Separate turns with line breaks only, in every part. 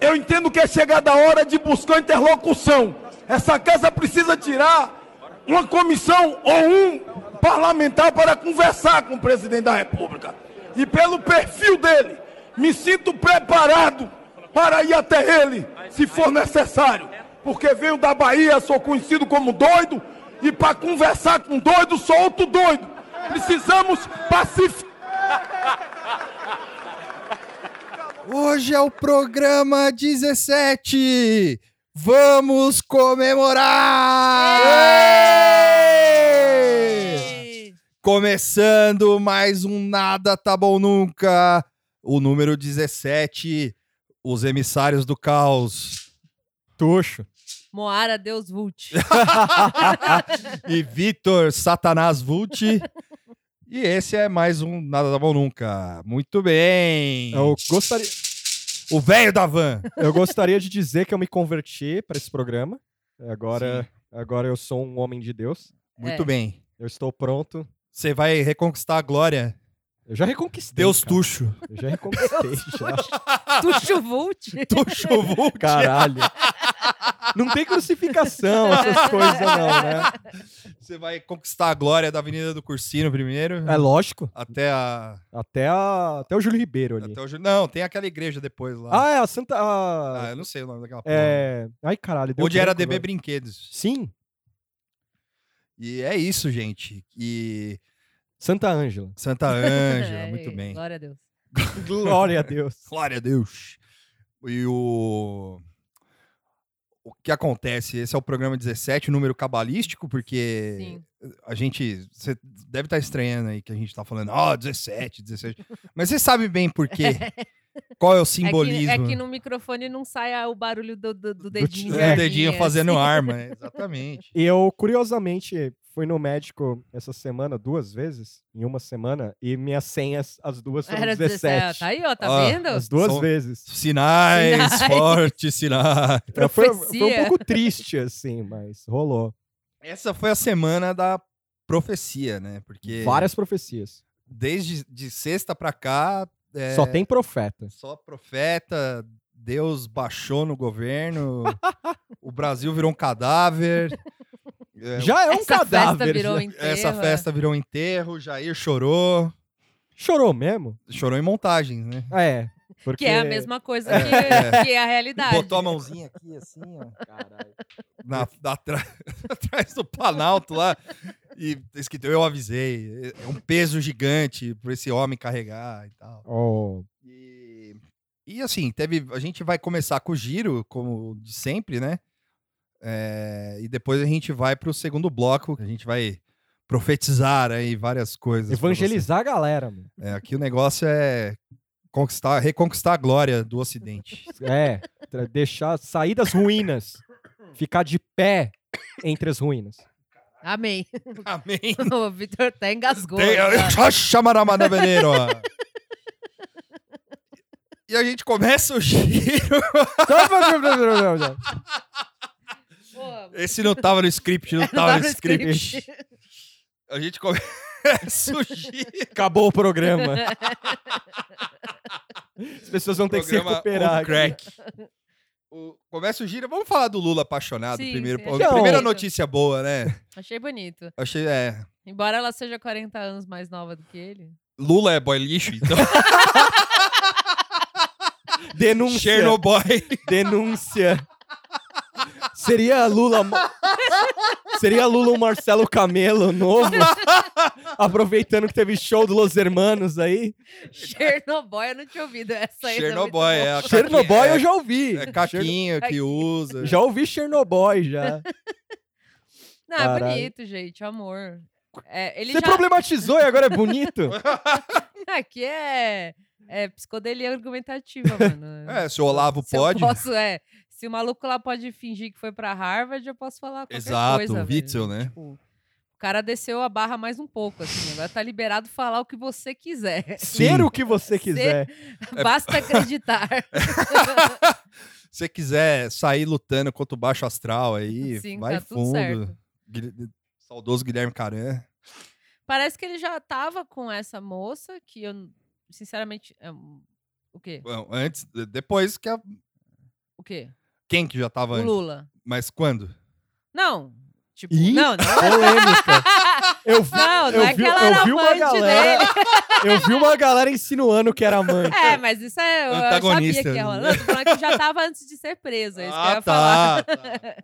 Eu entendo que é chegada a hora de buscar interlocução. Essa casa precisa tirar uma comissão ou um parlamentar para conversar com o presidente da República. E pelo perfil dele, me sinto preparado para ir até ele, se for necessário. Porque venho da Bahia, sou conhecido como doido, e para conversar com doido, sou outro doido. Precisamos pacificar.
Hoje é o programa 17. Vamos comemorar! Começando mais um Nada Tá Bom Nunca, o número 17, os emissários do caos,
Tuxo.
Moara Deus Vult.
e Vitor Satanás Vulti. E esse é mais um Nada Tá Bom Nunca. Muito bem!
Eu gostaria,
O velho da van!
eu gostaria de dizer que eu me converti para esse programa. Agora, agora eu sou um homem de Deus.
Muito
É.
bem.
Eu estou pronto.
Você vai reconquistar a glória.
Eu já reconquistei.
Deus
cara.
Tuxo.
Eu já reconquistei. já.
Tuxo Vult.
Tuxo Vulti.
Caralho. Não tem crucificação, essas coisas, não, né?
Você vai conquistar a glória da Avenida do Cursino primeiro.
É lógico.
Até a.
Até, a- até o Júlio Ribeiro ali.
Até o... Ju- Não, tem aquela igreja depois lá.
Ah, é a Santa. a-
Ah, eu não sei o nome daquela
é... Ai, caralho. deu
porra. Onde era
branco né?
DB
agora.
Brinquedos.
Sim,
E é isso, gente. E
Santa Ângela.
Santa Ângela,
É
muito bem.
É, Glória a Deus.
Glória a Deus.
Glória a Deus. E o. O que acontece? Esse é o programa 17, número cabalístico, porque.
Sim. É
a gente. Você deve estar estranhando aí que a gente tá falando, ó, 17, 17. Mas você sabe bem por quê. Qual é o
É que,
simbolismo?
é que no microfone não sai o barulho do, do, do
do,
dedinho.
do
é.
assim,
dedinho
é,
fazendo
assim.
arma, né? exatamente.
E eu, curiosamente, fui no médico essa semana duas vezes, em uma semana, e minhas senhas, as duas foram
Era
17.
17. Tá aí, ó, tá
Ó,
vendo?
As duas
São-
vezes.
Sinais,
Sinais.
fortes sinais.
Então, Foi, foi um
Profecia.
pouco triste, assim, mas rolou.
Essa foi a semana da profecia, né? Porque
Várias profecias.
desde de sexta pra cá, é,
Só tem profeta.
só profeta, Deus baixou no governo, o Brasil virou um cadáver. é,
Já é um
Essa festa
cadáver.
virou
já.
enterro. é.
Essa festa virou um enterro, Jair chorou.
Chorou mesmo?
Chorou em montagens, né?
Ah, É. Porque...
Que é a mesma coisa
É.
que, que a realidade.
Botou a mãozinha aqui, assim, ó. Na, na- atra- atrás do Planalto lá. E escrito, eu avisei. É um peso gigante pra esse homem carregar e tal.
Oh,
E, e, assim, teve. A gente vai começar com o giro, como de sempre, né? É, e depois a gente vai pro segundo bloco. A gente vai profetizar aí várias coisas. pra vocês.
evangelizar a galera, mano.
É, aqui o negócio é conquistar, reconquistar a glória do Ocidente.
É. tra- Deixar sair das ruínas. Ficar de pé entre as ruínas.
Amém.
Amém.
O Vitor até engasgou. tá?
E a gente começa o giro.
Então,
Pô,
Esse não tava no script, não tava
tava
no
no
script. A gente começa o giro.
Acabou o programa. As pessoas vão ter que se
Programa
recuperar.
on crack. O- começa o giro. Vamos falar do Lula apaixonado
Sim,
primeiro.
sim,
pô.
achei
Primeira
bonito.
notícia boa, né?
achei bonito.
Achei, é.
Embora ela seja 40 anos mais nova do que ele.
Lula é boy lixo, então.
aqui. Denúncia.
Chernobyl.
Denúncia. Seria Lula. Ma- Seria Lula um Marcelo Camelo novo? Aproveitando que teve show do Los Hermanos aí.
Chernobyl, eu não tinha ouvido essa aí. tá muito
Chernobyl, é. a caquinha-
Chernobyl
é,
eu já ouvi.
É caquinho que usa.
Já ouvi Chernobyl já.
Não, é
Caralho.
bonito, gente, amor. É, ele
Você
já...
problematizou e agora é bonito?
Aqui é, é psicodelia argumentativa, mano.
É, se o Olavo
se
pode.
Eu posso, é. Se o maluco lá pode fingir que foi pra Harvard, eu posso falar qualquer
Exato,
coisa.
o
velho.
Witzel, né?
Tipo, o cara desceu a barra mais um pouco, assim. Agora tá liberado falar o que você quiser.
Ser o que você quiser.
É
Basta acreditar.
Se você quiser sair lutando contra o baixo astral aí,
Sim,
vai
tá tudo
fundo.
certo.
Guilher- Saudoso Guilherme Caran.
Parece que ele já tava com essa moça, que eu, sinceramente... é um- O quê?
Bom, antes, depois que a
O quê?
Quem que já tava
O
antes?
Lula.
Mas quando?
Não. Tipo,
Ih,
não, não.
Polêmica. Eu vi,
Não, não
eu
é
vi,
que ela
eu
era
vi uma
amante
galera,
dele.
eu vi uma galera insinuando que era amante.
É, mas isso é. Eu sabia
Antagonista,
que ia
né?
rolar. Não, tô falando que já tava antes de ser presa. é Isso
Ah,
que eu ia falar.
tá. tá.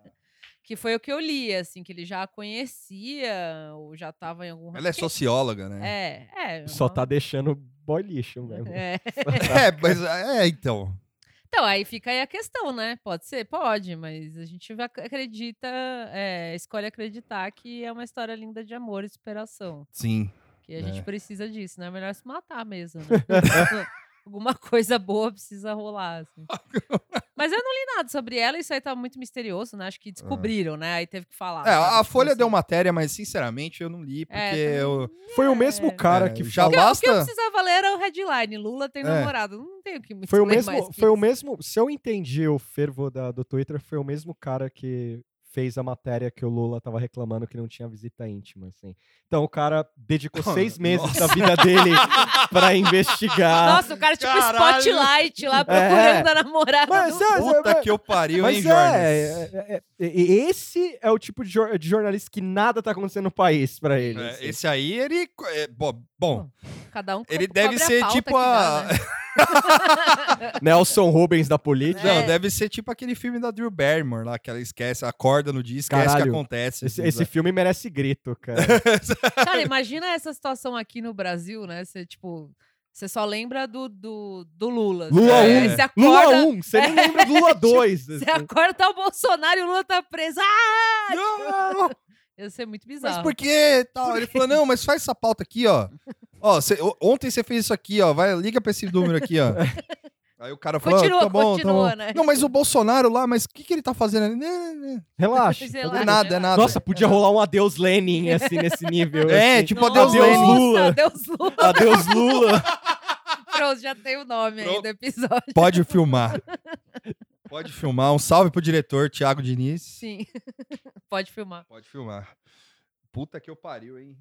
Que foi o que eu li, assim, que ele já a conhecia, ou já tava em algum.
Ela é
Porque-
socióloga, né?
É, é.
Só
uma-
tá deixando boy lixo mesmo.
É.
É, mas é, então.
Então, aí fica aí a questão, né? Pode ser? Pode, mas a gente vai- acredita, é, escolhe acreditar que é uma história linda de amor e superação.
Sim.
Que a gente
É.
precisa disso, né? É melhor se matar mesmo. né? Alguma coisa boa precisa rolar. assim. Mas eu não li nada sobre ela, isso aí tá muito misterioso, né? Acho que descobriram, né? Aí teve que falar.
É,
sabe?
a
Tipo
Folha
assim.
deu matéria, mas sinceramente eu não li, porque
É, também
eu.
Foi o mesmo cara
É,
que
já
falou.
Porque O que eu
Basta-
precisava ler era o headline. Lula tem
É.
namorado. Não tenho que muito
Foi o
ler mais
mesmo,
que
foi o
isso.
mesmo, se eu entendi o fervor da- do Twitter, foi o mesmo cara que fez a matéria que o Lula tava reclamando que não tinha visita íntima, assim. Então o cara dedicou seis meses da vida dele pra investigar.
Nossa, o cara tipo
Caralho. É.
spotlight lá procurando a namorada.
Mas
do-
é,
Puta
mas-
que eu pariu, hein,
Mas
Jornes?
é, é, é, é, e- esse é o tipo de, jor- de jornalista que nada tá acontecendo no país pra ele.
É,
assim.
esse aí, ele. co- é, bo- bom,
Cada um co-
ele
cobre
deve
a
ser
pauta
tipo
que dá,
a.
né?
Nelson Rubens da política.
É.
Não, deve ser tipo aquele filme da Drew Barrymore lá, que ela esquece, acorda no dia, esquece o que
Caralho,
acontece.
Esse,
assim,
esse
sabe?
filme merece grito, cara.
Cara, imagina essa situação aqui no Brasil, né? Você, tipo, você só lembra do, do, do Lula.
Lula
Aí
um.
Você
Lula
acorda,
1, você nem lembra do Lula 2.
você
assim.
acorda, tá o Bolsonaro e o Lula tá preso. Ah!
Não,
Ia ser muito bizarro.
mas por quê? Tal. Ele falou: não, mas faz essa pauta aqui, ó. Ó, cê- o- ontem você fez isso aqui, ó. Vai, liga pra esse número aqui, ó. Aí o cara falou, "Ah,
Continua,
tá bom,
continua,
tá bom.
né?
Não, mas o Bolsonaro lá, mas o que, que ele tá fazendo ali? Né, né, né.
Relaxa.
Sei
tá
lá,
É
bem.
nada, é nada.
Nossa, podia rolar um adeus Lenin, assim, nesse nível.
É,
assim.
tipo,
Nossa,
adeus Lenin.
Lula.
Adeus Lula.
Adeus Lula.
Pronto, já tem o nome aí
Pronto.
do episódio.
Pode filmar. Pode filmar. Um salve pro diretor, Thiago Diniz.
Sim. Pode filmar.
Pode filmar. Puta que eu pariu, hein?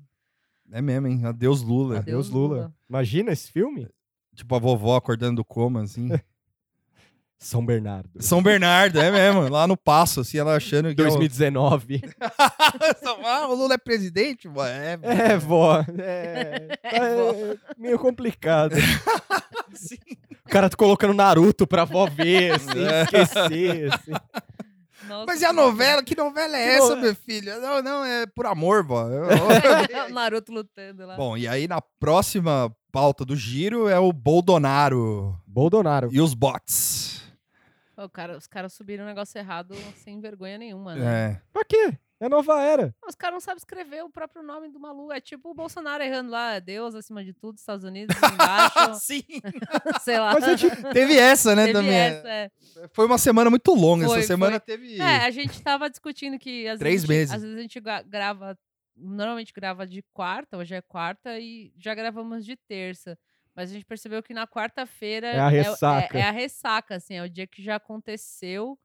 É mesmo, hein? Adeus Ah, Lula.
Adeus,
Adeus
Lula.
Lula. Imagina esse filme?
Tipo a vovó acordando do coma, assim.
São Bernardo.
São Bernardo, é mesmo. Lá no passo, assim, ela achando que.
2019.
É o... Ah, o Lula é presidente? Vó? É, vó.
É, vó. É, tá, é, meio complicado.
Sim.
O cara tá colocando Naruto pra vó ver, assim,
É.
esquecer. assim.
Nossa,
Mas e a
que
novela? Que novela é
Que
essa,
novela?
meu filho? Não, não, é por amor, vó. Eu-
É, O Naruto lutando lá.
Bom, e aí na próxima pauta do giro é o Boldonaro
Bolsonaro.
e os bots.
Pô, o cara- os caras subiram um negócio errado sem vergonha nenhuma, né?
É.
Pra quê? É nova era.
Os caras não sabem escrever o próprio nome do maluco. É tipo o Bolsonaro errando lá, Deus acima de tudo, Estados Unidos embaixo,
Sim.
sei lá.
Mas é tipo,
Ah, Teve essa, né,
Ah, Teve
também.
essa, é.
Foi uma semana muito longa.
Foi,
essa semana teve.
É, a gente tava discutindo que às
Três
vezes,
meses.
a gente- às vezes a gente gra- grava, normalmente grava de quarta, hoje é quarta, e já gravamos de terça. Mas a gente percebeu que na quarta-feira
É a
o-
ressaca.
é a ressaca, assim, é o dia que já aconteceu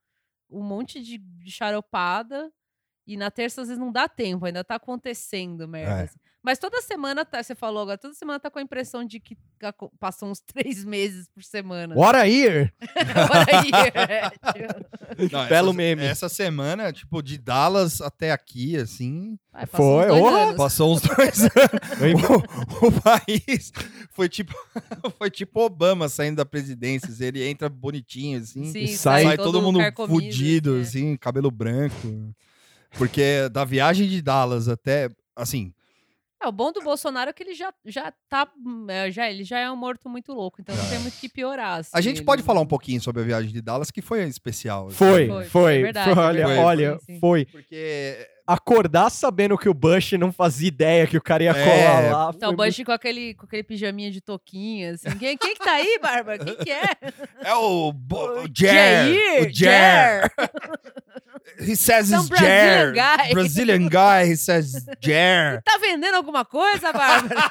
um monte de, de charopada. E na terça, às vezes, não dá tempo, ainda tá acontecendo, merda.
É.
assim. Mas toda semana, tá, você falou agora, toda semana tá com a impressão de que tá co- passam uns três meses por semana.
what a year.
Por aí, é, tipo,
Não,
Belo
essa-
meme.
Essa semana, tipo, de Dallas até aqui, assim,
vai, passam uns
Foi,
dois
orra,
anos.
passou uns dois
Eu
anos. O, o país foi tipo, foi tipo Obama saindo da presidência. assim, Ele entra bonitinho, assim,
Sim,
sai
sai todo, mundo
carcomido,
fudido,
né?
assim, cabelo branco. Porque é da viagem de Dallas até, assim,
É, o bom do Bolsonaro é que ele já, já tá. hum, é, Já, ele já é um morto muito louco, então não tem muito o que piorar.
a
assim,
gente
ele
pode
não-
falar um pouquinho sobre a viagem de Dallas, que foi especial. assim,
Foi,
Foi, foi,
foi, é verdade,
foi,
é
olha,
verdade,
olha,
sim, sim.
foi.
Porque
Acordar sabendo que o Bush não fazia ideia que o cara ia colar
É,
lá.
Então, o
foi
Bush com aquele, com aquele pijaminha de toquinha, assim. Quem, quem que tá aí, Bárbara? Quem que é?
é o, Bo- o Jer. o
Jair,
Jer. He says
Some
it's Jer.
Brazilian guy.
Brazilian guy. He says Jer.
Tá vendendo alguma coisa, Bárbara?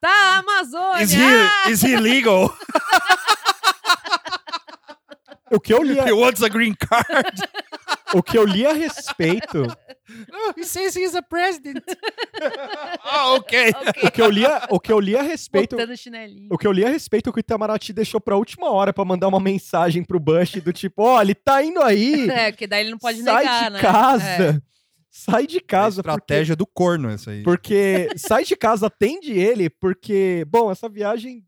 tá, a Amazônia.
Is he, is he legal?
muito- O que eu li, a-
He wants a green card.
o que eu li a respeito
No, he says he's a president. Ah, ok.
O que eu li a, o que eu li a respeito.
Botando chinelinho.
O que eu li a respeito é que o Itamaraty deixou pra última hora pra mandar uma mensagem pro Bush do tipo, ó, ele tá indo aí,
É, porque daí ele não pode
sai
negar,
de
né? É.
casa, sai de
Caso
casa. porque-
estratégia do corno essa aí.
Porque sai de casa, atende ele, porque, bom, essa viagem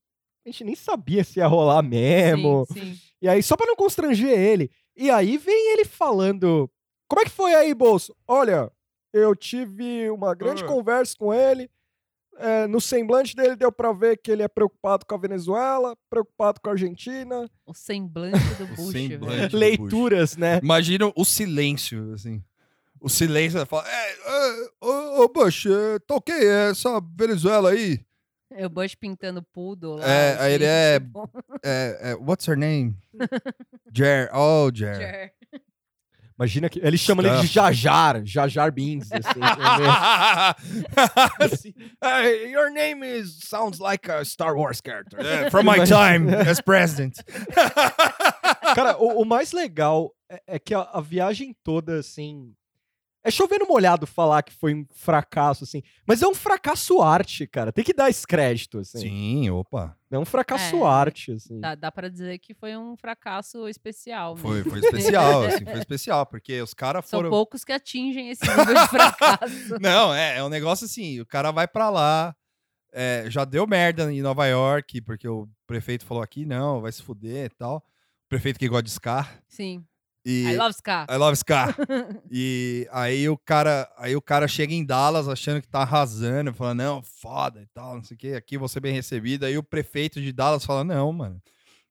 a gente nem sabia se ia rolar mesmo.
Sim, sim.
E aí, só pra não constranger ele. E aí vem ele falando: Como é que foi aí, bolso? Olha, eu tive uma grande
Ah.
conversa com ele. é, no semblante dele deu pra ver que ele é preocupado com a Venezuela, preocupado com a Argentina.
O semblante do né? Bush,
semblante.
velho.
Bush.
Leituras, né?
Imagina o silêncio, assim. O silêncio, ela fala, é, é, ô, ô, Bush, é, tá ok, é essa Venezuela aí.
É o Bush pintando poodle lá.
É, aí ele é-
bom.
É, é, what's her name? Jer, oh, Jer.
Jer.
Imagina que. Ele chama ele de Jajar, Jajar Beans. Assim, assim, "Hey, your name is, sounds like a Star Wars character.
É, from my time as president.
Cara, o, o mais legal é, é que a, a viagem toda, assim. É chovendo molhado falar que foi um fracasso, assim. Mas é um fracasso arte, cara. Tem que dar esse crédito, assim.
Sim, opa.
É um fracasso
É.
arte, assim.
Dá, dá pra dizer que foi um fracasso especial. mesmo.
Foi, foi especial, assim, foi especial, porque os caras
São
foram.
poucos que atingem esse nível de fracasso.
Não, é, é um negócio assim, o cara vai pra lá, é, já deu merda em Nova York, porque o prefeito falou aqui, não, vai se fuder e tal. O prefeito que gosta de Scar.
Sim.
E
I love Scar.
I love Scar. e aí o cara, aí o cara chega em Dallas achando que tá arrasando, fala: "Não, foda" e tal, não sei o quê, aqui vou ser bem recebido. Aí o prefeito de Dallas fala: "Não, mano.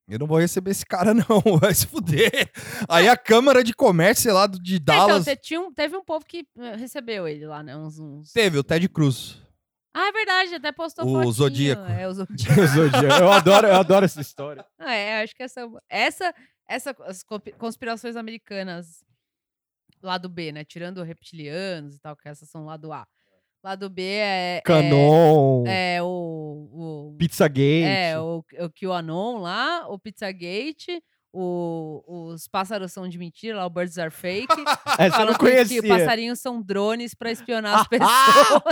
Eu não vou receber esse cara não, vai se fuder". Aí a Câmara de Comércio sei lá do- de
É, Então,
Dallas
te- tinha um- teve um povo que eh, recebeu ele lá, né? Uns, uns-
teve o Ted Cruz.
Ah, é verdade, até postou
O
fotinho.
Zodíaco.
É, o Zodíaco.
Zodíaco. eu, adoro, eu adoro essa história.
Ah, é, acho que essa, essa, essa as compi- conspirações americanas lá do B, né? Tirando reptilianos e tal, que essas são lá do A. Lá do B é. é-
Canon,
É, o. o
Pizzagate.
é, o, o QAnon lá, o Pizzagate, o, os pássaros são de mentira, lá o Birds Are Fake.
Essa eu É, não
Falam que-
conhecia.
Que passarinhos são drones pra espionar as pessoas.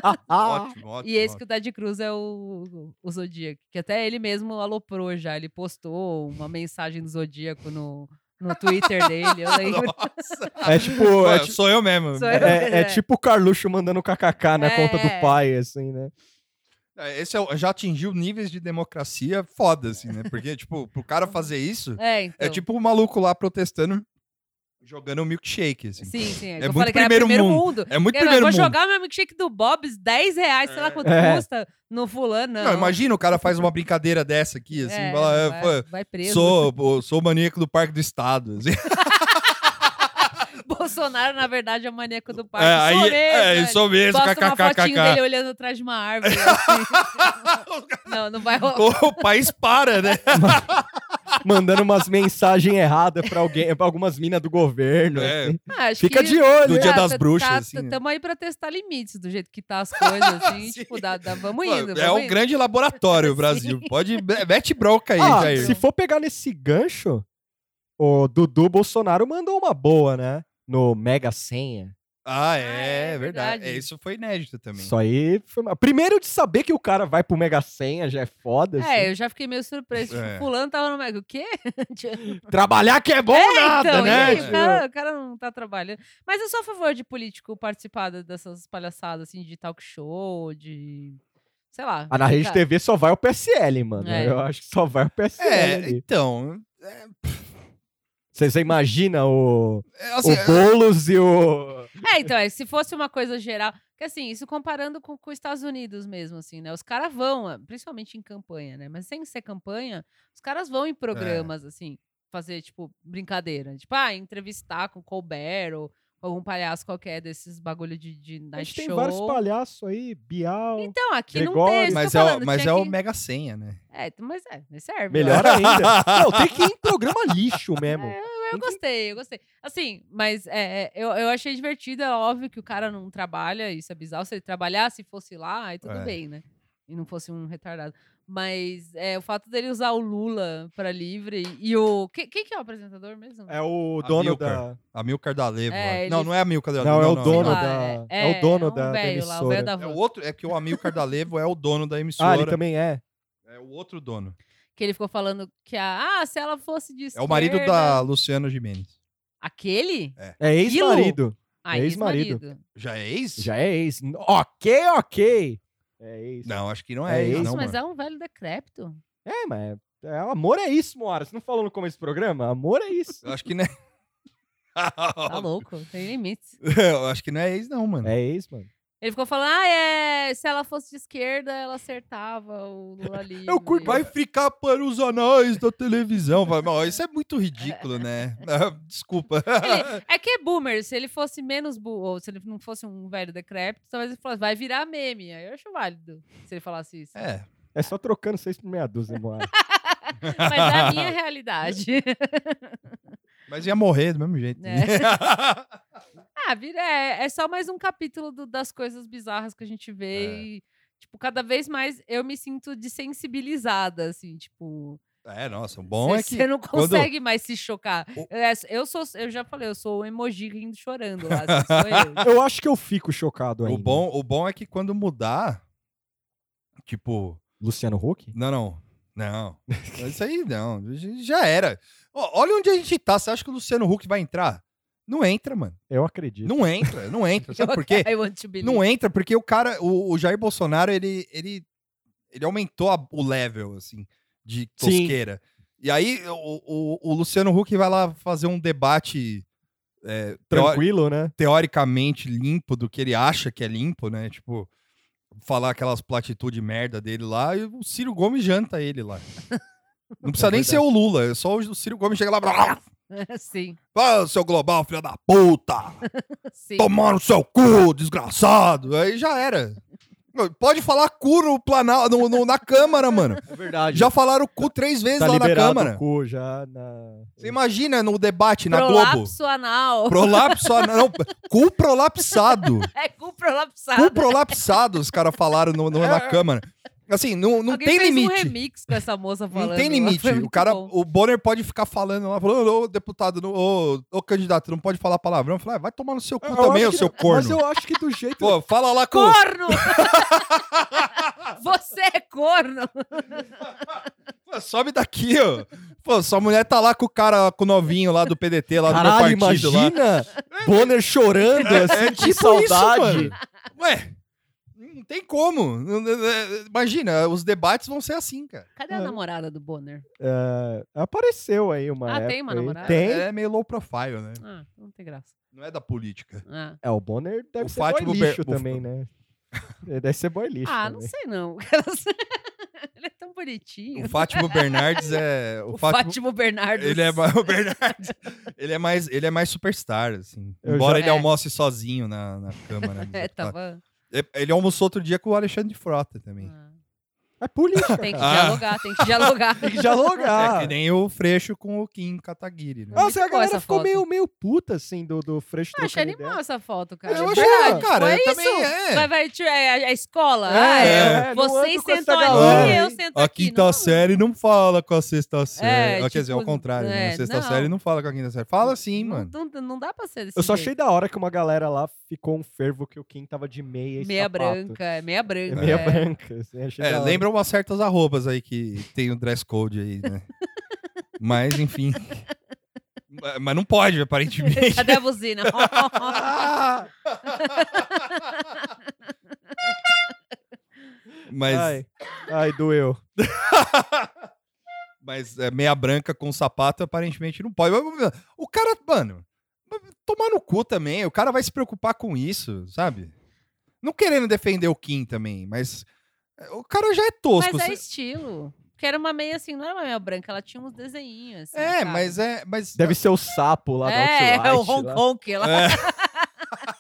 Ah,
ótimo, ótimo.
Ah, E esse
ótimo.
que o Ted Cruz é o, o Zodíaco, que até ele mesmo aloprou já. Ele postou uma mensagem do Zodíaco no, no Twitter dele, eu lembro.
Nossa.
É tipo. É,
Ué,
ti-
sou eu mesmo.
Sou eu.
é- é tipo o Carluxo mandando kkk na
É.
conta do pai, assim, né?
É, Esse é o- já atingiu níveis de democracia foda, assim, né? Porque, tipo, pro cara fazer isso,
É, então.
É tipo o maluco lá protestando, jogando um milkshake, assim.
Sim, sim. É,
é
que eu
muito
falei que era
primeiro
primeiro
mundo.
mundo.
É muito
Eu
primeiro
vou
mundo.
jogar meu milkshake do Bob's 10 reais, sei lá quanto
É.
custa, no fulano. Não,
Não, imagina o cara faz uma brincadeira dessa aqui, assim,
É,
fala, é,
vai,
pô,
vai preso.
sou, pô, sou maníaco do Parque do Estado. assim.
Bolsonaro, na verdade, é o maníaco do parque.
é, aí,
sou
é, sou mesmo,
mesmo, velho. Posta uma fotinho dele
kkkk.
olhando atrás de uma árvore. assim. não, não vai rolar.
O país para, né?
Mandando umas mensagens erradas pra alguém, pra algumas minas do governo.
É,
assim.
Ah, acho
Fica
que-
de olho.
Do
hein?
Dia
Ah,
das
tá-
Bruxas,
tá-
assim, né?
Tamo aí pra testar limites do jeito que tá as coisas, assim.
Sim.
tipo, dá, dá-
Pô,
vamos indo.
é
vamos
um
indo.
grande laboratório o Brasil. Pode, mete bronca aí,
Ah,
Jair.
se for pegar nesse gancho, o Dudu Bolsonaro mandou uma boa, né? No Mega Senha.
Ah,
Ah,
é,
é
verdade.
verdade.
É, isso foi inédito também.
Isso aí foi. uma- Primeiro de saber que o cara vai pro Mega Senha já é foda.
É,
assim.
eu já fiquei meio surpreso. Tipo,
É.
fulano tava no mega. O quê? Tipo,
Trabalhar que é bom nada,
então,
né?
e aí, o, cara, o cara não tá trabalhando. Mas eu sou a favor de político participar da- dessas palhaçadas, assim, de talk show, de. Sei lá.
Ah, na Rede
cara.
TV só vai o PSL, mano.
tá. É.
Eu acho que só vai o PSL.
É,
ali.
então.
Você você imagina o,
é, assim,
o Boulos e o.
É, então, é, se fosse uma coisa geral. Porque assim, isso comparando com, com os Estados Unidos mesmo, assim, né? Os caras vão, ah, principalmente em campanha, né? Mas sem ser campanha, os caras vão em programas, assim, fazer, tipo, brincadeira. Tipo, ah, entrevistar com Colbert ou algum palhaço qualquer desses bagulho de, de
A
night
gente tem
show.
vários palhaços aí, Bial.
Então, aqui não
Gregório.
tem. isso que eu
mas
tô
é, o,
falando,
mas
tinha
é o
que-
mega senha, né?
É, mas é, mas serve.
Melhor ainda. Não, tem que ir em programa lixo mesmo.
É, Eu gostei, eu gostei. Assim, mas é, é, eu, eu achei divertido. É óbvio que o cara não trabalha, isso é bizarro. Se ele trabalhasse e fosse lá, aí tudo
É.
bem, né? E não fosse um retardado. Mas é, o fato dele usar o Lula pra livre e o. que- Quem que é o apresentador mesmo?
É o
A
dono
Milker.
da.
A Milcar da Levo.
É,
Não,
ele-
não é a Milcar da Levo.
Não, é o
Sei
dono
lá, um
da- é o dono da- da
velho lá, o velho
emissora.
da
É
van.
o outro, é que o Amilcar da Levo é o dono da emissora.
Ah, ele também é.
É o outro dono.
Que ele ficou falando que a. Ah, se ela fosse de
É o marido
esquerda-
da Luciana Gimenez.
Aquele?
É ex-marido.
Ah,
Ex-marido.
Já é ex?
Já é ex. Ok, ok. É ex.
Não, acho que não é,
É
ex,
ex,
não,
Nossa, mas
mano.
é um velho decrépito.
É, mas. É, é, amor é isso, Moara. Você não falou no começo do programa? Amor é isso.
Eu acho que não é...
Tá louco, tem limites.
Eu acho que não é ex, não, mano.
É ex, mano.
Ele ficou falando, ah, é, se ela fosse de esquerda, ela acertava o Lula livre.
Eu curto. É Vai ficar para os anais da televisão. Vai, mas isso é muito ridículo, né? Ah, Desculpa.
Ele- é que é boomer, se ele fosse menos bu ou se ele não fosse um velho decrépito, talvez ele falasse, vai virar meme. Aí eu acho válido se ele falasse isso.
É.
É só trocando seis por meia dúzia, Moara.
Mas é a minha realidade.
Mas ia morrer do mesmo jeito.
Né? ah, vira, é, é só mais um capítulo do- das coisas bizarras que a gente vê
É.
e, tipo, cada vez mais eu me sinto desensibilizada, assim, tipo...
É, nossa, o bom
Você-
é que.
Você não
quando-
consegue mais se chocar.
O-
É, Eu, sou, eu já falei, eu sou o emoji rindo chorando lá. assim, sou eu.
Eu acho que eu fico chocado
O
ainda.
bom, o bom é que quando mudar, tipo,
Luciano Huck?
não, não, não. Isso aí não, já era. Ó, olha onde a gente tá. Você acha que o Luciano Huck vai entrar? Não entra, mano.
Eu acredito.
Não entra, não entra. Sabe por quê?
I want to believe.
Não entra porque o cara, o, o Jair Bolsonaro, ele, ele, ele aumentou a- o level, assim, de
Sim.
tosqueira. E aí o, o, o Luciano Huck vai lá fazer um debate é, teó-
Tranquilo, né?
teoricamente limpo do que ele acha que é limpo, né? Tipo, falar aquelas platitudes merda dele lá e o Ciro Gomes janta ele lá. Não precisa nem ser o Lula, é só o Ciro Gomes chega lá. "Blá, é
sim,
blá, ah, seu global, filho da puta!
sim.
Tomar no seu cu, desgraçado! Aí já era. Pode falar cu no planal, no, no- na Câmara, mano.
É verdade.
Já falaram cu três vezes
tá
lá na
liberado
Câmara.
o cu, já na...
Você imagina no debate na Globo.
Prolapso anal.
Prolapso, não, cu prolapsado.
É cu prolapsado.
Cu prolapsado, os caras falaram no- no- na Câmara. Assim, não, não
É. Alguém
tem
fez um
limite.
remix com essa moça falando.
Não tem
lá,
limite.
foi
O
muito
cara,
bom.
o Bonner pode ficar falando lá, falando, ô deputado, não- ô, ô candidato, não pode falar palavrão. Falar, vai tomar no seu cu
Eu
também,
acho
ô
É, que-
seu corno.
Mas eu acho que do jeito...
Pô, fala lá com.
Corno! Você é corno!
Pô, sobe daqui, ó. Pô, sua mulher tá lá com o cara, com o novinho lá do PDT, lá
Caralho,
do meu tá partido lá.
imagina! Bonner chorando, assim,
é
de
tipo isso,
saudade.
mano. Ué, não tem como. Não- não- não- Imagina, os debates vão ser assim, cara.
Cadê a namorada do Bonner?
É, apareceu aí uma
Ah, tem uma
época aí.
namorada?
Tem.
É meio low profile, né?
Ah, não tem graça.
Não é da política.
Ah,
É, o Bonner deve
O
ser
Fátima
boy
Ber-
lixo
o-
também, né? Ele deve ser boy lixo
Ah, não
também.
sei não. Ele é tão
O
bonitinho.
Fátimo Bernardes é. O,
O
Fátimo,
Fátimo Bernardo.
Ele é, ma- o Bernardes, ele, é mais, ele é mais superstar, assim.
Eu
Embora
já-
ele
É.
almoce sozinho na, na câmara. dos
É,
deputados.
tava.
Ele- Ele almoçou outro dia com o Alexandre de Frota também.
Ah.
É política,
Tem que
cara.
Ah.
dialogar, tem que dialogar.
Tem
É
Ah.
que
que
dialogar.
nem o Freixo com o Kim Kataguiri, né?
Nossa, a
Muito boa
galera
essa
ficou
foto.
meio, meio puta, assim, do, do Freixo
Eu achei
trocando
animal
ideia.
essa foto, cara.
eu
É
achei,
verdade,
cara,
pô, é
eu
isso.
também, é.
Vai, vai, tio, é a, a escola.
É,
ah, é.
é, não
Vocês
ando com essa
sentam ali,
galera,
eu
hein.
sento
A
aqui.
tá
quinta
não- É,
série não fala com a sexta série. Ah, quer dizer, ao
tipo,
contrário, né? A
é,
sexta
não.
série não fala com a quinta série. Fala sim,
não,
mano.
Não, não dá pra ser desse
Eu só
jeito.
achei da hora que uma galera lá ficou um fervo que o Kim tava de meia e
Meia
sapato.
branca, é meia
É
branca.
meia
é.
branca. Assim, achei
É,
da hora.
lembra umas certas arrobas aí que tem o dress code aí, né? Mas, enfim. Ma- Mas não pode, aparentemente.
Cadê a buzina?
Mas,
Ai, ai, doeu.
mas é, meia branca com sapato aparentemente não pode. Mas, O cara, mano, tomar no cu também. O cara vai se preocupar com isso, sabe? Não querendo defender o Kim também, mas é, o cara já é
Mas
tosco.
é
cê-
estilo. Porque era uma meia assim, não era uma meia branca, ela tinha uns desenhinhos. assim,
É,
sabe?
mas é. Mas
Deve ser o sapo lá
É,
da
é o
Outlight
Hong
lá. É.
Kong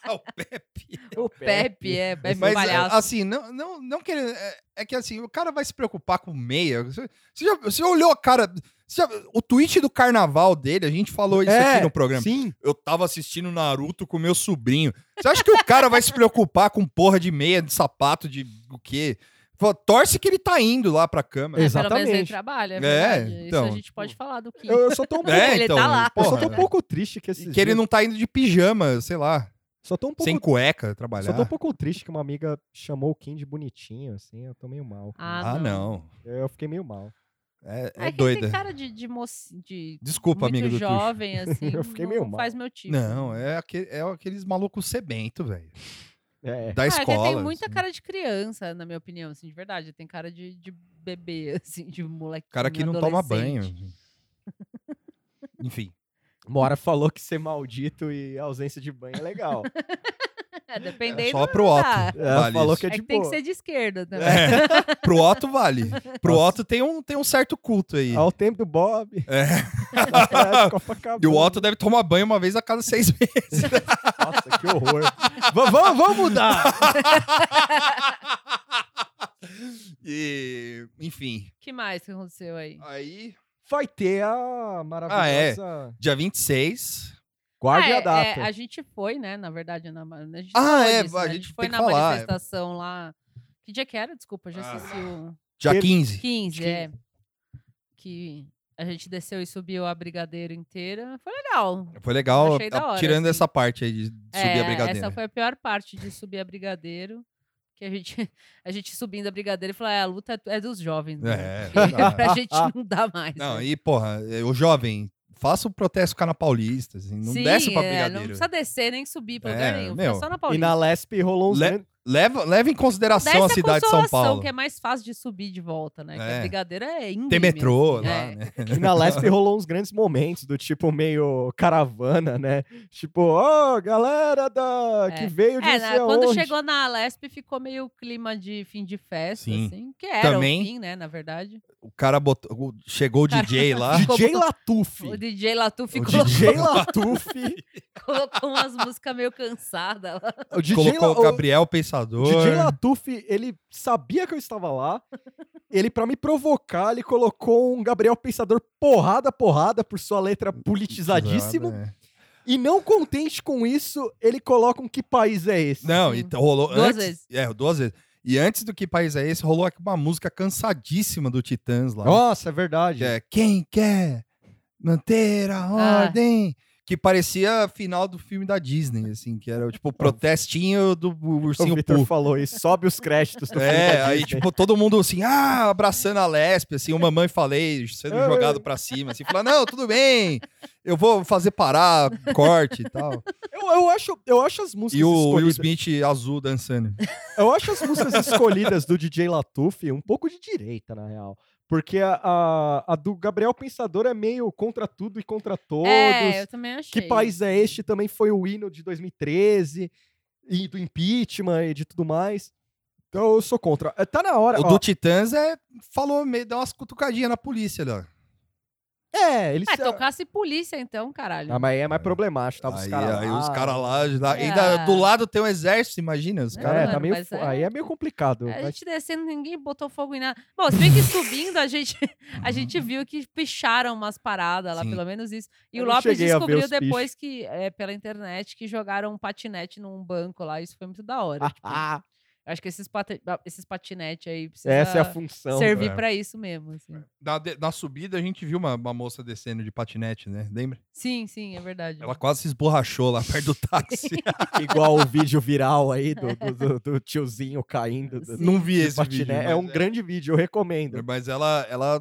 lá.
o Pepe.
O Pepe, é, Pepe
Mas,
palhaço.
assim, não, não, não querendo. É, é que assim, o cara vai se preocupar com meia. Você, você já, você já olhou a cara. você já- o tweet do carnaval dele, a gente falou isso
É,
aqui no programa.
Sim.
Eu tava assistindo Naruto com meu sobrinho. Você acha que o cara vai se preocupar com porra de meia, de sapato, de o quê? Fala, Torce que ele tá indo lá pra Câmara.
Ex-
Pelo menos ele
Exatamente.
trabalha, é
É,
verdade. Isso
então.
a gente pode falar do Kim.
Eu, eu só tô um pouco,
É,
Ele
então,
tá lá.
eu só
porra,
tô um
né?
pouco triste que esses
Que ele
dias-
não tá indo de pijama, sei lá,
Só tô um pouco
sem cueca trabalhar.
Só tô um pouco triste que uma amiga chamou o Kim de bonitinho, assim, eu tô meio mal. com
Ah,
isso.
Ah, não.
Eu fiquei meio mal.
É,
É,
é,
que ele
doida.
Tem cara de, de mocinho, de
Desculpa,
muito
amigo do Tuxo.
jovem, assim.
Eu fiquei
não
meio mal.
faz meu tipo.
Não, é, aquele, é aqueles malucos sebento, velho.
É,
Da
Ah, que
escola.
tem muita
assim.
cara de criança, na minha opinião, assim, de verdade. Tem cara de, de bebê, assim, de moleque.
Cara que não toma banho. Enfim.
Mora falou que ser maldito e ausência de banho é legal.
É, dependendo.
só pro
não
Otto.
dá.
Ela
Vale
falou
isso.
que é,
É
de
que tem que
boa.
ser de esquerda né? também.
É, pro Otto vale. Pro Otto tem um, tem um certo culto aí.
Ao tempo do Bob.
É.
na praia de Copacabana.
E o Otto deve tomar banho uma vez a cada seis meses.
Nossa, que horror. Va- va- vamos mudar!
E, enfim.
que mais que aconteceu aí?
Aí.
Vai ter a maravilhosa.
Dia 26.
Guarde
Ah,
a
é,
data.
é, a gente foi, né? Na verdade, na, ma- a gente
Ah,
falou
é,
disso,
a
né?
gente
foi
tem que
na
falar, é.
manifestação lá. Que dia que era? Desculpa, já
Ah.
esqueci o.
Dia
Ele-
15.
15, é. Que a gente desceu e subiu a brigadeiro inteira. Foi legal.
Foi legal,
Achei da hora,
tirando
assim.
essa parte aí de subir
É,
a brigadeira.
Essa foi a pior parte de subir a brigadeiro. Que a gente, a gente subindo a brigadeiro e falou: é, a luta é tu- é dos jovens. Né?
É.
Porque pra gente não dá mais.
Não,
né?
e porra, eh, o jovem, faça o protesto ficar na Paulista, assim, não
Sim,
desce pra
é, não
brigadeiro.
precisa descer nem subir pra
É,
lugar nenhum.
meu,
Fica só na
E
Paulista.
na Lesp rolou uns.
Le-
grandes-
Leva, leva em
Desce
consideração a cidade de São
Consolação,
Paulo.
que é mais fácil de subir de volta, né? Que a
É.
brigadeira é íngreme.
Tem metrô
assim,
lá,
é.
né?
E na Lesp rolou uns grandes momentos, do tipo meio caravana, né? Tipo, ó, galera da...
É.
que veio de
É,
não
na-
sei
quando
aonde.
chegou na Alesp ficou meio clima de fim de festa,
Sim.
assim, que era
Também-
o fim, né, na verdade.
O cara botou, o- chegou o DJ lá.
DJ Latuf.
O DJ Latu ficou,
DJ
DJ Latuf.
colocou umas músicas meio cansadas lá.
O DJ,
colocou
La-
o
o
Gabriel
o
Pensador.
DJ Latuf, ele sabia que eu estava lá. Ele, pra me provocar, ele colocou um Gabriel Pensador porrada, porrada, por sua letra politizadíssimo.
É.
E não contente com isso, ele coloca um que país é esse?
Não, e
Sim.
t- rolou
Hum. Duas
antes,
vezes.
É, duas vezes. E antes do que país é esse, rolou aqui uma música cansadíssima do Titãs lá.
Nossa, é verdade.
que é Quem quer manter a
Ah.
ordem? Que parecia a final do filme da Disney, assim, que era tipo o protestinho do
o
ursinho
Vitor
Pooh.
falou isso. Sobe os créditos do filme
É,
da
aí
Disney.
tipo todo mundo assim, ah, abraçando a Lesp, assim, o mamãe falei, sendo
É.
jogado pra cima, assim, falando, não, tudo bem, eu vou fazer parar, corte e tal.
Eu, eu acho, eu acho as músicas
E o Will
escolhidas.
Smith azul dançando.
Eu acho as músicas escolhidas do DJ Latuf um pouco de direita, na real. Porque a, a, a do Gabriel Pensador é meio contra tudo e contra todos.
É, eu também achei.
que país é este? Também foi o hino de 2013, e do impeachment e de tudo mais. Então eu sou contra. Eh, Tá na hora.
O
ó,
do Titãs é, falou, meio, deu umas cutucadinhas na polícia lá.
É, eles.
É, tocasse polícia então, caralho.
Ah, mas é mais problemático, tava os ah,
Aí,
caras
aí
lá.
os caras lá, lá
É.
ainda do lado tem um exército, imagina, os
É,
caras...
É, tá
mano,
meio,
mas
fo-
é-
Aí é meio complicado.
A
mas-
gente descendo, ninguém botou fogo em nada. Bom, se bem que subindo, a gente, a gente viu que picharam umas paradas lá,
Sim.
pelo menos isso. E
Eu
o
não
Lopes
cheguei a ver
descobriu
os pichos.
depois que, é, pela internet, que jogaram um patinete num banco lá. Isso foi muito da hora. tipo,
Ah,
acho que esses, pate- ah, esses patinetes aí precisa
Essa é a função.
servir
É.
pra isso mesmo. assim.
Na, de- na subida a gente viu uma, uma moça descendo de patinete, né? Lembra?
Sim, sim, é verdade.
Ela quase se esborrachou lá perto do táxi.
Igual o vídeo viral aí do, do- do- do tiozinho caindo. do-
Não vi
do
esse
patiné.
vídeo.
É
mas
um grande vídeo, eu recomendo.
Mas ela, ela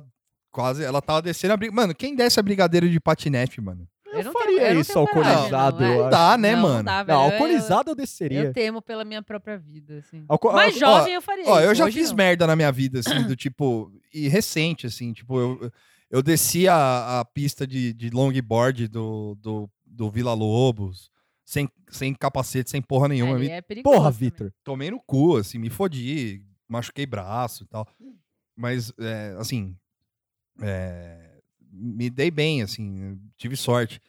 quase... Ela tava descendo a briga... Mano, quem desce a brigadeiro de patinete, mano?
Eu,
não
faria
tenho- eu não
isso
tenho coragem,
alcoolizado,
não,
eu Ah,
é.
Não dá, né,
Não,
mano?
Não, dá,
Não,
velho. Eu-
alcoolizado eu
Eu,
desceria.
temo pela minha própria vida, assim.
Alco-
Mais
alco-
jovem eu faria
Ó,
isso.
eu já
hoje
fiz
não.
merda na minha vida, assim, do tipo. E recente, assim, tipo, eu, eu desci a, a pista de, de longboard do, do, do Vila Lobos, sem, sem capacete, sem porra
É,
nenhuma.
ele
Me
é perigoso
ah, Porra,
também.
Vitor.
tomei no cu, assim, me fodi, machuquei braço e tal. Mas, é, assim, é, me dei bem, assim, tive sorte.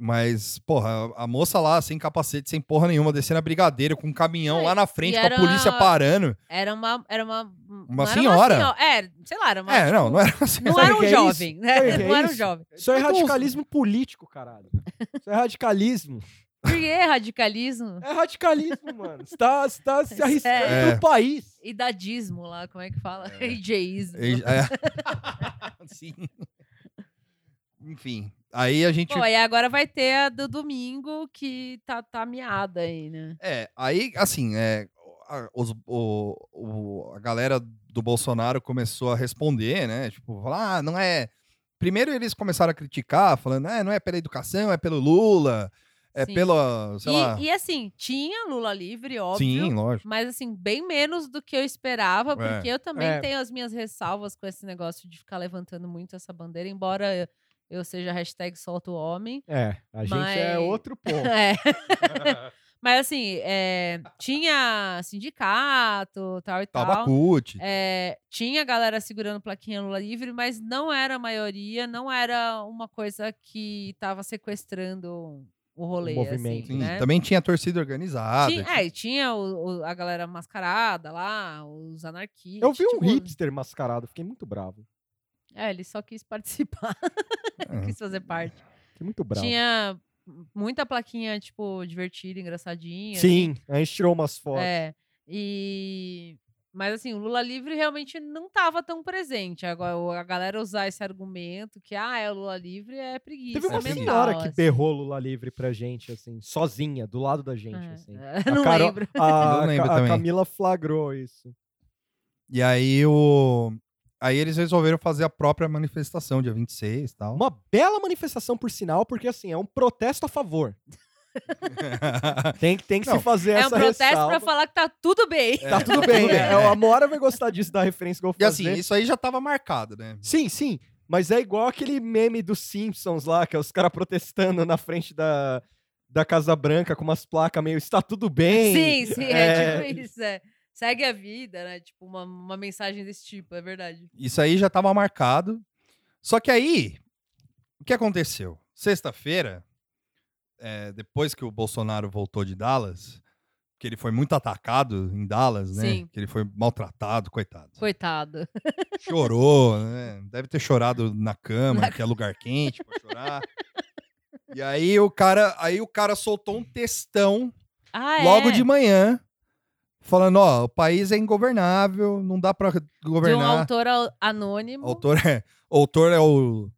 Mas, porra, a- a moça lá, sem capacete, sem porra nenhuma, descendo a brigadeira com um caminhão
É,
lá na frente, com a
era
polícia
uma-
parando.
Era uma. Era uma, não era
senhora.
É, sei lá, era uma.
É, não, não
tipo,
era assim.
não
Sabe
era
o
um
que é isso?
jovem, né?
Sabe o que é
Não era um
isso?
jovem.
Isso é
Então,
radicalismo político, caralho. Isso é radicalismo.
Por que radicalismo?
É radicalismo, mano. Você tá, você tá se arriscando
É.
no país.
Idadismo lá, como é que fala? EJismo.
E- é. Sim. Enfim, aí a gente.
Bom, aí agora vai ter a do domingo que tá, tá miada aí, né?
É, aí, assim, é, a, os- o- o- a galera do Bolsonaro começou a responder, né? Tipo, falar, ah, não é. Primeiro eles começaram a criticar, falando, é, não é pela educação, é pelo Lula, é
Sim.
pela. Sei lá.
E, e assim, tinha Lula livre, óbvio.
Sim, lógico.
Mas assim, bem menos do que eu esperava, porque eu também
É.
tenho as minhas ressalvas com esse negócio de ficar levantando muito essa bandeira, embora eu- eu seja hashtag solta o homem.
É, a gente é
Mas-
outro ponto.
É. Mas assim, é, tinha sindicato, tal e tal.
Tabacute.
É, tinha galera segurando plaquinha Lula livre, mas não era a maioria, não era uma coisa que estava sequestrando o rolê,
movimento.
assim,
Sim,
né?
Também tinha torcida organizada.
Tinha, é, e tinha o- o- a galera mascarada lá, os anarquistas.
Eu vi um
tipo,
hipster mascarado, fiquei muito bravo.
É, ele só quis participar,
É.
quis fazer parte.
Fiquei muito bravo.
Tinha muita plaquinha, tipo, divertida, engraçadinha.
Sim, a gente tirou umas fotos.
É. E. Mas assim, o Lula livre realmente não estava tão presente. Agora, o- a galera usar esse argumento que, ah, é o Lula livre é preguiça.
Teve uma
mental,
senhora que
assim.
berrou Lula livre pra gente, assim, sozinha, do lado da gente, assim.
É, não
a Carol-
lembro.
A,
Não lembro
a
também.
Camila flagrou isso.
E aí o. Aí eles resolveram fazer a própria manifestação, dia 26 e tal.
Uma bela manifestação, por sinal, porque assim, é um protesto a favor. Tem, que- tem que
Não,
se fazer
É um
essa
protesto
ressalva.
pra falar que tá tudo bem. é.
Tá tudo bem, né? A Mora vai gostar disso, da referência que eu vou
E assim,
fazer.
isso aí já tava marcado, né?
Sim, sim. Mas é igual aquele meme dos Simpsons lá, que é os caras protestando na frente da, da Casa Branca com umas placas meio está tudo bem.
Sim, sim, é,
É.
tipo isso. é. Segue a vida, né? Tipo, uma, uma mensagem desse tipo, é verdade.
Isso aí já tava marcado. Só que aí, o que aconteceu? Sexta-feira, é, depois que o Bolsonaro voltou de Dallas, que ele foi muito atacado em Dallas, né?
Sim.
Que ele foi maltratado, coitado.
Coitado.
Chorou, né? Deve ter chorado na cama, que é lugar quente pra chorar. E aí o cara, aí o cara soltou um textão
Ah,
logo
é?
de manhã, falando, ó, o país é ingovernável, não dá pra
De um
governar.
autor ao- anônimo.
autor é, autor é o,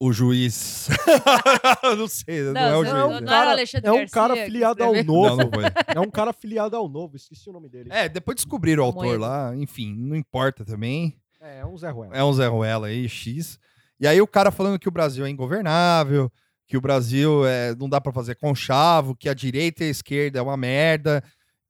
o juiz. Eu não sei, não, é o
você-
juiz.
não,
né?
não
cara-
era o Alexandre
é um
Garcia
cara
que
filiado ao
escreveu?
novo.
Não, não foi.
É um cara filiado ao novo, esqueci o nome dele.
É, depois descobriram o autor
Moedo.
lá, enfim, não importa também.
É, é um Zé Ruela.
É um Zé Ruela aí, X. E aí o cara falando que o Brasil é ingovernável, que o Brasil é, não dá pra fazer conchavo, que a direita e a esquerda é uma merda.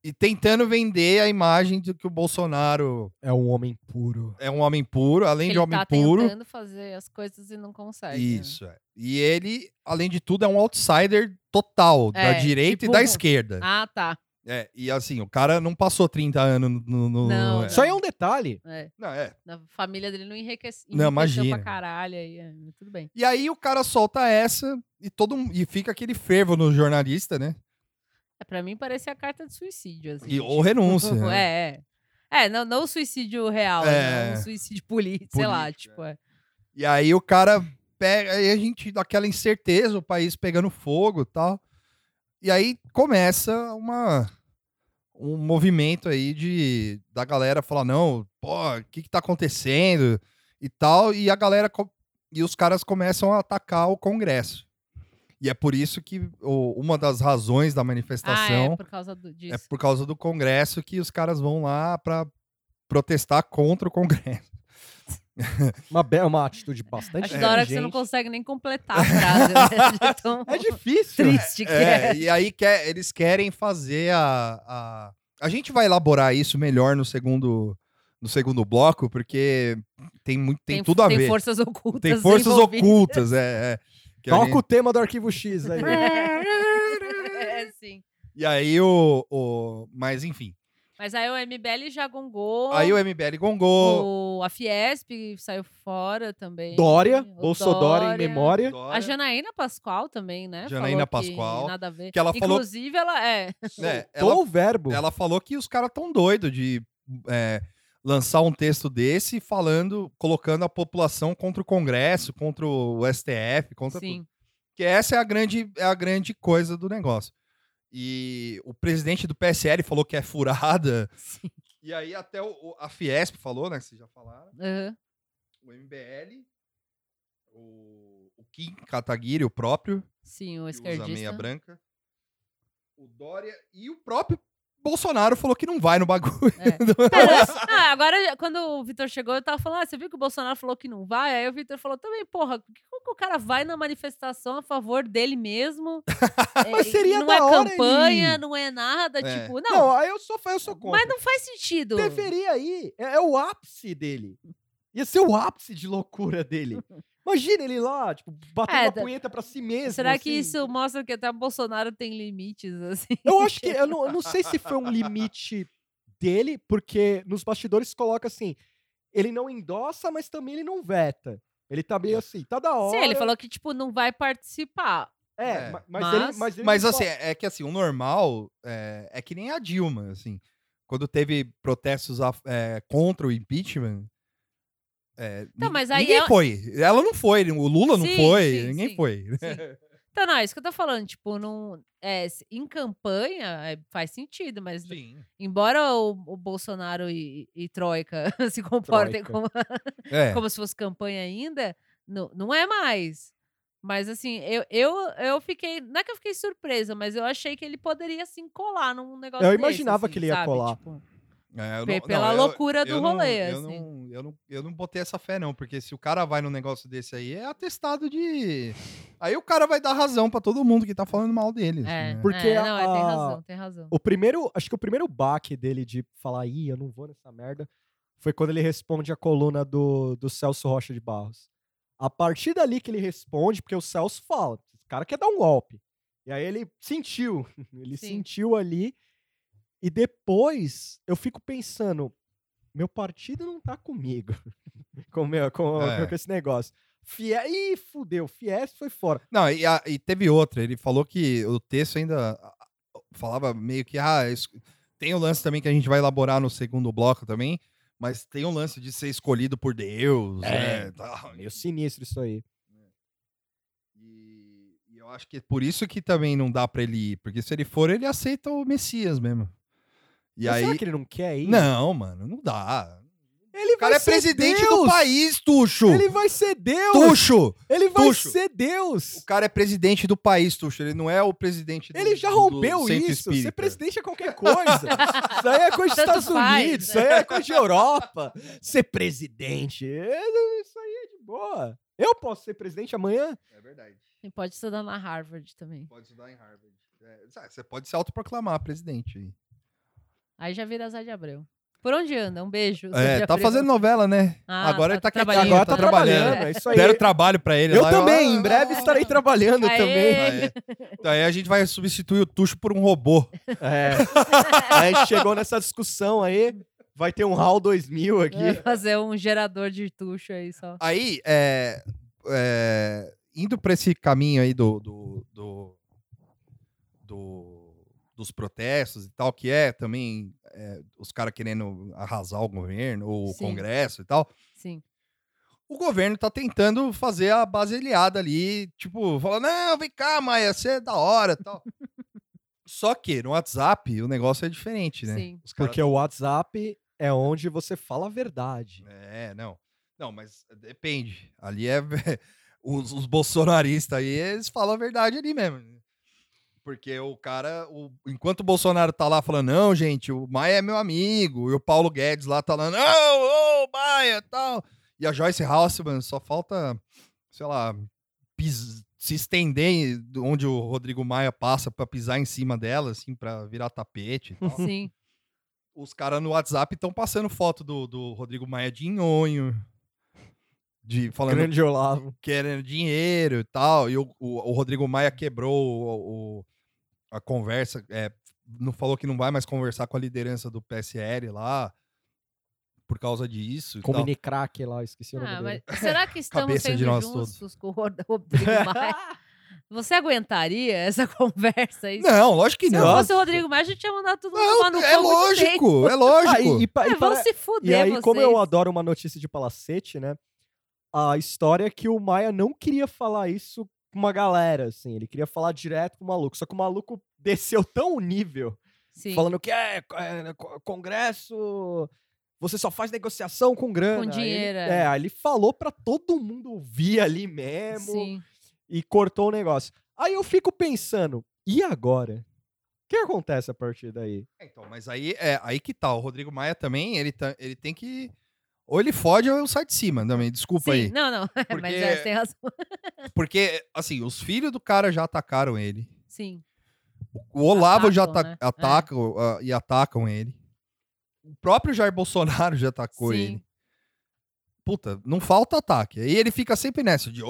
E tentando vender a imagem de que o Bolsonaro
É um homem puro.
é um homem puro, além
Ele
de homem
tá
puro.
tentando fazer as coisas e não consegue. né?
Isso, é. E ele, além de tudo, é um outsider total, da
É,
direita
tipo
e da
um-
esquerda.
Ah, tá.
É, e assim, o cara não passou 30 anos no. no-
Não,
é.
Isso aí é um detalhe.
É,
Não, é.
na família dele não enriquece, enriqueceu
Não, imagina.
pra caralho. Aí, é, tudo bem.
E aí o cara solta essa e todo mu- e fica aquele fervo no jornalista, né?
É, pra mim parecia a carta de suicídio. Assim,
E,
tipo,
ou renúncia. né?
É, é. É, não, não o suicídio real, né?
É.
um suicídio político, sei lá,
Político,
tipo. É.
E aí o cara pega, aí a gente dá aquela incerteza, o país pegando fogo e tal. E aí começa uma um movimento aí de da galera falar não, pô, o que que tá acontecendo e tal, e a galera co- e os caras começam a atacar o Congresso. E é por isso que o- uma das razões da
Ah,
manifestação
é, por causa do, disso.
É por causa do Congresso que os caras vão lá pra protestar contra o Congresso.
Uma, be- uma atitude bastante
Acho da hora que você não
inteligente.
consegue nem completar a frase, né? De tão
É difícil.
triste que é.
É, e aí quer, eles querem fazer a, a. A gente vai elaborar isso melhor no segundo, no segundo bloco, porque tem, muito, tem, tudo a
tem
ver.
forças ocultas.
tem forças
envolvidas.
ocultas, é. é, que a
Toca
gente-
o tema do arquivo X aí.
É, sim.
E aí o, o. Mas enfim.
Mas aí o MBL já gongou.
Aí o MBL gongou.
o- a Fiesp saiu fora também.
Dória,
O
Bolsodória em
Dória.
memória.
A Janaína Pascoal também, né?
Janaína
Falou que
Pascoal,
Nada a ver.
que ela falou-
Inclusive, ela é.
né, ela-
Ou o verbo.
Ela falou que os caras tão doidos de é, lançar um texto desse falando, colocando a população contra o Congresso, contra o STF, contra tudo.
Sim.
Que essa é a grande, é a grande coisa do negócio. E o presidente do PSL falou que é furada.
Sim.
E aí até o- o- a Fiesp falou, né? Que vocês já falaram.
Aham.
O MBL, o, o Kim Kataguiri, o próprio,
Sim, o
que usa meia
esquerdista.
branca. O Dória e o próprio Bolsonaro falou que não vai no bagulho.
Pera, ah, agora, quando o Vitor chegou, eu tava falando, ah, você viu que o Bolsonaro falou que não vai? Aí o Vitor falou também, porra, como que o cara vai na manifestação a favor dele mesmo? É,
Mas seria
não
da
é
hora
campanha,
ele-
não é nada,
É.
tipo,
Não,
não.
aí eu sou, eu sou contra.
mas não faz sentido.
Deveria ir. É, é o ápice dele. Ia ser o ápice de loucura dele. Imagina ele lá, tipo, batendo
É,
uma
da-
punheta pra si mesmo.
Será que
assim.
isso mostra que até o Bolsonaro tem limites, assim?
Eu acho que. Eu não, eu não sei se foi um limite dele, porque nos bastidores coloca assim: ele não endossa, mas também ele não veta. Ele tá meio assim, tá da hora.
Sim, ele falou que, tipo, não vai participar.
É,
É,
ma- mas,
mas-
ele. Mas, ele
Mas
não
assim,
fala-
é que assim, o normal é, é que nem a Dilma, assim. Quando teve protestos a- é, contra o impeachment. é,
Então,
nin-
mas aí
ninguém
ela-
foi. Ela não foi, o Lula não
Sim,
foi,
sim,
ninguém
sim.
foi.
Então, não, é isso que eu tô falando, tipo, não... É, se- em campanha é, faz sentido, mas
Sim.
embora o, o Bolsonaro e, e- e Troika se comportem
Troika.
como
É.
como se fosse campanha ainda, não, não é mais. Mas assim, eu, eu, eu fiquei. Não é que eu fiquei surpresa, mas eu achei que ele poderia assim colar num negócio.
Eu
desse,
imaginava
assim,
que ele ia
sabe?
colar.
Tipo,
É, eu
pe-
não-
pela
não, eu-
loucura do
eu não-
rolê,
eu
assim.
Não, eu, não, eu não botei essa fé, não, porque se o cara vai num negócio desse aí, é atestado de. Aí o cara vai dar razão pra todo mundo que tá falando mal dele.
É,
assim, né?
Porque
é, não, é, tem
a-
razão, tem razão.
O primeiro, acho que o primeiro baque dele de falar, ih, eu não vou nessa merda, foi quando ele responde a coluna do, do Celso Rocha de Barros. A partir dali que ele responde, porque o Celso fala, esse cara quer dar um golpe. E aí ele sentiu, ele
Sim.
sentiu ali. E depois eu fico pensando, meu partido não tá comigo com, o meu, com,
É.
com esse negócio. Fie... Ih, fudeu, Fies foi fora.
Não, e, a- e teve outra. Ele falou que o texto ainda a- a- falava meio que. Ah, es- tem o lance também que a gente vai elaborar no segundo bloco também, mas tem o lance de ser escolhido por Deus.
É.
né, tal.
Meio sinistro isso aí.
E, e eu acho que é por isso que também não dá pra ele ir, porque se ele for, ele aceita o Messias mesmo. E
Mas
aí.
Será que é ele não quer ir?
Não, mano, não dá.
Ele
O cara é
vai ser
presidente do
Deus!
país, Tuxo!
Ele é vai ser Deus!
Tuxo!
Ele vai
Tuxo.
ser
O
Deus!
cara é presidente do país, Tuxo. Ele não é o presidente do
Ele já
do
rompeu
centro
isso. Ser
espírita.
presidente é qualquer coisa. Isso aí é coisa dos
Tanto
Estados
faz,
Unidos,
né?
isso aí é coisa de Europa. Ser presidente, é- isso aí é de boa. Eu posso ser presidente amanhã?
É verdade.
E pode estudar na Harvard também.
Pode estudar em Harvard. É, sabe, você pode se autoproclamar presidente. aí.
Aí já vira Zé de Abreu. Por onde anda? Um beijo. Zé de
É, tá
Abreu.
fazendo novela, né?
Ah,
agora
tá
ele tá quietinho,
trabalhando,
Agora tá
tá
trabalhando,
trabalhando.
é isso aí.
Deram trabalho pra ele.
Eu
lá,
também, em
ah,
breve estarei trabalhando
Aê!
também.
Aí, aí a gente vai substituir o Tuxo por um robô.
É. Aí a gente chegou nessa discussão aí. Vai ter um HAL 2000 aqui.
Vai fazer um gerador de tucho aí só.
Aí, é, é, indo pra esse caminho aí do, do, do- do- dos protestos e tal, que é também é, os caras querendo arrasar o governo, ou o
Sim.
Congresso e tal.
Sim.
o governo tá tentando fazer a baselhada ali, tipo, falando, não, vem cá, Maia, você é da hora e tal. Só que no WhatsApp o negócio é diferente, né?
Sim.
Os caras-
Porque o WhatsApp é onde você fala a verdade.
É, não. Não, mas depende. Ali é. Os, os bolsonaristas aí, eles falam a verdade ali mesmo. Porque o cara, o- enquanto o Bolsonaro tá lá falando, não, gente, o Maia é meu amigo, e o Paulo Guedes lá tá lá, não, ô, Maia, tal. E a Joyce Haussmann só falta, sei lá, pis- se estender do- onde o Rodrigo Maia passa pra pisar em cima dela, assim, pra virar tapete e tal
Sim.
os caras no WhatsApp estão passando foto do, do Rodrigo Maia de nhonho, de falando tá
Grande Olavo.
querendo dinheiro e tal. E o, o, o Rodrigo Maia quebrou o, o- a conversa, é, não falou que não vai mais conversar com a liderança do PSL lá por causa disso. e tal.
Com o mini crack lá, esqueci o nome
Ah,
dele.
mas será que estamos
Cabeça de
sendo
nós
justos com o Rodrigo Maia? Você aguentaria essa conversa aí?
Não, lógico que
Se
não.
eu fosse o Rodrigo Maia, a gente tinha mandado todo mundo tomar no
Não, é
cu há muito tempo.
lógico, é
Ah,
lógico.
e, e pa-
É,
e
vão
para-
se
e
fuder
aí,
vocês.
como eu adoro uma notícia de palacete, né? A história é que o Maia não queria falar isso com uma galera, assim. Ele queria falar direto com o maluco. Só que o maluco desceu tão o nível,
Sim.
falando que é, é, co- congresso, você só faz negociação com grana.
Com
Aí ele-
dinheiro, é.
é, aí ele falou pra todo mundo ouvir ali
"É,
mesmo
Sim.
e cortou o negócio. Aí eu fico pensando, e agora? O que acontece a partir daí?
É, então, mas aí é aí que tá. O Rodrigo Maia também, ele, tá, ele tem que. Ou ele fode ou sai de cima também. Desculpa
Sim,
aí.
não, não. Mas é, você tem razão.
Porque, assim, os filhos do cara já atacaram ele.
Sim.
O Olavo já
Atacam,
ata-
né?
ataca ah, e atacam ele. O próprio Jair Bolsonaro já atacou
Sim.
ele. Puta, não falta ataque. Aí ele fica sempre nessa de, ô,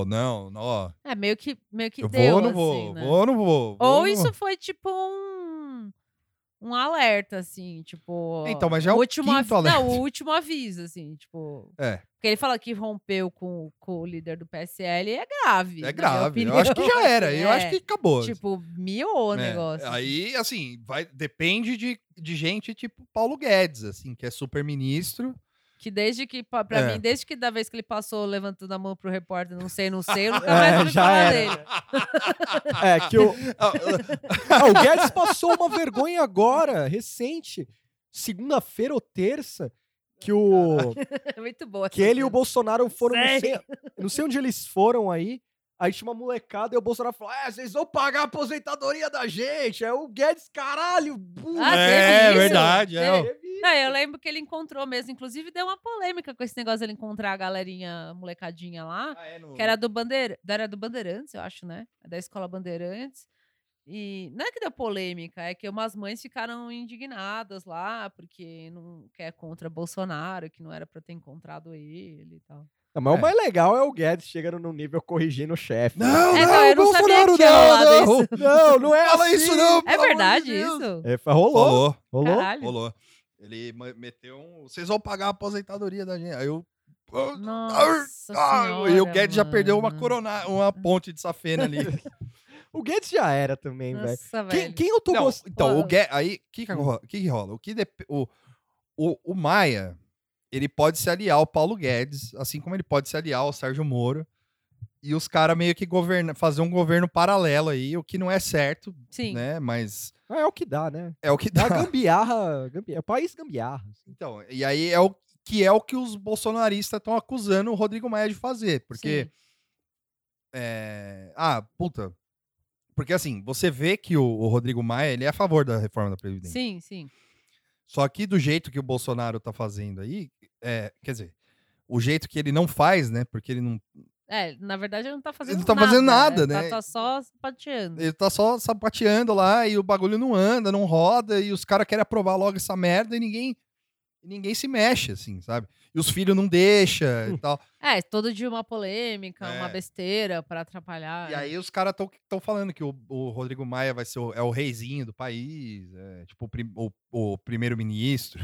ô, não, ó,
É meio que, meio que
eu
deu.
vou ou não
assim,
vou,
né?
vou ou não vou. vou ou
Ou
não
isso
vou.
foi tipo um. Um alerta, assim, tipo.
Então, mas já é o
último
quinto
avi-
alerta.
Não, o último aviso, assim, tipo.
É.
Porque ele fala que rompeu com, com o líder do PSL é grave. na
É
minha
grave. Eu
opinião,
acho que já era.
assim,
Eu acho
é.
que acabou.
Tipo, miou o
né?
negócio.
Aí, assim, vai, depende de, de gente tipo Paulo Guedes, assim, que é super-ministro.
Que desde que, pa- pra
É.
mim, desde que da vez que ele passou levantando a mão pro repórter, não sei, não sei, eu nunca mais
É,
ouvi
já
falar
era.
dele.
É, que o,
Ah,
Ah, o Guedes passou uma vergonha agora, recente, segunda-feira ou terça, que o
É muito boa.
que
essa
ele e o
cena.
Bolsonaro foram, não sei,
Sério?
não sei onde eles foram aí, aí tinha uma molecada e o Bolsonaro falou, é, vocês vão pagar a aposentadoria da gente, é o Guedes, caralho, burro.
Ah,
É,
teve isso?
verdade, é,
Teve-
ó.
Não, eu lembro que ele encontrou mesmo. Inclusive, deu uma polêmica com esse negócio dele encontrar a galerinha, a molecadinha lá. Que era do Bandeir... da- era do Bandeirantes, eu acho, né? Da escola Bandeirantes. E não é que deu polêmica, é que umas mães ficaram indignadas lá, porque não quer contra Bolsonaro, que não era pra ter encontrado ele e tal.
Não, mas
É.
o mais legal é o Guedes chegando no nível corrigindo o chefe. né?
Não,
É, então,
não,
eu não sabia
Bolsonaro,
que tinha rolado
não, não.
não, não é
Fala
assim.
isso não,
É
pelo amor de
verdade
Deus. Tá
isso?
É, rolou,
Rolou,
rolou.
Caralho.
rolou. Ele ma- meteu um. Vocês vão pagar a aposentadoria da gente. Aí eu. Ah,
Nossa senhora,
e o Guedes já perdeu uma
mano.
corona, uma ponte de safena ali.
O Guedes já era também, velho.
Nossa,
Quem,
velho.
quem eu tô
Não,
gostando?
então, o
Ah.
Guedes. Aí, o que, que, rola? que que rola? O, que dep- o, o, o Maia, ele pode se aliar ao Paulo Guedes, assim como ele pode se aliar ao Sérgio Moro. E os caras meio que governa, fazer um governo paralelo aí, o que não é certo,
Sim.
né? Mas
É o que dá, né?
é o que
É
dá.
a gambiarra, gambiarra, é o país gambiarra. assim.
Então, e aí é o que é o que os bolsonaristas estão acusando o Rodrigo Maia de fazer, porque
sim.
é, ah, puta. Porque assim, você vê que o, o Rodrigo Maia, ele é a favor da reforma da previdência.
Sim, sim.
Só que do jeito que o Bolsonaro tá fazendo aí, é, quer dizer, o jeito que ele não faz, né? Porque ele não
É, na verdade ele não tá fazendo
não tá fazendo nada,
Tá-
né?
Tá, só pateando.
ele tá só sapateando lá e o bagulho não anda, não roda e os caras querem aprovar logo essa merda e ninguém ninguém se mexe assim, sabe? E os filhos não deixa e tal.
É, todo dia uma polêmica, uma
É.
besteira pra atrapalhar.
E aí os caras estão falando que o, o Rodrigo Maia vai ser o, é o reizinho do país, é, tipo o, prim- o- o primeiro-ministro.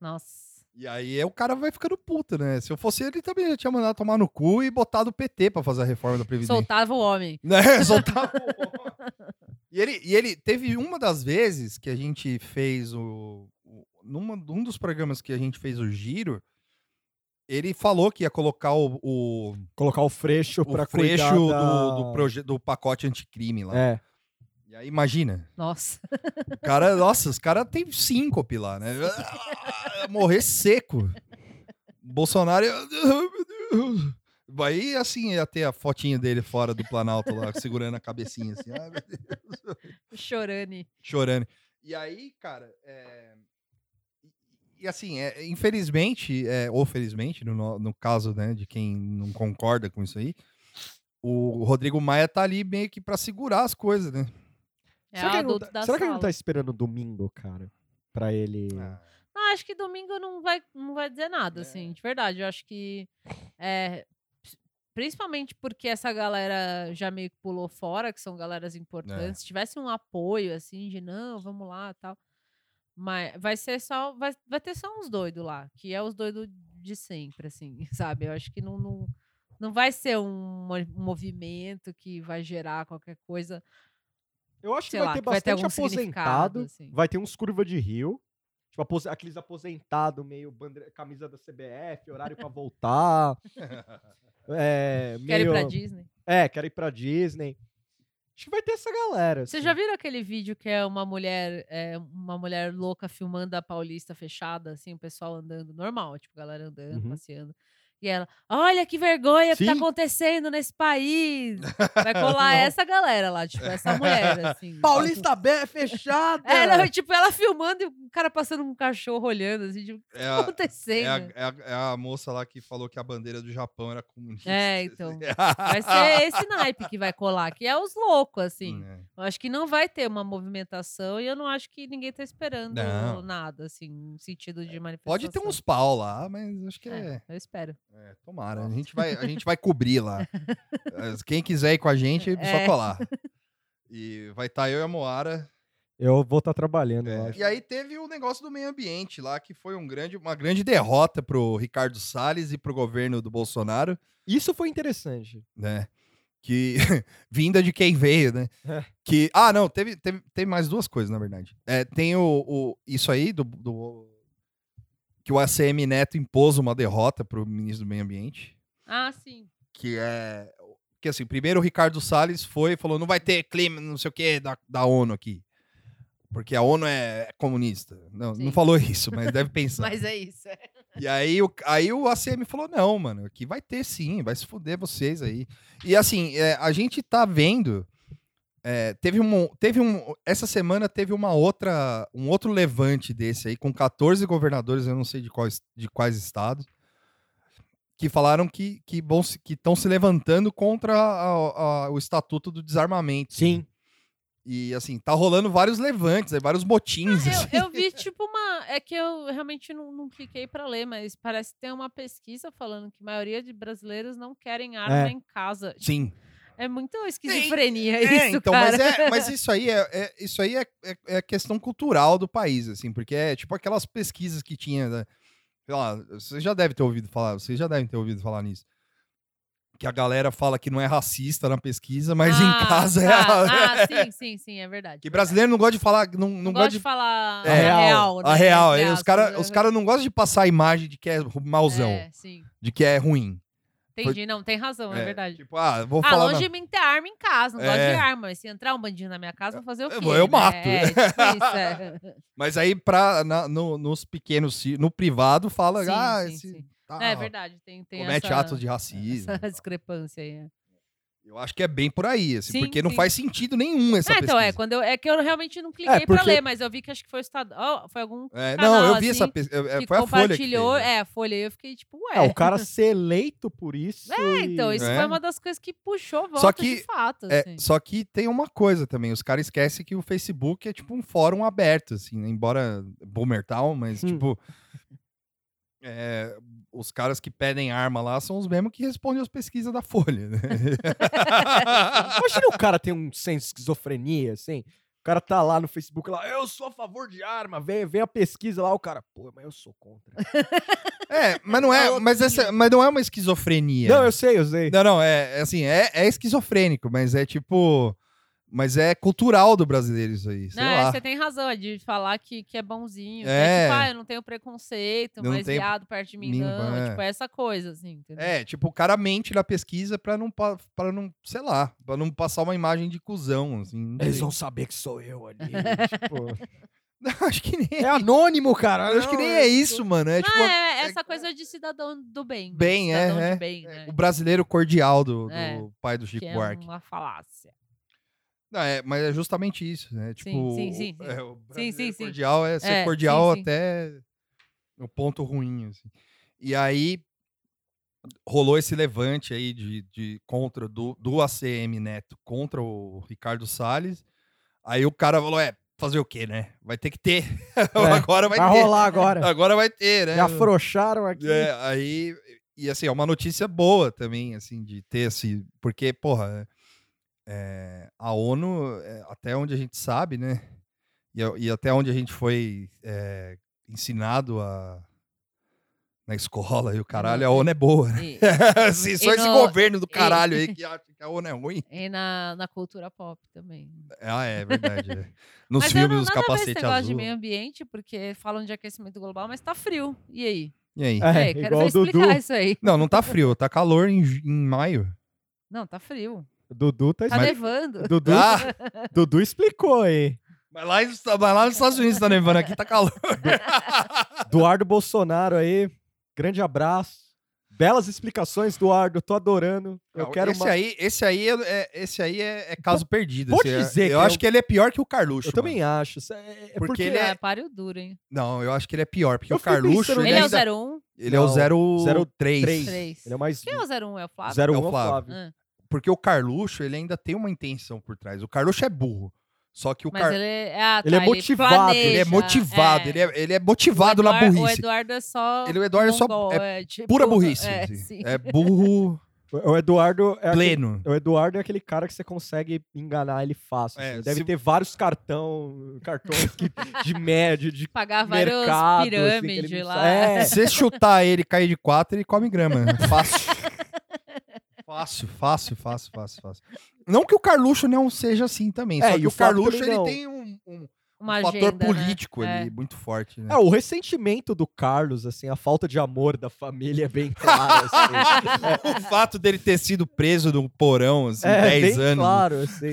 Nossa.
E aí é, o cara vai ficando puto, né? Se eu fosse ele, também já tinha mandado tomar no cu e botado o PT pra fazer a reforma da Previdência.
Soltava o homem.
Né? Soltava o- e, ele, e ele teve uma das vezes que a gente fez o. o- numa, num dos programas que a gente fez o giro, ele falou que ia colocar o, o,
Colocar o freixo
o
pra
freixo
cuidar
do,
da...
do, proje- do pacote anticrime lá.
É.
E aí, imagina.
Nossa.
O cara, nossa, os caras têm síncope lá, né? Ah, Morrer seco. Bolsonaro. ah, meu Deus. Aí, assim, ia ter a fotinha dele fora do Planalto lá, segurando a cabecinha, assim, ah, meu Deus,
Chorane.
chorando. E aí, cara. é, E assim, é, infelizmente, é, ou felizmente, no, no- no caso né, de quem não concorda com isso aí, o Rodrigo Maia tá ali meio que pra segurar as coisas, né?
É
será que, ele não,
adulto
tá,
da
será que ele
sala.
não tá esperando domingo, cara? Pra ele...
É.
Ah, acho que domingo não vai, não vai dizer nada,
É.
assim, de verdade. Eu acho que. é, pis- principalmente porque essa galera já meio que pulou fora, que são
É.
galeras importantes. Se tivesse um apoio, assim, de não, vamos lá tal. Mas vai ser só. Vai, vai ter só uns doidos lá, que é os doidos de sempre, assim, sabe? Eu acho que não. não não vai ser um mo- movimento que vai gerar qualquer coisa.
Eu acho
Sei
que vai
lá,
ter
que vai ter
bastante
algum significado.
aposentado.
assim.
Vai ter uns curva de rio. Tipo, apos- aqueles aposentado meio bandeira- camisa da CBF, horário pra voltar. é,
Quero ir pra
meio...
Disney.
É, quero ir pra Disney. Acho que vai ter essa galera.
Você
assim.
já viram aquele vídeo que é uma mulher, é, uma mulher louca filmando a Paulista fechada, assim, o pessoal andando normal, tipo, galera andando,
Uhum.
passeando. E ela, olha que vergonha que tá
Sim.
acontecendo nesse país. Vai colar essa galera lá, tipo, essa mulher, assim.
Paulista B fechada!
É, não, tipo, ela filmando e o cara passando com um cachorro olhando, assim, tipo, o que
É a, é,
tá
Ah,
a,
acontecendo?
é a- é a moça lá que falou que a bandeira do Japão era comunista.
É, então. Vai ser esse naipe que vai colar, que é os loucos, assim.
É.
Eu acho que não vai ter uma movimentação e eu não acho que ninguém tá esperando
Não. É,
nada, assim, no sentido de manifestação.
Pode ter uns pau lá, mas acho que é.
É, eu espero.
é, tomara. A gente, vai, a gente vai cobrir lá. As- Quem quiser ir com a gente, é só
É.
colar. E vai estar eu e a Moara.
Eu vou estar trabalhando, eu
É,
acho.
E aí teve o negócio do meio ambiente lá, que foi um grande, uma grande derrota pro Ricardo Salles e pro governo do Bolsonaro.
Isso foi interessante.
né? Que vinda de quem veio, né?
É.
Que ah, não, teve, teve, teve mais duas coisas na verdade. É, tem o, o- isso aí do, do que o ACM Neto impôs uma derrota pro ministro do Meio Ambiente,
Ah, sim.
que é que assim, primeiro o Ricardo Salles foi e falou: "Não vai ter clima, não sei o que da, da ONU aqui". Porque a ONU é comunista. Não, não
Sim.
falou isso, mas deve pensar.
Mas é isso. é.
E aí o, aí o ACM falou: não, mano, aqui vai ter sim, vai se fuder vocês aí. E assim, é, a gente tá vendo. é, teve um, teve um. Essa semana teve uma outra, um outro levante desse aí, com 14 governadores, eu não sei de quais, de quais estados, que falaram que que estão se, que tão se levantando contra a- a- o Estatuto do Desarmamento. né?
Sim.
E assim, tá rolando vários levantes, aí, vários motins. assim.
Eu, eu vi, tipo, uma. É que eu realmente não, não cliquei pra ler, mas parece que tem uma pesquisa falando que a maioria de brasileiros não querem arma
É.
em casa.
Sim.
É muito esquizofrenia
É,
isso,
então,
cara.
Mas, é- mas isso aí, é, é- isso aí é, é- é questão cultural do país, assim, porque é tipo aquelas pesquisas que tinha. Né? Sei lá, você já deve ter ouvido falar, vocês já devem ter ouvido falar nisso. Que a galera fala que não é racista na pesquisa, mas
Ah,
em casa é.
tá.
a-
Ah, sim, sim, sim, é verdade.
que brasileiro não gosta de falar, não, não
não
gosta
gosta
de.
de falar
É,
a real.
a
né,
real,
entre
é, os
aspas,
caras
né?
os cara não gostam de passar a imagem de que é mauzão,
É, sim.
de que é ruim.
Entendi, não, tem razão, é,
É,
verdade.
Tipo, ah, vou
ah,
falar.
longe
na-
de mim ter arma em casa, não gosto
É.
de arma. Mas se entrar um bandido na minha casa, eu vou fazer o quê?
Eu vou- eu
né?
mato.
É, tipo isso, é.
Mas aí, pra, na- no- nos pequenos, ci- no privado, fala.
Sim,
ah,
sim,
esse,
sim.
tá,
é verdade, tem, tem
comete
essa,
atos de racismo.
essa discrepância aí. né?
Eu acho que é bem por aí, assim,
Sim,
porque não
sim.
faz sentido nenhum essa
Ah, então é,
pesquisa.
quando eu, é que eu realmente não cliquei pra
porque-
ler, mas eu vi que acho que foi o Estadão, foi algum
É,
canal,
não, eu vi essa
assim,
pesquisa.
que
É, Foi a Folha. Que
compartilhou,
fez, né?
é, a Folha, e eu fiquei tipo, ué.
É, o cara ser eleito por isso.
É, então,
e-
isso
É.
foi uma das coisas que puxou volta
que-
de fato,
É,
assim.
só que tem uma coisa também, os caras esquecem que o Facebook é tipo um fórum aberto, assim, né? embora Boomer Town, mas
Hum.
tipo. é, os caras que pedem arma lá são os mesmos que respondem as pesquisas da Folha, né?
Imagina o cara tem um senso de esquizofrenia, assim. O cara tá lá no Facebook lá, eu sou a favor de arma, vem, vem a pesquisa lá, o cara, pô, mas eu sou contra.
É, mas não é, mas, essa, mas não é uma esquizofrenia.
Não, eu sei, eu sei.
Não, não, é é assim, é, é esquizofrênico, mas é tipo. Mas é cultural do brasileiro isso aí. Sei
não, é,
lá.
você tem razão, é de falar que, que é bonzinho. que
É.
É. tipo, ah, eu não tenho preconceito,
Eu não
mas
tenho
viado perto de mim,
mim,
não.
é.
Tipo, é essa coisa, assim, entendeu?
É, tipo, o cara mente na pesquisa pra não, pa- pra não, sei lá, pra não passar uma imagem de cuzão, assim. não
Eles
sei.
vão saber que sou eu ali.
Tipo,
Não, acho que nem,
É anônimo,
Ah,
cara.
acho que nem é isso, mano. É
Não,
tipo
é,
é-
essa coisa de cidadão do bem. né,
Bem, é,
cidadão
é.
de bem, né?
o brasileiro cordial do, do
É,
pai do Chico
que é
Buarque.
uma falácia.
Não, é, mas é justamente isso, né? Tipo,
sim,
o-
sim, sim.
é, o brasileiro
sim, sim.
cordial é ser
É, sim,
cordial
sim.
até o ponto ruim, assim. E aí rolou esse levante aí de, de contra do, do ACM Neto contra o Ricardo Salles. Aí o cara falou, é, fazer o quê, né? Vai ter que ter. agora vai,
Vai
ter.
rolar agora.
Agora vai ter, né?
Já afrouxaram aqui.
É, aí. E assim, é uma notícia boa também, assim, de ter assim. Porque, porra, é, a ONU, é, até onde a gente sabe, né? E, a- e até onde a gente foi é, ensinado a. Na escola e o caralho, a ONU é boa. né?
E,
Assim, só
E
esse
no-
governo do caralho aí que acha que a ONU é ruim.
e na, na cultura pop também.
Ah, é verdade. é. Nos
mas eu
filmes,
não
os
nada a ver esse
capacetes
negócio de
azul.
meio ambiente, porque falam de aquecimento global, mas tá frio. E aí?
E aí?
É,
É, quero
igual
ver
o Dudu.
explicar isso aí.
Não, não tá frio, tá calor em, ju- em maio.
Não, tá frio.
Dudu tá
Tá
expli-
nevando.
Dudu,
Ah,
Dudu explicou aí.
mas, lá, em- mas lá nos Estados Unidos tá nevando, aqui tá calor.
Eduardo Bolsonaro aí, grande abraço. Belas explicações, Eduardo, tô adorando. Eu quero
esse,
uma...
aí, esse aí, é, é- esse aí é, é caso perdido.
vou
esse
te
é-
dizer
eu
que
acho
eu-
que ele é pior que o Carluxo.
Eu também acho. isso é- é
Porque
porque
ele
Ah,
é-
pariu duro, hein?
mano. Não, eu acho que ele é pior, porque
Eu
o
fiquei
Carluxo.
pensando
Ele,
Ele é o
ainda-
01?
ele é o
Não,
03.
03.
Três.
Ele é o mais
Quem é o 01? É o Flávio?
01
É o
é o Flávio.
Ah,
Porque o Carluxo, ele ainda tem uma intenção por trás. O Carluxo é burro. Só que o
mas
Carluxo.
ele é. Ah, tá,
Ele é motivado,
planeja,
Ele é motivado,
é.
Ele, é, ele é
O
motivado na
Eduardo-
burrice.
O Eduardo é só.
Ele- o Eduardo é só-
mongol, tipo-
Pura burrice.
É,
assim.
sim.
É burro
O Eduardo é aquele...
pleno.
O Eduardo é aquele cara que você consegue enganar ele fácil.
É,
assim. Deve
se-
ter vários cartão, cartões que- de médio, de
Pagar Tá vários
mercado. assim, que ele
pirâmides
não
lá.
sabe. É,
Se você chutar ele e cair de quatro, ele come grama. Fácil. fácil, fácil, fácil, fácil, fácil. Não que o Carluxo não seja assim também.
É,
só
e
que
o
o Carluxo
Flávio também
ele
não.
tem um, um
Uma
fator
agenda, né?
político
É.
ali muito forte. Né?
É, o ressentimento do Carlos, assim, a falta de amor da família é bem clara, assim.
É, o fato dele ter sido preso num porão, assim,
É,
10
bem
anos.
claro, assim.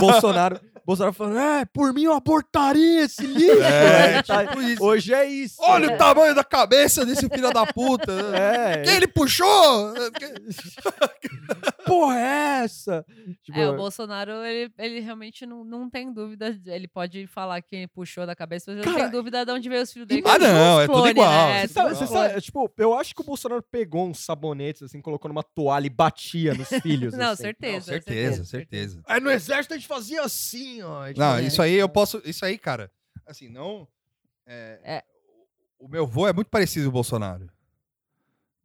Bolsonaro, Bolsonaro falando, é, por mim eu abortaria esse lixo.
É,
né? Tá-
tipo isso.
Hoje é isso.
Olha o tamanho da cabeça desse filho da puta. né?
É,
Quem ele puxou?
que porra é essa? Tipo,
É, o Bolsonaro, ele, ele realmente não, não tem dúvida. Ele pode falar quem puxou da cabeça, mas ele não
Cara,
tem dúvida de onde veio os filhos dele.
Ah, não, é tudo igual,
É,
é
Você
tudo igual.
tudo
sabe- você
clone.
sabe, é, tipo, eu acho que o Bolsonaro pegou uns sabonetes, assim, colocou numa toalha e batia nos filhos.
Não,
assim.
certeza.
Não, certeza, certeza.
Aí no exército a gente fazia assim, ó. A gente
Não,
É.
isso aí eu posso. Isso aí, cara. Assim, não. é,
É.
O meu vô é muito parecido com o Bolsonaro.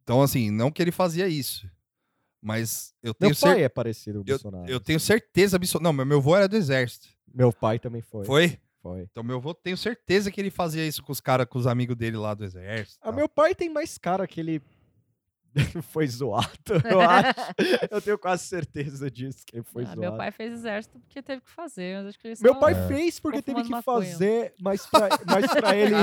Então, assim, não que ele fazia isso. Mas eu
Meu
tenho,
pai
cer-
é parecido com o Bolsonaro.
eu tenho certeza absoluta. Não, mas meu vô era do exército.
Meu pai também foi.
Foi?
foi.
Então, meu vô, tenho certeza que ele fazia isso com os caras, com os amigos dele lá do exército.
Ah,
tal.
meu pai tem mais cara que ele foi zoado, eu acho. eu tenho quase certeza disso que ele foi
Ah,
zoado.
meu pai fez exército porque teve que fazer. Mas acho que ele só-
Meu pai
É.
fez porque
Ficou
teve que
fumando maconha.
fazer, mas pra, mas pra ele.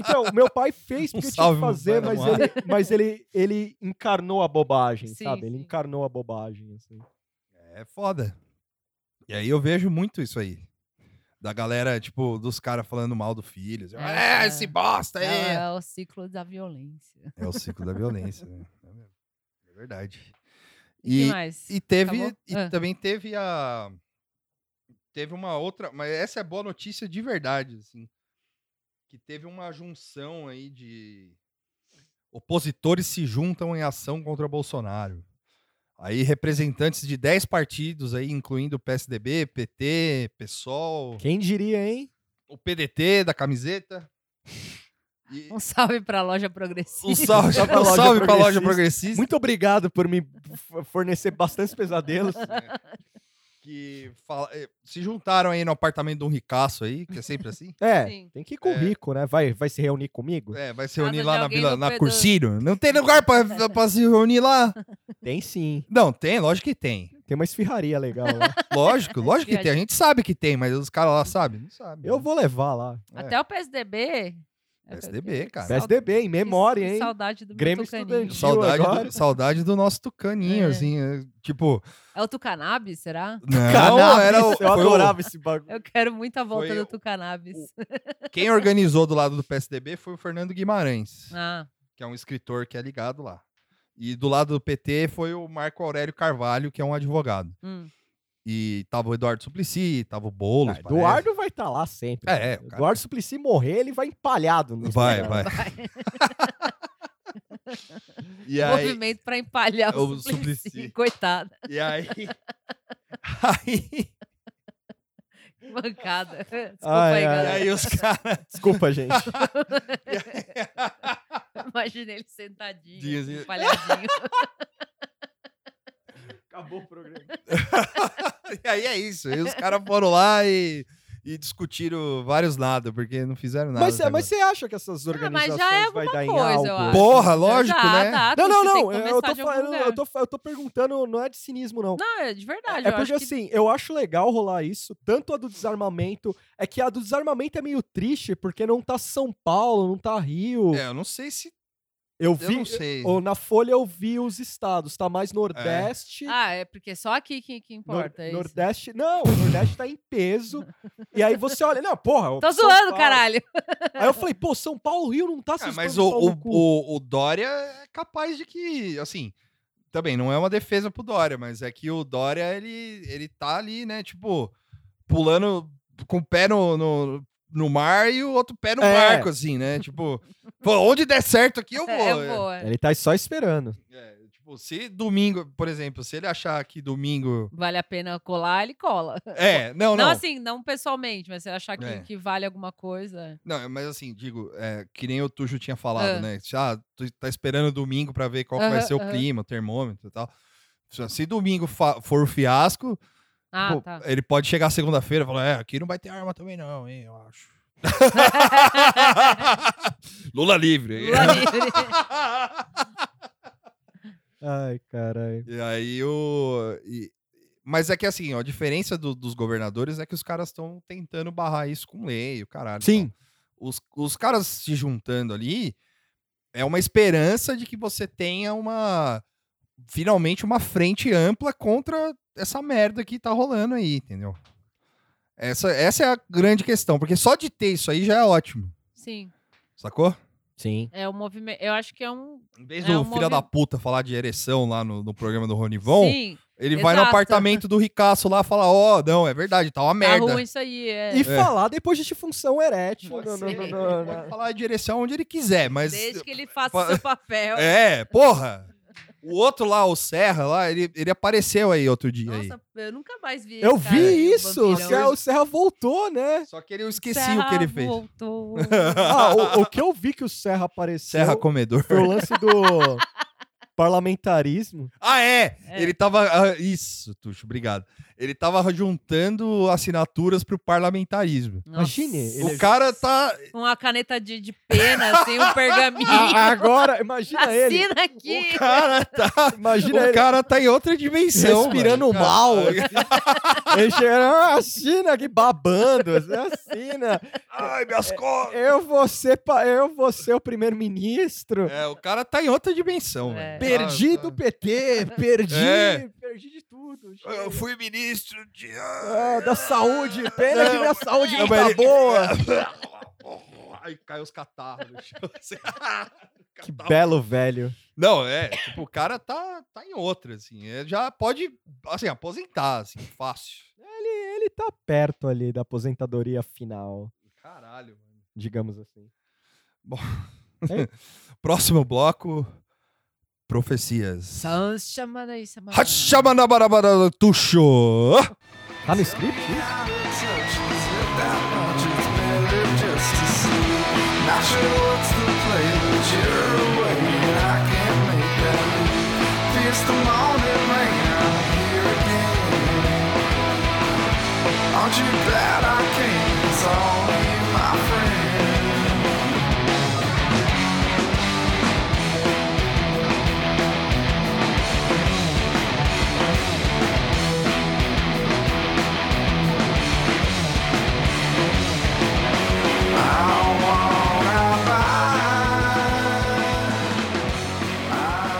Então, meu pai
Um
fez porque tinha
salve,
que
meu
fazer,
pai
mas,
namorado.
ele, mas ele, ele encarnou a bobagem,
Sim,
sabe? Ele
sim.
encarnou a bobagem. assim.
É foda. E aí eu vejo muito isso aí. Da galera, tipo, dos caras falando mal do filho. assim,
É,
É, esse bosta aí.
É, é o ciclo da violência.
É o ciclo da violência, né? É mesmo. É verdade.
E,
E,
mais?
e teve.
Acabou?
E
Ah.
também teve a. Teve uma outra. Mas essa é boa notícia de verdade, assim. Que teve uma junção aí de. Opositores se juntam em ação contra Bolsonaro. Aí representantes de 10 partidos aí, incluindo o PSDB, PT, PSOL,
Quem diria, hein?
o PDT da camiseta. E
Um salve pra loja progressiva.
um salve,
assim? Só pra
um
loja
salve pra loja
progressista.
progressista.
Muito obrigado por me f- fornecer bastantes pesadelos.
né? que fala- eh, se juntaram aí no apartamento de um ricaço aí, que é sempre assim.
É,
Sim.
tem que ir com o
É.
rico, né? Vai, vai se reunir comigo?
É, vai se
Casa
reunir
de
lá na
alguém
Vila,
no
na
pé do-
Cursírio. Não tem lugar pra, pra se reunir lá?
Tem sim.
Não, tem, lógico que tem.
Tem uma esfirraria legal lá.
Lógico, lógico que tem. A gente sabe que tem, mas os caras lá sabem? Não sabem.
Eu vou levar lá.
Até o PSDB.
É
É,
PSDB, cara.
PSDB, em memória,
Que
hein?
Saudade do meu
Grêmio
tucaninho.
estudantil.
Saudade
agora.
do, saudade do nosso tucaninho,
É.
assim. é, Tipo,
É o Tucanabis, será?
não,
Cannabis,
era o,
eu
foi o-
adorava esse bagulho.
Eu quero muito a volta
Foi
do
o-
Tucanabis.
Quem organizou do lado do PSDB foi o Fernando Guimarães.
Ah,
que é um escritor que é ligado lá. E do lado do PT foi o Marco Aurélio Carvalho, que é um advogado.
hum.
E tava o Eduardo Suplicy, tava o Boulos.
Ah,
parece.
Eduardo vai estar lá sempre.
É, é, o cara-
Eduardo é Suplicy morrer, ele vai empalhado. No
Vai,
hospital.
vai. E aí,
Movimento pra empalhar o,
O
Suplicy.
Suplicy.
Coitado.
e aí, aí,
Que Bancada. Desculpa
Ai,
aí,
ai,
e
galera.
aí os caras.
Desculpa, gente.
Imaginei ele sentadinho,
Dias,
assim,
e-
empalhadinho.
Acabou o programa.
E aí é isso. E os caras foram lá e, e discutiram vários nada, porque não fizeram nada.
Mas, é,
até
mas
agora.
você acha que essas
já é
organizações vai
alguma
dar em
coisa, eu
algo?
acho.
Porra, lógico,
Já,
né?
tá,
Ah, Não, não,
você tem
não.
que
Eu
começar
tô,
de algum
falando- eu,
lugar.
tô, eu tô perguntando, não é de cinismo, não.
Não, é de verdade.
É
eu acho
porque
que-
assim, eu acho legal rolar isso, tanto a do desarmamento. É que a do desarmamento é meio triste, porque não tá São Paulo, não tá Rio.
É, eu não sei se
Eu
Eu
vi.
não sei. É.
ou na Folha eu vi os estados, tá mais Nordeste.
Ah, é porque só aqui que, que
Nor-
importa. é isso.
Nordeste, não, o Nordeste tá em peso. e aí você olha, não, porra.
Tô
São
zoando,
Paulo.
caralho.
Aí eu falei, pô, São Paulo, Rio não tá se
Ah, mas o,
expondo pau
o,
no cu.
o- o Dória é capaz de que, assim, também não é uma defesa pro Dória, mas é que o Dória, ele, ele tá ali, né, tipo, pulando com o pé no, no, no mar e o outro pé no
É.
barco, assim, né, tipo, pô, onde der certo aqui eu vou.
É, eu vou. é.
Ele tá só esperando.
É, tipo, se domingo, por exemplo, se ele achar que domingo...
Vale a pena colar, ele cola.
É, não,
Não,
não,
assim, não pessoalmente, mas se ele achar que,
É.
que vale alguma coisa.
Não, mas assim, digo, é, que nem o Tujo tinha falado,
Ah.
né? Se, Ah, tu tá esperando domingo pra ver qual que vai
Aham,
ser o
aham.
clima, o termômetro e tal. Se- Se domingo fa- for o fiasco,
Ah,
pô,
tá.
ele pode chegar segunda-feira e falar: é, aqui não vai ter arma também, não, hein, eu acho. Lula livre.
Lula livre.
é.
Ai, caralho.
E aí o. e- Mas é que assim, ó, a diferença do- dos governadores é que os caras estão tentando barrar isso com lei, o caralho. e
Sim.
tal. Os, os caras se juntando ali é uma esperança de que você tenha uma. Finalmente, uma frente ampla contra essa merda que tá rolando aí, entendeu? Essa, essa é a grande questão, porque só de ter isso aí já é ótimo,
Sim.
sacou?
Sim.
É um movimento. Eu acho que é um.
Em vez
É
do
um
filho
movi-
da puta falar de ereção lá no, no programa do Ronivon,
Sim, tá
Ele vai no
Exato.
apartamento do ricaço lá e fala: Ó, não, é verdade, tá uma
tá
merda.
ruim isso aí. É.
E falar depois de disfunção erétil.
Pode
no-
ser,
no-
ele
no- no-
pode falar a direção onde ele quiser, mas.
Desde que ele faça
fa-
o seu papel.
É, porra! O outro lá, o Serra lá, ele, ele apareceu aí outro dia.
Nossa, eu nunca mais vi.
Eu
esse
vi
cara, o
isso! O
vampirão.
Serra, o Serra voltou, né?
aí. Só que ele, eu esqueci o
Serra
que ele fez.
Voltou.
Ah, o, o que eu vi que o Serra apareceu
Serra comedor.
foi o lance do parlamentarismo.
Ah, é!
É.
Ele tava. ah, isso, Tuxo, obrigado. Ele tava juntando assinaturas pro parlamentarismo.
Imagine,
Nossa.
Ele- é
O cara tá.
Uma caneta de, de pena, assim, um pergaminho.
Ah,
A- Ah, agora, imagina ele.
Assina aqui.
O cara tá.
Imagina
o
ele.
cara tá em outra dimensão. mano.
Respirando
O cara-
mal, assim. Ele chega, "Ah, assina aqui babando, assina.
Ai, minhas costas!
Eu vou ser, pa- eu vou ser o primeiro-ministro.
É, o cara tá em outra dimensão. velho. Ah,
É.
tá.
Perdi do PT, perdi,
É.
perdi de tudo.
Ah, Eu fui ministro de.
Ah, da saúde, pena que
Não,
minha saúde não
mas
tá
ele-
boa.
Aí caiu os catarros. no chão, assim.
Que
Catarro.
belo velho.
Não, é. Tipo, o cara tá, tá em outra, assim. É, já pode, assim, aposentar, assim, fácil.
Ele, ele tá perto ali da aposentadoria final,
Caralho, mano.
digamos assim.
Próximo bloco: Profecias.
São chamada isso, mano.
Hachamanabarabaratuxo!
Tá no script isso?
Aren't you glad I came? It's only my friend. I wanna buy.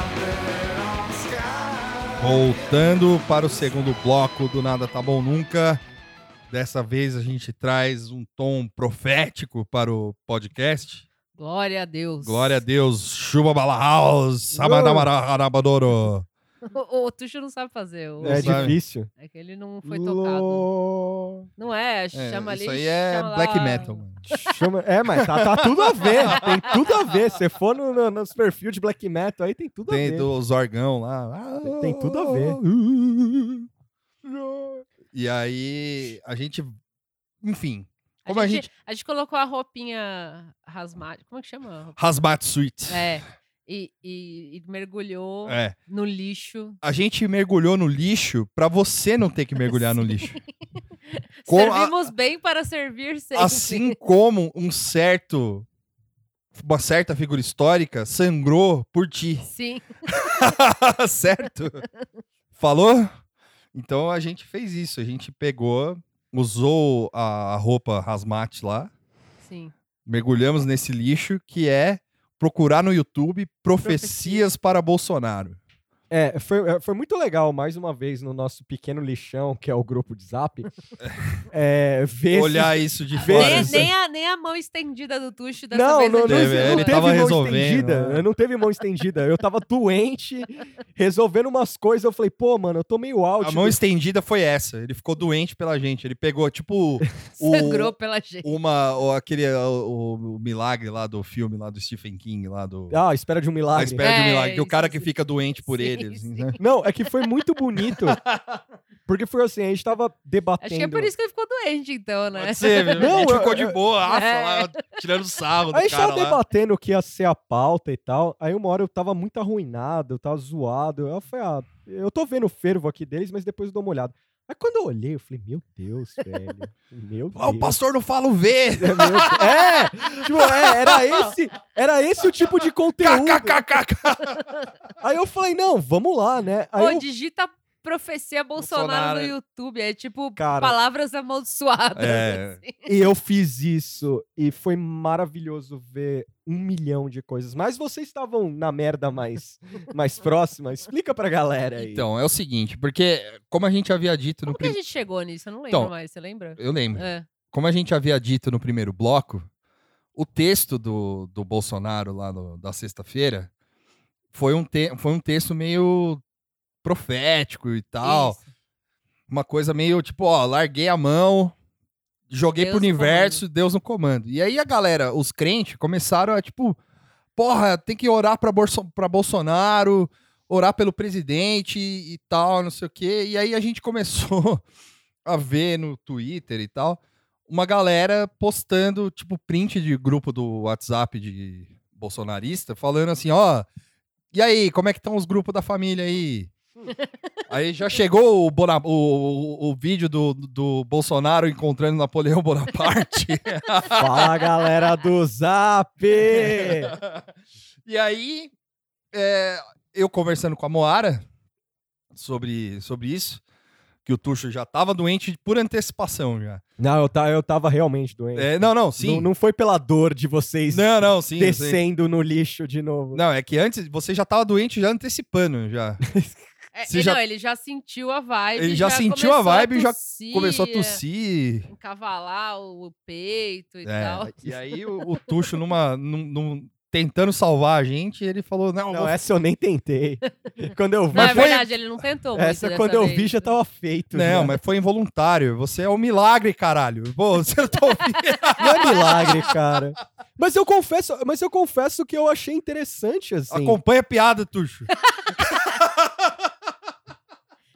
I've been on sky.
Voltando para o segundo bloco do Nada Tá Bom Nunca. Dessa vez a gente traz um tom profético para o podcast.
Glória a Deus.
Glória a Deus, Chuva Bala House, Sabanabarabarabadoro.
O, o Tuxo não sabe fazer. O,
É
Não sabe.
difícil.
é que ele não foi tocado.
Lo-
Não é,
É,
chama ali.
isso aí é
chama lá-
black metal, mano.
Chama- É, mas tá, tá tudo a ver. Tem tudo a ver. Se você for no, no- nos perfil de black metal aí, tem tudo a
Tem
ver.
dos orgão lá.
Tem- tem tudo a ver.
E aí a gente, enfim,
A,
como a
gente,
gente...
a gente colocou a roupinha rasmada. Como é que chama? a roupa?
Hasmat Suite.
É. E, e- e mergulhou
é.
no lixo.
A gente mergulhou no lixo pra você não ter que mergulhar no lixo. Com a-
Servimos bem para servir sempre.
Assim como um certo. Uma certa figura histórica sangrou por ti.
Sim.
Tá certo? Falou? Então a gente fez isso. A gente pegou, usou a roupa hazmat lá,
Sim.
mergulhamos nesse lixo que é procurar no YouTube Profecias para Bolsonaro.
É, foi, é, foi muito legal, mais uma vez, no nosso pequeno lixão, que é o grupo de zap, é, ver esses-
Olhar isso de fora.
Nem,
assim.
nem a, nem a mão estendida do Tuxo dessa
Não,
vez.
não, não,
ele
Teve,
usou.
ele tá
não teve
tava
mão
resolvendo,
estendida.
né?
Eu não teve mão estendida. Eu tava doente, resolvendo umas coisas. Eu falei, pô, mano, eu tô meio out.
A mão estendida foi essa. Ele ficou doente pela gente. Ele pegou, tipo, o-
Sangrou pela gente.
uma. ou aquele. O, o milagre lá do filme, lá do Stephen King, lá do.
Ah, espera de um
A
milagre.
espera de um
É,
milagre. que o
isso,
cara que
isso.
fica doente por
Sim,
ele. assim,
sim.
né?
Não, é que foi muito bonito. Porque foi assim, a gente tava debatendo.
Acho que é por isso que ele ficou doente, então, né?
Pode ser, viu?
Não,
a gente
eu-
ficou de boa, afa,
É.
lá, tirando sarro do
Aí a gente
cara
tava
lá.
debatendo o que ia ser a pauta e tal. Aí uma hora eu tava muito arruinado, eu tava zoado. Eu falei, ah, eu tô vendo o fervo aqui deles, mas depois eu dou uma olhada. Aí quando eu olhei, eu falei, meu Deus, velho. Meu
Ah, o
Deus.
pastor não fala o V!
É, meu- é, tipo, é, era esse, era esse o tipo de conteúdo.
KKKKK!
Aí eu falei, não, vamos lá, né? Aí
Pô,
eu-
digita profecia Bolsonaro,
Bolsonaro.
no YouTube. É tipo
Cara.
palavras amaldiçoadas.
É.
assim.
e eu fiz isso e foi maravilhoso ver um milhão de coisas. Mas vocês estavam na merda mais, mais próxima. Explica pra galera aí.
Então, é o seguinte, porque, como a gente havia dito no
Como que a
primeiro.
gente chegou nisso? Eu não lembro
Então,
mais, você lembra?
Eu lembro.
É.
Como a gente havia dito no primeiro bloco, o texto do, do Bolsonaro lá no- da sexta-feira foi, um te- foi um texto meio profético e tal.
Isso.
uma coisa meio tipo, ó, larguei a mão, joguei
Deus
pro
no
universo, Deus no comando. E aí a galera, os crentes, começaram a tipo, porra, tem que orar pra, Bolso- pra Bolsonaro, orar pelo presidente e tal, não sei o quê. E aí a gente começou a ver no Twitter e tal, uma galera postando, tipo, print de grupo do WhatsApp de bolsonarista, falando assim, ó, e aí, como é que estão os grupos da família aí? Aí já chegou o, Bona- o, o- o vídeo do, do Bolsonaro encontrando Napoleão Bonaparte.
Fala, galera do Zap!
e aí, é, eu conversando com a Moara sobre, sobre isso, que o Tuxo já tava doente por antecipação já.
Não, eu, ta, eu tava realmente doente.
É, não, não,
Não,
sim.
não foi pela dor de vocês
Não, não, sim. sim.
descendo no lixo de novo.
Não, é que antes você já tava doente já antecipando já.
É,
Você
e
já-
não, ele já sentiu a vibe.
Ele já sentiu a
começou
vibe e já
tossir,
Começou a
é,
tossir.
Encavalar o, o peito e
É,
tal.
E aí o, o Tuxo, numa, num, num- tentando salvar a gente, ele falou: Não, eu
Não,
vou
essa eu nem tentei. quando eu vi,
Não, é
foi-
verdade, ele não tentou muito
essa
dessa
quando eu
vez.
vi já tava feito.
Não,
já.
mas foi involuntário. Você é um milagre, caralho. Pô, você não tá ouvindo.
Não é milagre, cara. Mas eu confesso, mas eu confesso que eu achei interessante assim.
Acompanha a piada, Tuxo.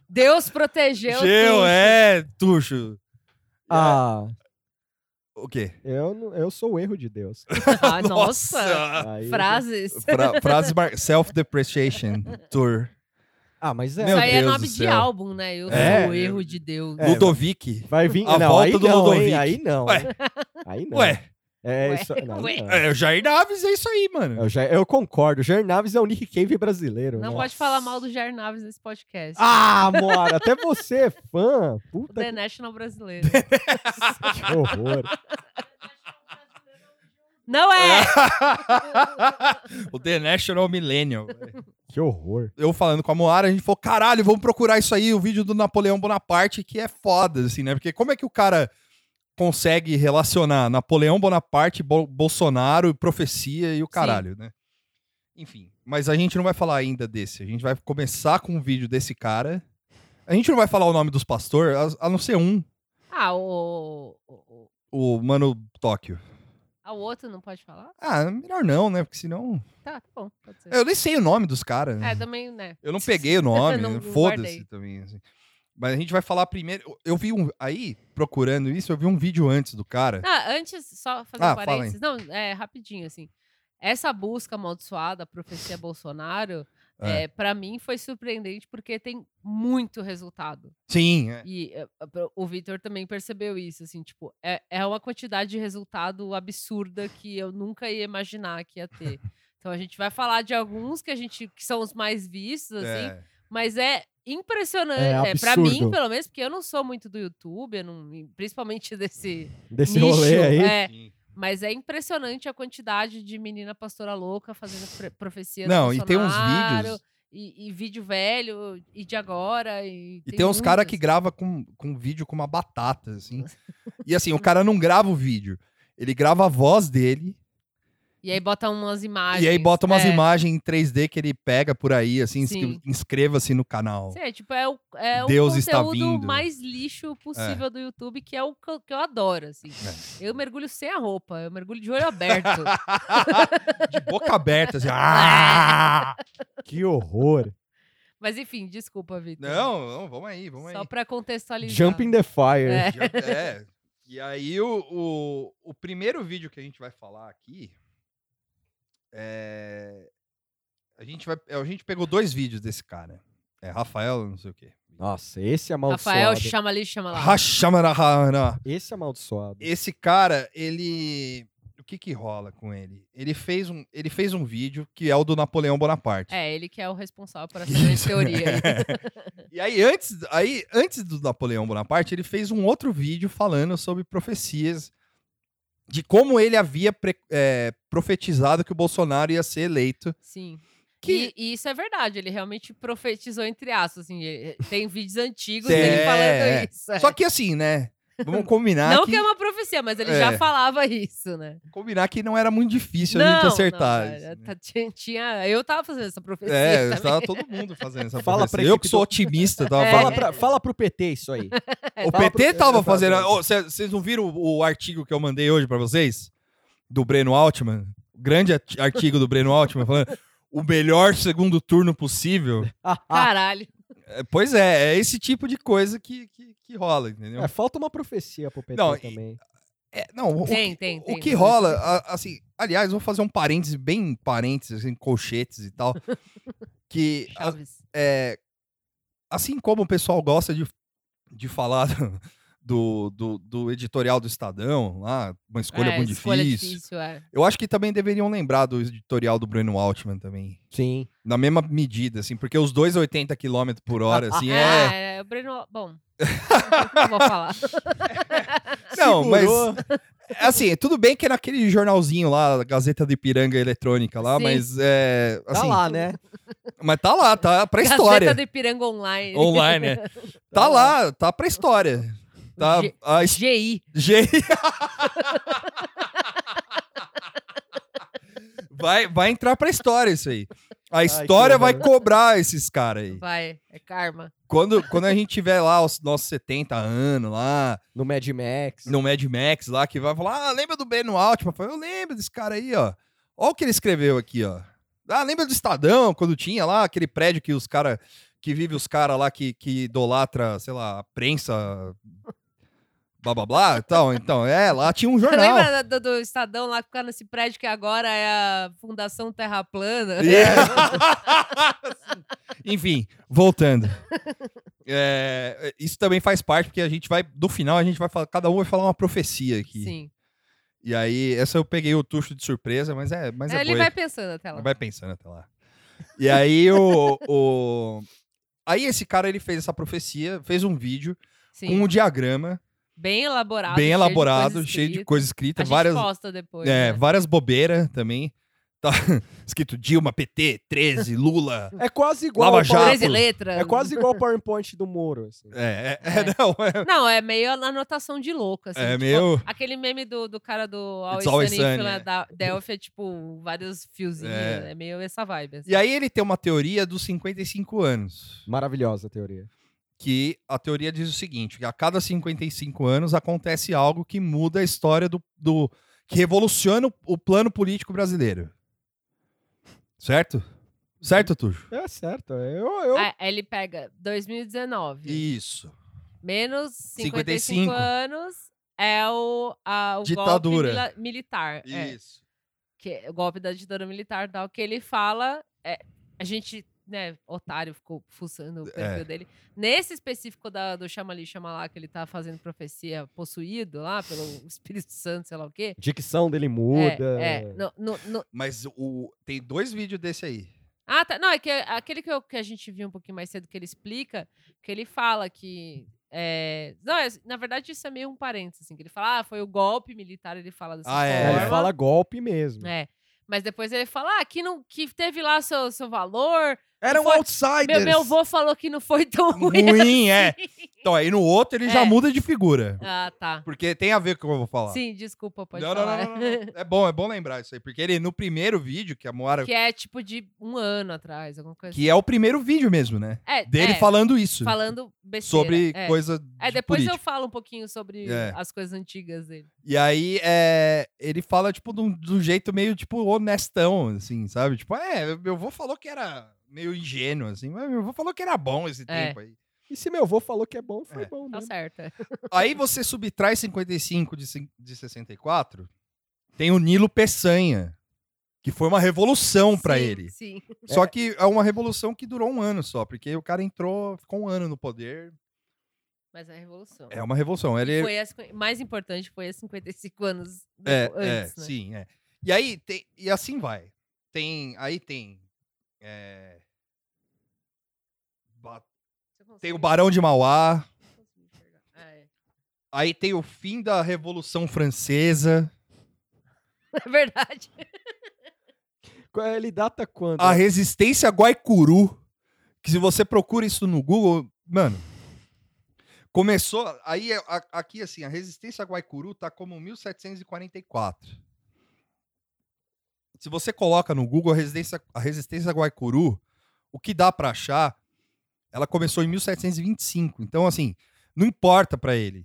Deus protegeu.
Geu,
tudo.
é, Tuxo.
Ah,
O quê?
eu não- eu sou o erro de Deus.
Ah, nossa.
Aí eu já-
Frases.
Fra frase mar... Self-depreciation tour.
Ah, mas é.
Meu
Isso aí é
Deus
nome
do
de
céu.
álbum, né? Eu
É.
sou o erro de Deus.
É,
Ludovic.
Vai vir
A
não,
volta
aí
do
não, hein?
Ludovic.
Aí não.
Ué.
hein? Aí não.
Ué,
É
Ué,
isso. não,
ué.
não.
é, o Jair Naves é isso aí, mano.
Eu, já- eu concordo. Jair Naves é o Nick Cave brasileiro.
Não
né?
pode falar mal do Jair Naves nesse podcast.
Ah, Moara, até você é fã.
O
Puta
The National brasileiro.
que horror.
Não é!
o The National Millennial.
Que horror.
eu falando com a Moara, a gente falou, caralho, vamos procurar isso aí, o vídeo do Napoleão Bonaparte, que é foda, assim, né? Porque como é que o cara consegue relacionar Napoleão Bonaparte, Bo- Bolsonaro, profecia e o caralho, né? Enfim, mas a gente não vai falar ainda desse. A gente vai começar com um vídeo desse cara. A gente não vai falar o nome dos pastores, a, a não ser um,
Ah, o, o, o-
o Mano Tóquio.
ah, o outro não pode falar?
Ah, melhor não, né? Porque senão.
Tá, tá bom, pode ser.
Eu nem sei o nome dos caras. né?
É, também, né?
Eu não peguei o nome, né,
Não- não
foda-se
guardei.
também. assim. Mas a gente vai falar primeiro. eu- Eu vi um. Aí, procurando isso, eu vi um vídeo antes do cara.
Ah, antes, só fazer
Ah,
um
fala
parênteses. Não, é rapidinho, assim. Essa busca amaldiçoada, profecia Bolsonaro,
É.
é. para mim foi surpreendente porque tem muito resultado.
Sim, é.
E é, é, pro- o Vitor também percebeu isso, assim, tipo, é, é uma quantidade de resultado absurda que eu nunca ia imaginar que ia ter. Então a gente vai falar de alguns que a gente que são os mais vistos, assim,
é.
mas é impressionante,
É
é, pra mim,
absurdo.
pelo menos, porque eu não sou muito do YouTube, eu não- principalmente desse
Desse
nicho.
rolê aí.
é,
Sim.
Mas é impressionante a quantidade de menina pastora louca fazendo pre- profecia do
Não, e tem uns
Bolsonaro,
vídeos.
E, e vídeo velho, e de agora. E,
E tem, uns caras que
muitas.
grava com, com vídeo com uma batata, assim. E assim, o cara não grava o vídeo. Ele grava a voz dele
E aí bota umas imagens.
e aí bota umas
é.
imagens em 3D que ele pega por aí, assim,
Sim.
inscre- inscreva-se no canal.
Sim, é, tipo, é o, é
Deus
o
está
conteúdo
vindo.
mais lixo possível do YouTube, que é o que eu- que eu adoro, assim.
É.
Eu mergulho sem a roupa, eu mergulho de olho aberto.
De boca aberta,
É.
assim. "Ah!"
Que horror.
Mas enfim, desculpa, Vitor.
Não, não, vamos aí, vamos
Só
aí.
pra contextualizar.
Jump in the fire.
Tá É.
Já- é. E aí, o, o, o primeiro vídeo que a gente vai falar aqui é. A gente, vai, a gente pegou dois vídeos desse cara. É Rafael, não sei o quê.
Nossa, esse é amaldiçoado.
Rafael, chama ali, chama lá.
Hashamarahana.
Esse é amaldiçoado.
Esse cara, ele. O que que rola com ele? Ele fez um, ele fez um vídeo que é o do Napoleão Bonaparte.
É, ele que é o responsável por essa grande teoria.
é. E aí antes, aí, antes do Napoleão Bonaparte, ele fez um outro vídeo falando sobre profecias de como ele havia pre- é, profetizado que o Bolsonaro ia ser eleito.
Sim.
Que-
E, e isso é verdade, ele realmente profetizou entre aspas, assim, ele- tem vídeos antigos
É,
dele
é.
falando isso. é.
Só que assim, né? Vamos combinar
não
que,
que é uma profecia, mas ele
É.
já falava isso, né?
combinar que não era muito difícil a gente
Não, não,
acertar.
é,
isso, né?
tá- tinha, tinha- eu tava fazendo essa profecia. tá?
É,
também.
estava todo mundo fazendo essa
Fala pra
profecia. Eu
equipe
que sou
do-
otimista, tava
É.
Fala,
falando
pra, fala pro PT isso aí.
O PT
Fala pro-
É, tava
exatamente.
fazendo. Vocês não viram o, o artigo que eu mandei hoje pra vocês? Do Breno Altman? O grande ati- artigo do Breno Altman falando o melhor segundo turno possível.
Ah,
Caralho.
É, Pois é, é esse tipo de coisa que, que, que rola, entendeu?
É, falta uma profecia pro PT
Não, e-
também.
É, não, o,
Tem,
o,
tem,
o
tem,
que
tem.
rola, a- assim, aliás, vou fazer um parênteses, bem parênteses, assim, colchetes e tal. que a-
Chaves.
é, assim como o pessoal gosta de, de falar do, do, do editorial do Estadão, lá, uma escolha
É,
muito
escolha
difícil.
é.
Eu acho que também deveriam lembrar do editorial do Bruno Altman também.
Sim.
Na mesma medida, assim, porque os dois 80 km por hora, assim,
Ah,
é.
é, o Breno. Bom. não vou falar.
Não, mas.
Segurou.
Assim, tudo bem que é naquele jornalzinho lá, Gazeta de Piranga Eletrônica lá,
Sim.
mas é.
Tá
Assim,
lá, né?
Mas tá lá, tá pra
Gazeta
história.
do Ipiranga Online.
Online, né? Tá lá, tá pra história. Tá,
G-
a
GI.
Gente. vai, vai entrar pra história isso aí. A história vai
horror.
cobrar esses caras aí.
Vai. É karma.
Quando, quando a gente tiver lá os nossos 70 anos, lá
No Mad Max.
no Mad Max, lá que vai falar: Ah, lembra do Breno Altman? Eu falo, Eu lembro desse cara aí, ó. Olha o que ele escreveu aqui, ó. Ah, lembra do Estadão, quando tinha lá aquele prédio que os caras. Que vive os caras lá que, que idolatra, sei lá, a prensa. Blá blá blá. Então, então, é, lá tinha um jornal.
Lembra do, do Estadão lá que ficava nesse prédio que agora é a Fundação Terra Plana?
é. Enfim, voltando. É, isso também faz parte, porque a gente vai, no final, a gente vai falar, cada um vai falar uma profecia aqui.
Sim.
E aí, essa eu peguei o tucho de surpresa, mas é, mas é,
Ele
boi.
vai pensando até lá.
Vai pensando até lá. E aí, o, o- Aí esse cara, ele fez essa profecia, fez um vídeo com
Sim.
um diagrama
Bem elaborado.
bem
cheio de
elaborado,
coisa
cheio de
escrita.
coisa escrita,
A gente
várias...
posta depois.
É,
né?
várias bobeiras também. Tá escrito Dilma, PT, 13, Lula.
É quase igual.
Lava
ao
Jato.
Power-
13 letras.
É quase igual o PowerPoint do Moro. assim.
É, é,
É.
é, não, é,
Não, é meio a anotação de louco, assim.
é
tipo,
meio.
Aquele meme do, do cara do
It's
Always,
Always
Sunny
Sunny,
em Philadelphia, tipo, vários fiozinhos.
É.
É. meio essa vibe, assim.
E aí ele tem uma teoria dos 55 anos.
Maravilhosa a teoria.
Que a teoria diz o seguinte: que a cada 55 anos acontece algo que muda a história do. do que revoluciona o, o plano político brasileiro. Certo? Certo, Tuxo?
É certo. Eu, eu...
Ah, ele pega 2019,
Isso.
menos 55,
55.
anos é o, a, o
Ditadura.
golpe mila- militar. é.
Isso.
que é o golpe da ditadura militar e tal, que ele fala. é, a gente, né, otário ficou fuçando o perfil dele. Nesse específico da, do Chama Ali, Chama Lá, que ele tá fazendo profecia possuído lá pelo Espírito Santo, sei lá o quê.
Dicção dele
É,
muda. né?
é, no- no- no-
Mas o, tem dois vídeos desse aí.
Ah, tá. Não, é que aquele que, eu- que a gente viu um pouquinho mais cedo que ele explica, que ele fala que É, não, é- na verdade, isso é meio um parênteses, assim, que ele fala, ah, foi o golpe militar, ele fala dessa
Ah, é.
forma.
Ele fala golpe mesmo.
Né.
É. Mas depois ele fala, ah, que, não, que teve lá seu, seu valor.
Era um
Foi-
outsider.
Meu, meu avô falou que não foi tão ruim.
Ruim, é. Então, aí no outro ele já
É.
muda de figura.
Ah, tá.
Porque tem a ver com o que eu vou falar.
Sim, desculpa, pode
não, não,
falar.
não, não, não. É bom, é bom lembrar isso aí. Porque ele, no primeiro vídeo, que a Moara.
Que é tipo de um ano atrás, alguma coisa
Que é o primeiro vídeo mesmo, né?
assim. É,
Dele
é,
falando isso.
falando besteira.
sobre
é.
coisa. De
É, depois
política.
eu falo um pouquinho sobre
É.
as coisas antigas dele.
E aí, é, ele fala, tipo, de um, de um jeito meio, tipo, honestão, assim, sabe? Tipo, é, meu avô falou que era meio ingênuo, assim, mas meu avô falou que era bom
É.
esse tempo aí.
E se meu avô falou que é bom, foi
É.
bom
Tá
mesmo.
certa.
Aí você subtrai 55 de, cin- de 64, tem o Nilo Peçanha, que foi uma revolução pra
Sim,
ele.
Sim.
Só que é uma revolução que durou um ano só, porque o cara entrou, ficou um ano no poder.
Mas é a revolução.
É uma revolução. Ele,
Foi as, mais importante foi há 55 anos depo-
É,
antes,
é,
né?
sim, é. E aí tem, e assim vai. Tem, aí tem, é, ba-
Você consegue-
tem o Barão de Mauá,
eu consigo enxergar. Ah, é.
aí tem o fim da Revolução Francesa,
É verdade.
Qu- é, Ele data quando?
a Resistência Guaicuru, que se você procura isso no Google, mano, começou aí é, a- aqui assim, a Resistência Guaicuru tá como 1744. Se você coloca no Google a Resistência, a Resistência Guaicuru, o que dá pra achar, ela começou em 1725. Então, assim, não importa pra ele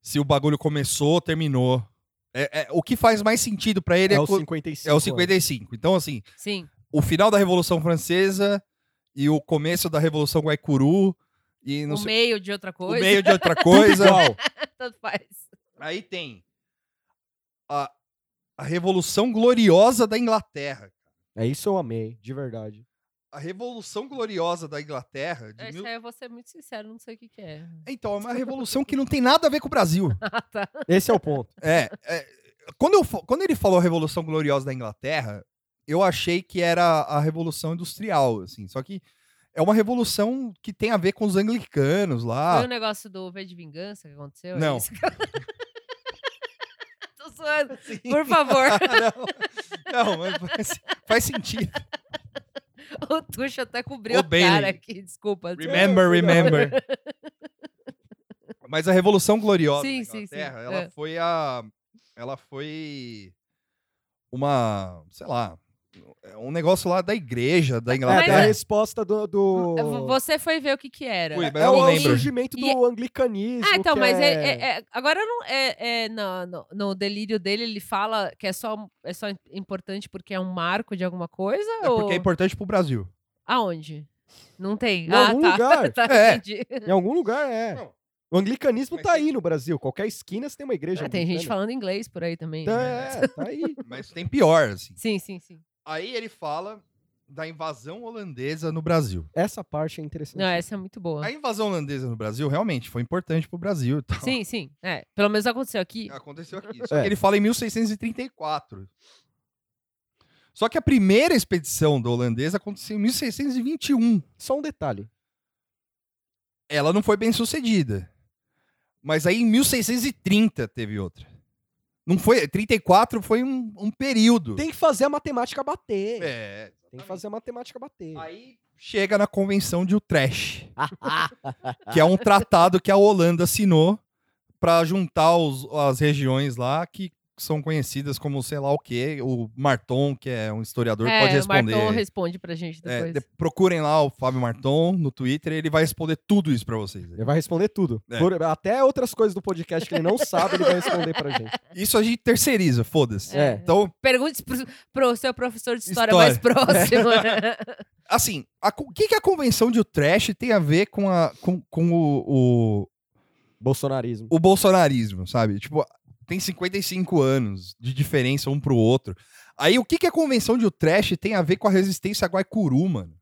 se o bagulho começou ou terminou. É, é- o que faz mais sentido pra ele
É
é,
o
co-
55.
é o
anos.
55. Então, assim,
Sim.
o final da Revolução Francesa e o começo da Revolução Guaicuru e não
o
sei,
meio de outra
o
coisa.
meio de outra
Tudo
coisa.
igual.
Tanto faz.
Aí tem a, a Revolução Gloriosa da Inglaterra.
É isso eu amei, de verdade.
A Revolução Gloriosa da Inglaterra. de
Isso
mil-
aí eu vou ser muito sincero, não sei o que, que é.
Então, é uma revolução que não tem nada a ver com o Brasil.
Esse é o ponto.
É, é, quando, eu fa- quando ele falou a Revolução Gloriosa da Inglaterra, eu achei que era a Revolução Industrial, assim. Só que é uma revolução que tem a ver com os anglicanos lá.
Foi o negócio do V de Vingança que aconteceu? É
Ah. Não.
isso? Tô zoando. Por favor.
não, não, mas faz, faz sentido.
o Tuxo até cobriu
Ô,
a cara
Bailey.
aqui, desculpa.
Remember, remember. né? Mas a Revolução Gloriosa
Sim,
da
sim, sim,
Inglaterra, ela
é.
foi a... Ela foi uma... Sei lá. Um negócio lá da igreja da
Mas
É, tem a
Inglaterra.
resposta do. do-
Você foi ver o que que era.
Fui, mas
É
eu não
o
lembro.
surgimento do
E- é-
anglicanismo.
Ah, então,
que
mas é-
é-
é- é- agora eu não, é, é, no, no- no delírio dele ele fala que é só, é só importante porque é um marco de alguma coisa?
É
ou...
porque é importante pro Brasil.
Aonde? Não tem.
Em
ah,
algum
tá.
lugar.
tá
É.
entendi.
Em algum lugar é.
Não.
O anglicanismo
Mas
tá
tem-
aí no Brasil. Qualquer esquina você tem uma igreja.
Ah, tem gente
anglicana.
falando inglês por aí também.
Então,
né?
é, tá aí.
Mas tem pior, assim.
Sim, sim, sim.
Aí ele fala da invasão holandesa no Brasil.
Essa parte é interessante.
Não, essa é muito boa.
A invasão holandesa no Brasil realmente foi importante pro Brasil. e tal.
Sim, sim. É, pelo menos aconteceu aqui.
Aconteceu aqui. Só
É.
que ele fala em 1634. Só que a primeira expedição da holandesa aconteceu em 1621.
Só um detalhe.
Ela não foi bem sucedida. Mas aí em 1630 teve outra. Não foi. 34 foi um, um período.
Tem que fazer a matemática bater.
É.
Tem que fazer a matemática bater.
Aí chega na convenção de Utrecht, que é um tratado que a Holanda assinou para juntar os- as regiões lá que são conhecidas como sei lá o quê. O Marton, que é um historiador,
é,
pode
o Marton
responder.
responde pra gente
É,
depois.
de- procurem lá o Fábio Marton no Twitter, ele vai responder tudo isso para vocês.
Ele vai responder tudo.
É.
Por- até outras coisas do podcast que ele não sabe, ele vai responder pra gente.
Isso a gente terceiriza, foda-se.
É.
Então,
Pergunte pro, pro seu professor de história,
História.
mais próximo.
assim, a co- o que, que a convenção de Utrecht tem a ver com, a, com, com o- o,
Bolsonarismo.
o bolsonarismo, sabe? Tipo, tem 55 anos de diferença um pro outro. Aí o que, que a convenção de Utrecht tem a ver com a resistência a Guaicuru, mano?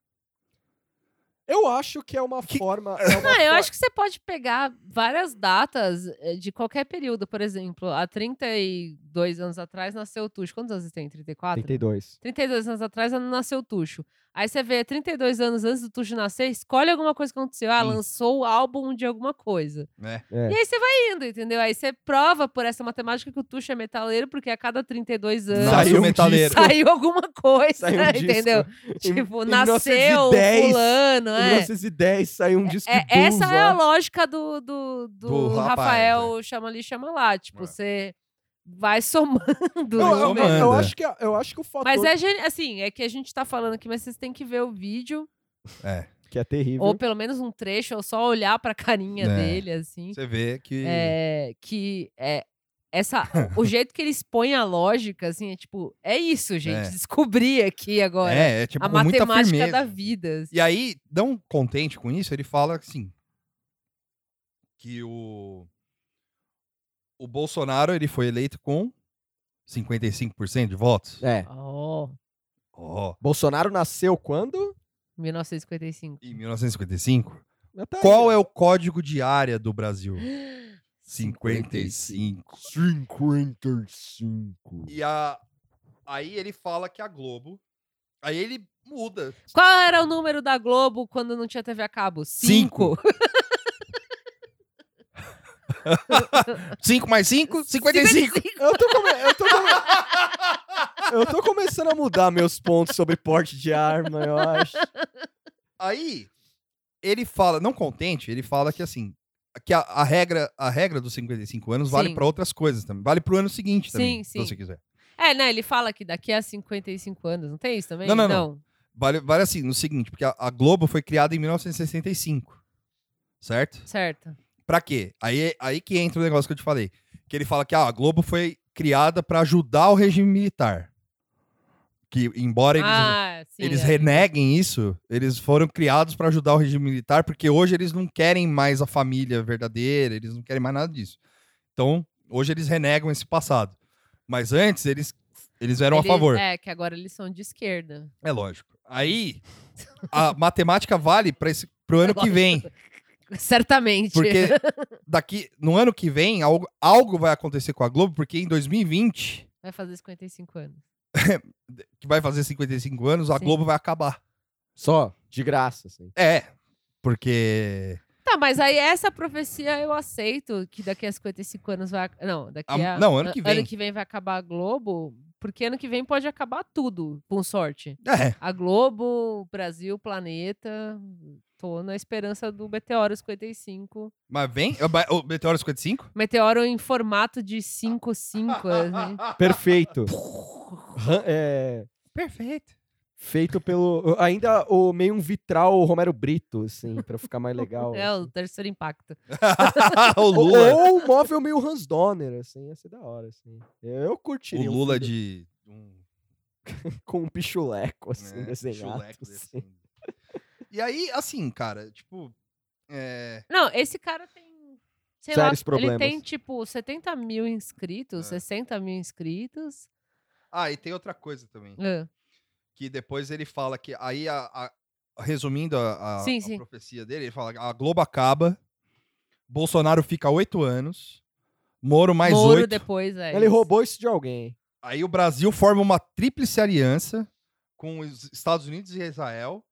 Eu acho que é uma
Que-
forma. é uma
Ah, eu
for-
acho que você pode pegar várias datas eh, de qualquer período. Por exemplo, há 32 anos atrás nasceu o Tuxo. Quantos anos você tem? 34?
32.
32 anos atrás nasceu o Tuxo. Aí você vê 32 anos antes do Tuxo nascer, escolhe alguma coisa que aconteceu. Ah,
Sim.
lançou o álbum de alguma coisa.
É.
É.
E aí você vai indo, entendeu? Aí você prova por essa matemática que o Tuxo é metaleiro, porque a cada 32 anos
Nossa,
Saiu
o
um
metaleiro.
saiu alguma coisa,
Saiu um disco.
entendeu?
Em-
Tipo,
em
nasceu o
1910,
fulano,
Em
é.
1910 saiu um disco
É,
de blues
essa é
lá.
a lógica do, do, do
Do rapaz,
Rafael
é.
chama ali, chama lá. Tipo,
É.
você vai somando.
Eu, eu-
né?
eu
Manda.
acho que, a- eu acho que o fator
Mas é geni- assim, é que a gente tá falando aqui, mas vocês têm que ver o vídeo,
que é terrível.
ou pelo menos um trecho, ou só olhar pra carinha
É.
dele, assim.
Você vê que.
É, que é essa o jeito que ele expõe a lógica, assim, é tipo, é isso, gente.
É.
Descobri aqui agora.
é, é, tipo,
a
com muita
matemática
firmeza.
da vida. assim.
E aí, não contente com isso, ele fala assim: que o, o Bolsonaro ele foi eleito com 55% de votos.
É.
Ó,
Ó,
Bolsonaro nasceu quando?
1955.
em 1955.
Ah, tá aí,
Qual
ó.
é o código de área do Brasil? 55.
55.
E a, aí ele fala que a Globo. Aí ele muda.
Qual era o número da Globo quando não tinha TV a cabo?
Cinco.
Cinco.
5 mais 5? 55.
Eu tô, come- eu tô come- eu tô começando a mudar meus pontos sobre porte de arma, eu acho.
Aí ele fala, não contente, ele fala que assim, que a, a regra, a regra dos 55 anos vale
Sim.
pra outras coisas também. Vale pro ano seguinte também,
Sim,
se
sim.
você quiser.
É, né? Ele fala que daqui a 55 anos, não tem isso também?
Não, não, não. Vale, vale assim, no seguinte, porque a, a Globo foi criada em 1965. Certo?
Certo.
Pra quê? Aí aí que entra o negócio que eu te falei, que ele fala que ah, a Globo foi criada pra ajudar o regime militar. Que embora eles né?
ah, sim.
eles
é.
reneguem isso, eles foram criados para ajudar o regime militar, porque hoje eles não querem mais a família verdadeira, eles não querem mais nada disso. Então, hoje eles renegam esse passado. Mas antes, eles, eles eram
Eles-
a favor. É.
É, que agora eles são de esquerda.
lógico. Aí, a matemática vale para esse pro ano que vem.
Certamente.
Porque daqui no ano que vem, algo, algo vai acontecer com a Globo, porque em 2020,
Vai fazer 55 anos.
que vai fazer 55 anos, a
Sim.
Globo vai acabar.
Só, de graça, assim.
É, porque
Tá, mas aí essa profecia eu aceito que daqui a 55 anos vai. ac- Não, daqui
Ah,
a.
não, ano que
a-
vem.
Ano que vem vai acabar a Globo, porque ano que vem pode acabar tudo, com sorte.
é,
A Globo, Brasil, Planeta. Tô na esperança do Meteoro 55.
mas vem, é o Meteoro 55?
Meteoro em formato de 5-5. assim.
Perfeito. Ran- é,
Perfeito.
feito pelo. Ainda o meio um vitral Romero Brito, assim, pra ficar mais legal.
É
assim.
o terceiro impacto.
o
Ou,
Lula,
ou um móvel meio Hans Donner, assim, ia ser da hora, assim. Eu curtiria.
o
um
Lula
filho
de um
Com um pichuleco, assim,
né,
desenhado.
chuleco desse,
assim.
assim. E aí, assim, cara, tipo, é,
Não, esse cara tem. Sei
Sérios
lá,
problemas.
ele tem tipo 70 mil inscritos,
É.
60 mil inscritos.
ah, e tem outra coisa também,
Ah,
que depois ele fala que aí a, a- resumindo a, a-
Sim,
a
sim.
profecia dele, ele fala que a Globo acaba, Bolsonaro fica oito anos, Moro mais
Moro
oito,
depois, é.
Ele
isso.
roubou isso de alguém.
aí o Brasil forma uma tríplice aliança com os Estados Unidos e Israel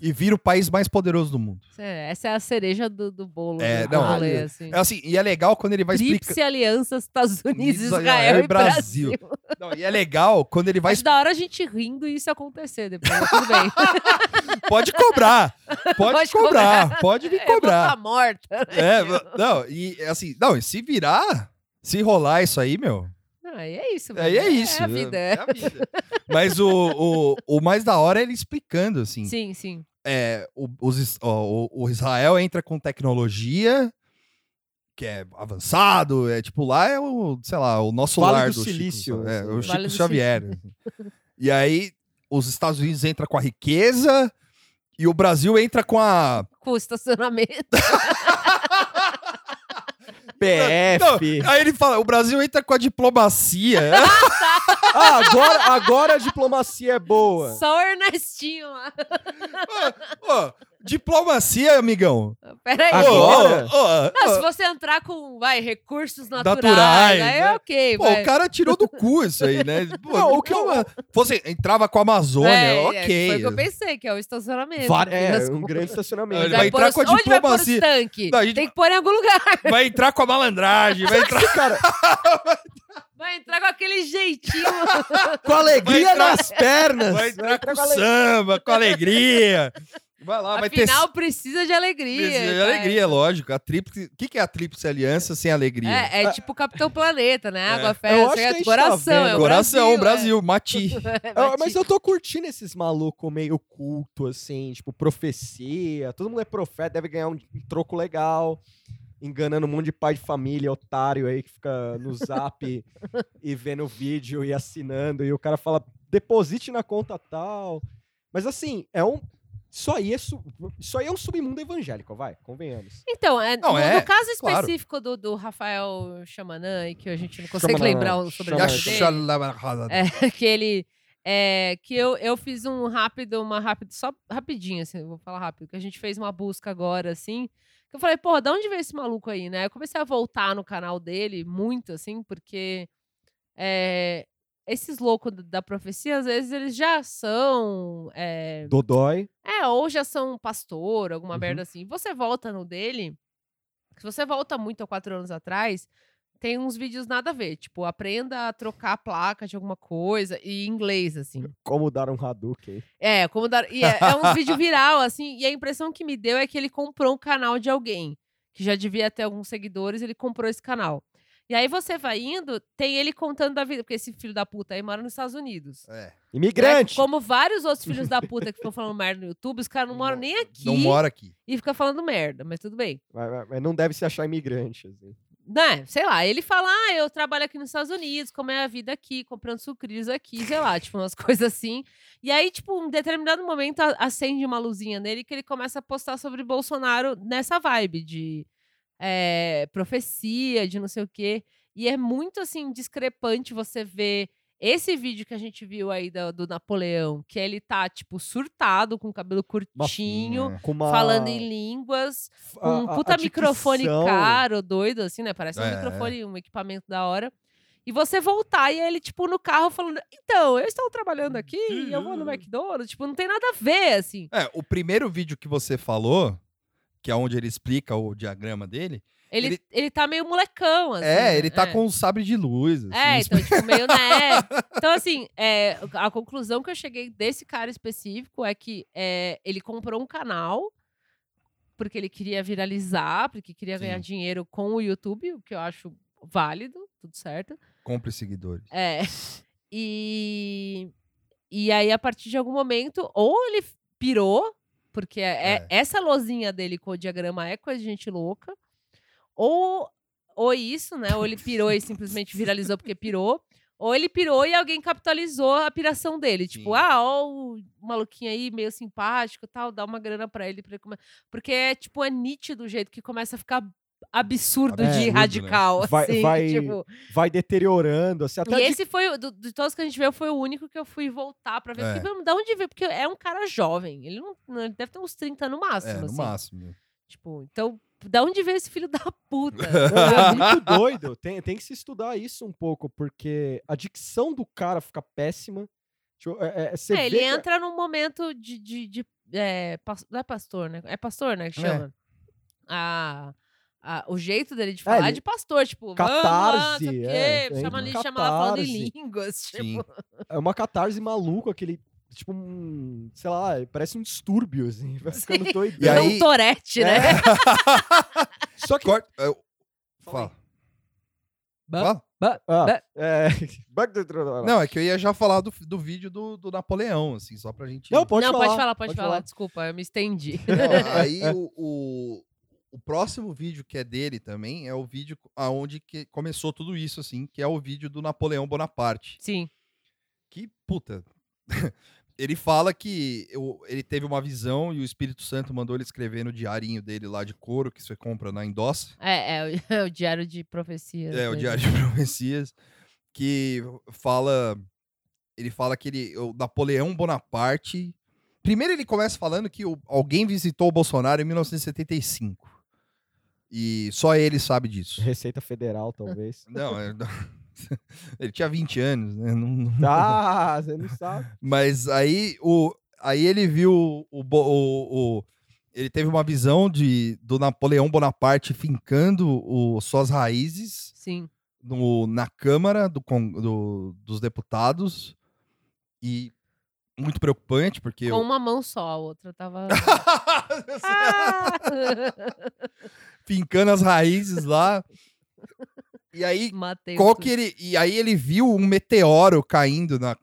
e vira o país mais poderoso do mundo.
Isso é- Essa é a cereja do, do bolo.
É,
do
não,
rolê,
ali-
assim.
É assim, e é legal quando ele vai explicar.
Tríplice Aliança, Estados Unidos,
Unidos,
Israel,
Israel e
e Brasil.
Não, e é legal quando ele vai.
Acho da hora a gente rindo e isso acontecer depois, mas tudo bem.
Pode cobrar! Pode,
Pode
cobrar,
cobrar.
Pode me
Eu vou tá
cobrar!
morta. né?
É, não, e é assim, não, e se virar, se rolar isso aí, meu,
Não, aí é isso.
aí
velho.
é isso.
É a vida.
é a vida. Mas o, o, o mais da hora é ele explicando, assim.
Sim, sim.
É, o, os is- ó, o, o Israel entra com tecnologia que é avançado, é tipo, lá é o, sei lá, o nosso
Vale
lar
do
do, Chico,
Silício,
sabe? É,
assim.
o Chico
Vale do
Xavier. assim. E aí, os Estados Unidos entra com a riqueza e o Brasil entra com a...
Com o estacionamento.
Não,
PF.
aí ele fala, o Brasil entra com a diplomacia.
Ah, agora, agora a diplomacia é boa.
Só o Ernestinho lá.
Ó, Diplomacia, amigão.
Peraí.
Agora?
Ô, ô, ô,
Não, se
ô.
você entrar com, vai, recursos naturais,
Naturais, né?
aí é ok,
Pô,
vai.
o cara tirou do cu isso aí, né? Pô,
Não, o que eu-
Fosse, entrava com a Amazônia,
É, é,
ok.
Foi o que eu pensei, que é o estacionamento.
Var-
no fim das
É, um
contas.
grande
Ele
estacionamento.
vai
Vai pôr
entrar
os-
com a
Onde vai pôr os
diplomacia.
tanques?
Não, a gente-
Tem que pôr em algum lugar.
Vai entrar com a malandragem, vai entrar,
Cara,
Vai entrar com aquele jeitinho.
com alegria
entrar-
nas pernas.
vai entrar com samba, com alegria. Vai lá, Ah, vai ter
Afinal, precisa de alegria. então
Precisa de
vai.
alegria, é lógico. A tríplice... O que que é a tríplice aliança sem alegria?
É, é tipo o Capitão Planeta, né? Água,
Eu
ferro,
acho que a
sangue,
gente tá
coração. é
vendo.
o
Coração,
Brasil.
Brasil, Mati.
é.
Ah, mas eu tô curtindo esses malucos meio culto, assim, tipo, profecia. Todo mundo é profeta, deve ganhar um troco legal. Enganando um monte de pai de família, otário aí, que fica no zap e vendo o vídeo e assinando. E o cara fala, deposite na conta tal. Mas assim, é um. Isso aí é, su- isso aí é um submundo evangélico, vai, convenhamos.
Então, é,
Não,
no,
é,
no caso
claro.
específico do, do Rafael Xamanã, e que a gente não consegue
Xamanã,
lembrar o
E a
sobrenome
Xamanã.
dele.
xalabra-
que ele. é, que eu, eu fiz um rápido, uma rápida, só rapidinho, assim, eu vou falar rápido, que a gente fez uma busca agora, assim. Que eu falei, pô, de onde veio esse maluco aí, né? Eu comecei a voltar no canal dele muito, assim, porque é, esses loucos d- da profecia, às vezes, eles já são. É,
Dodói.
é, ou já são pastor, alguma
Uhum.
merda assim. Você volta no dele, se você volta muito a quatro anos atrás, tem uns vídeos nada a ver. Tipo, aprenda a trocar a placa de alguma coisa e em inglês, assim.
Como dar um Hadouken.
É, como dar. E é, é um vídeo viral, assim, e a impressão que me deu é que ele comprou um canal de alguém, que já devia ter alguns seguidores, ele comprou esse canal. E aí você vai indo, tem ele contando da vida, porque esse filho da puta aí mora nos Estados Unidos.
É,
Imigrante!
Né? Como vários outros filhos da puta que ficam falando merda no YouTube, os caras não moram nem aqui
Não mora aqui.
e fica falando merda, mas tudo bem.
Mas, mas- mas não deve se achar imigrante. assim.
Né? Sei lá, ele fala, ah, eu trabalho aqui nos Estados Unidos, como é a vida aqui, comprando sucrilhos aqui, sei lá, tipo, umas coisas assim. E aí, tipo, um determinado momento a- acende uma luzinha nele que ele começa a postar sobre Bolsonaro nessa vibe de é, profecia, de não sei o quê. E é muito, assim, discrepante você ver esse vídeo que a gente viu aí da- do, Napoleão, que ele tá, tipo, surtado, com o cabelo curtinho,
É.
Com uma-
falando em línguas
a-
com um
a- a
puta microfone
dicção.
caro, doido, assim, né? Parece
É.
um microfone, um equipamento da hora. E você voltar e ele, tipo, no carro falando: Então, eu estou
Hum,
trabalhando aqui, e eu vou no McDonald's. Tipo, não tem nada a ver, assim.
É, o primeiro vídeo que você falou, que é onde ele explica o diagrama dele,
Ele,
Ele-
ele... tá meio molecão, assim.
é,
né?
ele tá com um sabre de luz. Assim,
É,
isso-
então, tipo, meio, né? Então, assim, é, a conclusão que eu cheguei desse cara específico é que é, ele comprou um canal porque ele queria viralizar, porque queria ganhar
Sim.
dinheiro com o YouTube, o que eu acho válido, tudo certo.
Compre seguidores.
É. E, e aí, a partir de algum momento, ou ele pirou, porque
É.
é, essa lozinha dele com o diagrama é coisa de gente louca, ou, ou isso, né? Ou ele pirou e simplesmente viralizou porque pirou. Ou ele pirou e alguém capitalizou a piração dele. Tipo,
Sim.
ah, ó, o maluquinho aí, meio simpático e tal, dá uma grana pra ele. Pra ele comer. Porque é, tipo, é nítido o jeito que começa a ficar absurdo
Absurdo,
de
né?
radical.
Vai-
assim,
vai-
tipo,
Vai deteriorando, assim, até
e
de-
esse foi, o- do- de todos que a gente viu, foi o único que eu fui voltar pra ver.
É.
Porque, meu, da onde veio? Porque é um cara jovem. Ele, não, não- ele deve ter uns 30 no
É,
máximo,
no
assim.
máximo.
Tipo, então, da onde veio esse filho da puta?
É
sabe?
muito doido. Tem, tem que se estudar isso um pouco, porque a dicção do cara fica péssima. Tipo, é- é- você
É, ele
vê que-
entra num momento de... de, de- é, pas- não é pastor, né? É pastor, né? Que
É.
chama. A- a- o jeito dele de falar é,
ele-
de pastor, tipo, vamos lá, não sei o
Catarse,
quê.
é, tem
chama ali,
um
chama lá, falando
catarse.
em línguas. Tipo,
Sim.
é uma catarse maluca, aquele. Tipo, um, sei lá, parece um distúrbio, assim. Vai ficando
Sim.
doido.
E
é
aí-
um torete, né?
Só que.
Corta. é, Fala.
Ba-
Fala.
Ah,
Ba-
é, Back to the-
Não, é que eu ia já falar do, do vídeo do, do Napoleão, assim, só pra gente.
Não, pode
não,
falar.
pode falar, pode, falar. Desculpa, eu me estendi.
Não, aí o, o, o próximo vídeo que é dele também é o vídeo aonde que começou tudo isso, assim, que é o vídeo do Napoleão Bonaparte.
Sim.
Que puta. ele fala que o- ele teve uma visão e o Espírito Santo mandou ele escrever no diarinho dele lá de couro que você compra na Endossa.
É, é, o- é o diário de profecia.
É, o
dele.
Diário de Profecias, que fala. Ele fala que ele, o Napoleão Bonaparte Primeiro ele começa falando que o- alguém visitou o Bolsonaro em 1975. E só ele sabe disso.
Receita Federal, talvez.
Não, eu- ele tinha 20 anos, né? Não- não-
tá, você não sabe.
Mas aí, o, aí ele viu o, Bo- o- o- Ele teve uma visão de, do Napoleão Bonaparte fincando o, suas raízes
Sim.
no- na Câmara do, Con- do- dos Deputados. E muito preocupante, porque.
Com
o-
uma mão só, a outra tava. Ah!
fincando as raízes lá. E aí.
Matei.
Qual
tudo.
que é? ele, e aí ele viu um meteoro caindo na.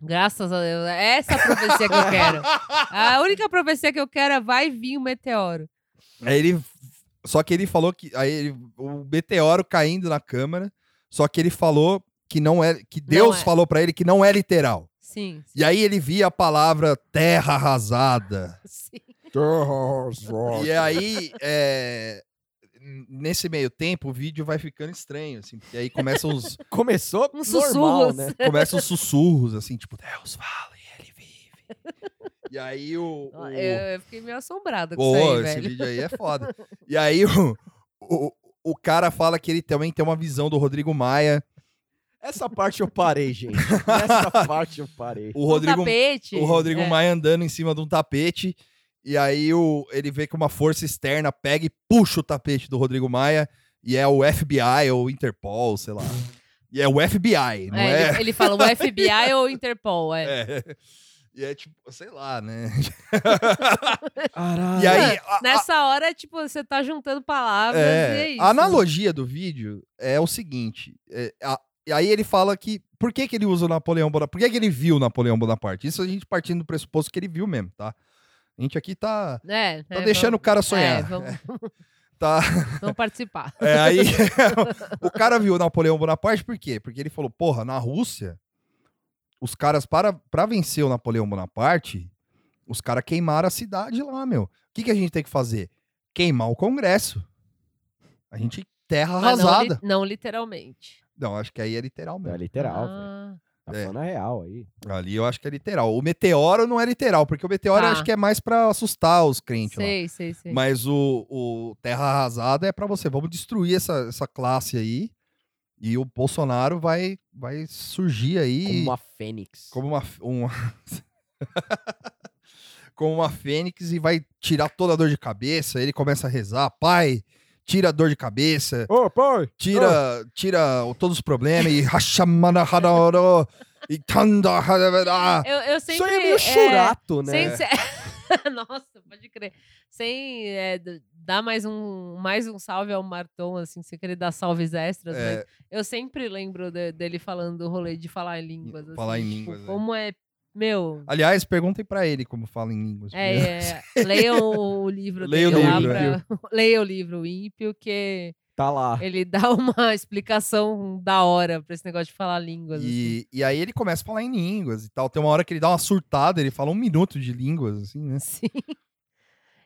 Graças a Deus. É Essa a profecia que eu quero. A única profecia que eu quero é vai vir o meteoro.
Aí ele. Só que ele falou que. Aí ele, o meteoro caindo na câmara. Só que ele falou que não é. Que Deus
é.
falou pra ele que não é literal.
Sim.
E aí ele via a palavra terra arrasada.
sim.
E aí. é, n- Nesse meio tempo, o vídeo vai ficando estranho, assim, porque aí começam os,
é, Começou
Uns
normal,
sussurros.
né?
começam os sussurros, assim, tipo, Deus fala e ele vive. E aí o. o-
Eu, eu fiquei meio assombrada com
Pô,
isso aí,
esse
velho.
vídeo aí é foda. E aí o, o, o cara fala que ele também tem uma visão do Rodrigo Maia.
Essa parte eu parei, gente. Essa parte eu parei.
O
Um
Rodrigo,
tapete.
o Rodrigo
é.
Maia andando em cima de um tapete. E aí o, ele vê que uma força externa pega e puxa o tapete do Rodrigo Maia. E é o FBI ou o Interpol, sei lá. E é o FBI, não
É,
é?
Ele, ele fala o FBI ou o Interpol, é.
É. E é tipo, sei lá, né?
Caralho.
E aí. a-
Ah, é. Nessa hora, tipo, você tá juntando palavras e é
É,
isso.
a analogia do vídeo é o seguinte: é, a- e aí ele fala que. Por que, que ele usa o Napoleão Bonaparte? Por que, que ele viu o Napoleão Bonaparte? Isso a gente partindo do pressuposto que ele viu mesmo, tá? A gente aqui tá,
É,
tá
é,
deixando o cara
vamos- é,
sonhar.
vamos,
Tá,
vamos participar.
é, aí, o cara viu o Napoleão Bonaparte por quê? Porque ele falou, porra, na Rússia, os caras, para, para vencer o Napoleão Bonaparte, os caras queimaram a cidade lá, meu. O que, que a gente tem que fazer? Queimar o Congresso. A gente terra
Mas não é li-
Tá arrasada.
Não, literalmente.
Não, acho que aí é literal
É
mesmo.
literal, velho.
Ah,
Tá
É.
falando a real aí.
Ali eu acho que é literal. O meteoro não é literal, porque o meteoro eu
Tá.
acho que é mais pra assustar os crentes lá.
sei, sei, sei.
Mas o, o Terra Arrasada é pra você, vamos destruir essa, essa classe aí. E o Bolsonaro vai, vai surgir
Como
aí
uma fênix.
como uma. um- como uma fênix e vai tirar toda a dor de cabeça. Ele começa a rezar, pai, tira a dor de cabeça
Ô, pai!
tira, tira o- todos os problemas e Hashamana Hadaoro e Tanda Hadavara.
Eu, eu sempre,
Isso aí é meio churato, né?
Sem ser- Nossa, pode crer. Sem é, d- dar mais um, mais um salve ao Marton, assim, sem querer dar salves extras,
É.
mas eu sempre lembro de- dele falando do rolê de falar em línguas. assim,
Falar em
tipo,
línguas, é.
Como é. Meu.
Aliás, perguntem pra ele como fala em línguas.
É, é, leiam o o livro
Leia o
dele lá
livro,
pra- Leia o livro, o ímpio, que
Tá lá.
ele dá uma explicação da hora pra esse negócio de falar línguas. assim.
E, e aí ele começa a falar em línguas e tal. Tem uma hora que ele dá uma surtada, ele fala um minuto de línguas, assim, né?
Sim.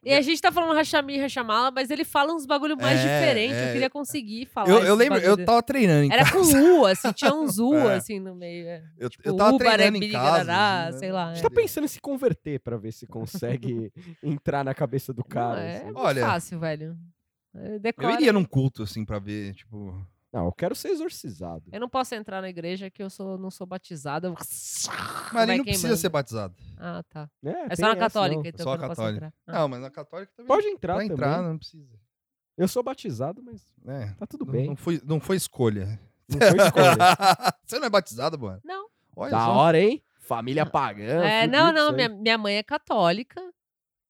E a gente tá falando Rachami e Rachamala, mas ele fala uns bagulho mais
É,
diferentes.
é.
Eu queria conseguir falar.
Eu, eu
esses
lembro, eu
bagulho.
tava treinando em
Era
casa.
com U, assim, tinha uns U
É.
assim no meio. é.
Eu, eu
tipo,
tava
Ubaré,
treinando em
Birigirará,
casa. assim, né?
sei lá,
A
é.
gente tá pensando em se converter pra ver se consegue entrar na cabeça do
Não,
cara.
é
assim.
muito
Olha,
fácil, velho. É,
Eu
Decora.
iria num culto, assim, pra ver, tipo...
Não, eu quero ser exorcizado.
Eu não posso entrar na igreja que eu sou, não sou batizada. Eu-
Mas ele
Vai
não precisa
queimando.
ser batizado.
Ah, tá.
É,
É
tem
só na
essa,
assim,
católica,
não.
então,
Só
que eu não posso
católica.
entrar. Ah.
Não, mas na católica também...
Pode entrar
pra
também.
entrar, não precisa.
Eu sou batizado, mas
É,
tá tudo
não,
bem.
não foi, não foi escolha.
Não foi escolha.
Você não é batizado, mano?
Não.
Olha
da
só.
hora, hein? Família pagã.
É,
fudido
não, não,
isso aí.
minha, minha mãe é católica.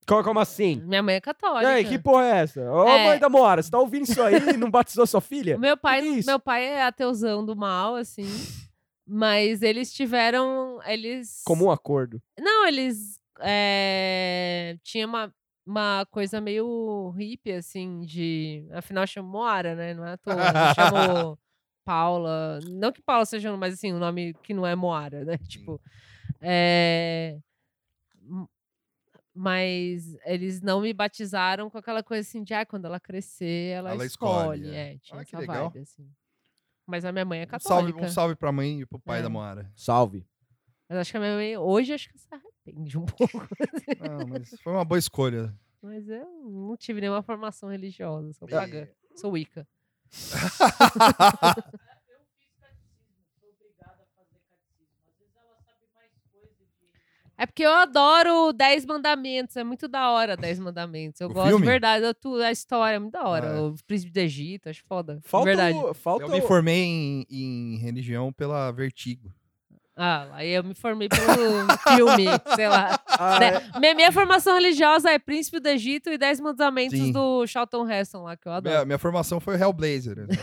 Co- Como assim?
Minha mãe é
E
católica.
aí, que porra é essa? Ô,
É.
mãe da Moara, você tá ouvindo isso aí e não batizou sua
O
filha?
Meu pai,
que é isso?
meu pai é ateuzão do mal, assim. Mas eles tiveram. Eles.
Comum acordo.
Não, eles. É, tinha uma, uma coisa meio hippie, assim, de. Afinal, chamou Moara, né? Não é à toa. Não chamou Paula. Não que Paula seja, um- mas assim, o nome que não é Moara, né? Tipo. É, m- mas eles não me batizaram com aquela coisa assim de, ah, quando ela crescer, ela,
Ela
escolhe.
escolhe, é.
É, tinha
Ah, que
essa
legal.
vibe, assim. Mas a minha mãe é
Um salve,
católica.
um salve pra mãe e pro pai
É.
da Moara.
Salve.
Mas acho que a minha mãe hoje acho que se arrepende um pouco.
Não, mas foi uma boa escolha.
Mas eu não tive nenhuma formação religiosa,
É.
sou pagã, sou wicca. É porque eu adoro Dez Mandamentos, é muito da hora Dez Mandamentos. Eu
O
gosto
filme?
de verdade, eu, tu- a história é muito da hora.
Ah, é.
O Príncipe do Egito, acho foda. de
Falta
verdade.
o- falta
Eu me
o-
formei em, em religião pela Vertigo.
Ah, aí eu me formei pelo filme, sei lá.
Ah,
Né?
é-
Minha, minha formação religiosa é Príncipe do Egito e Dez Mandamentos
Sim.
do Charlton Heston lá, que eu adoro.
Minha, minha formação foi Hellblazer. né?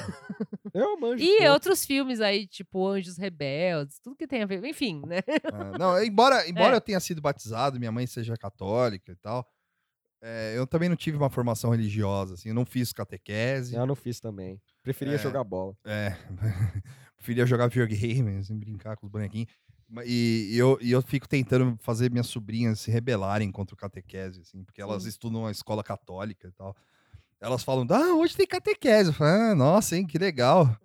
eu manjo.
E
pouco.
outros filmes aí, tipo Anjos Rebeldes, tudo que tem a ver. Enfim, né?
Ah, não, embora embora
É.
eu tenha sido batizado, minha mãe seja católica e tal, é, eu também não tive uma formação religiosa, assim, eu não fiz catequese.
Eu não fiz também. Preferia
É.
jogar bola.
É, preferia jogar videogame, assim, brincar com os bonequinhos. Ma- E, e eu, e eu fico tentando fazer minhas sobrinhas se rebelarem contra o catequese, assim, porque elas estudam a escola católica e tal. Elas falam, ah, hoje tem catequese. Eu falo, ah, nossa, hein, que legal.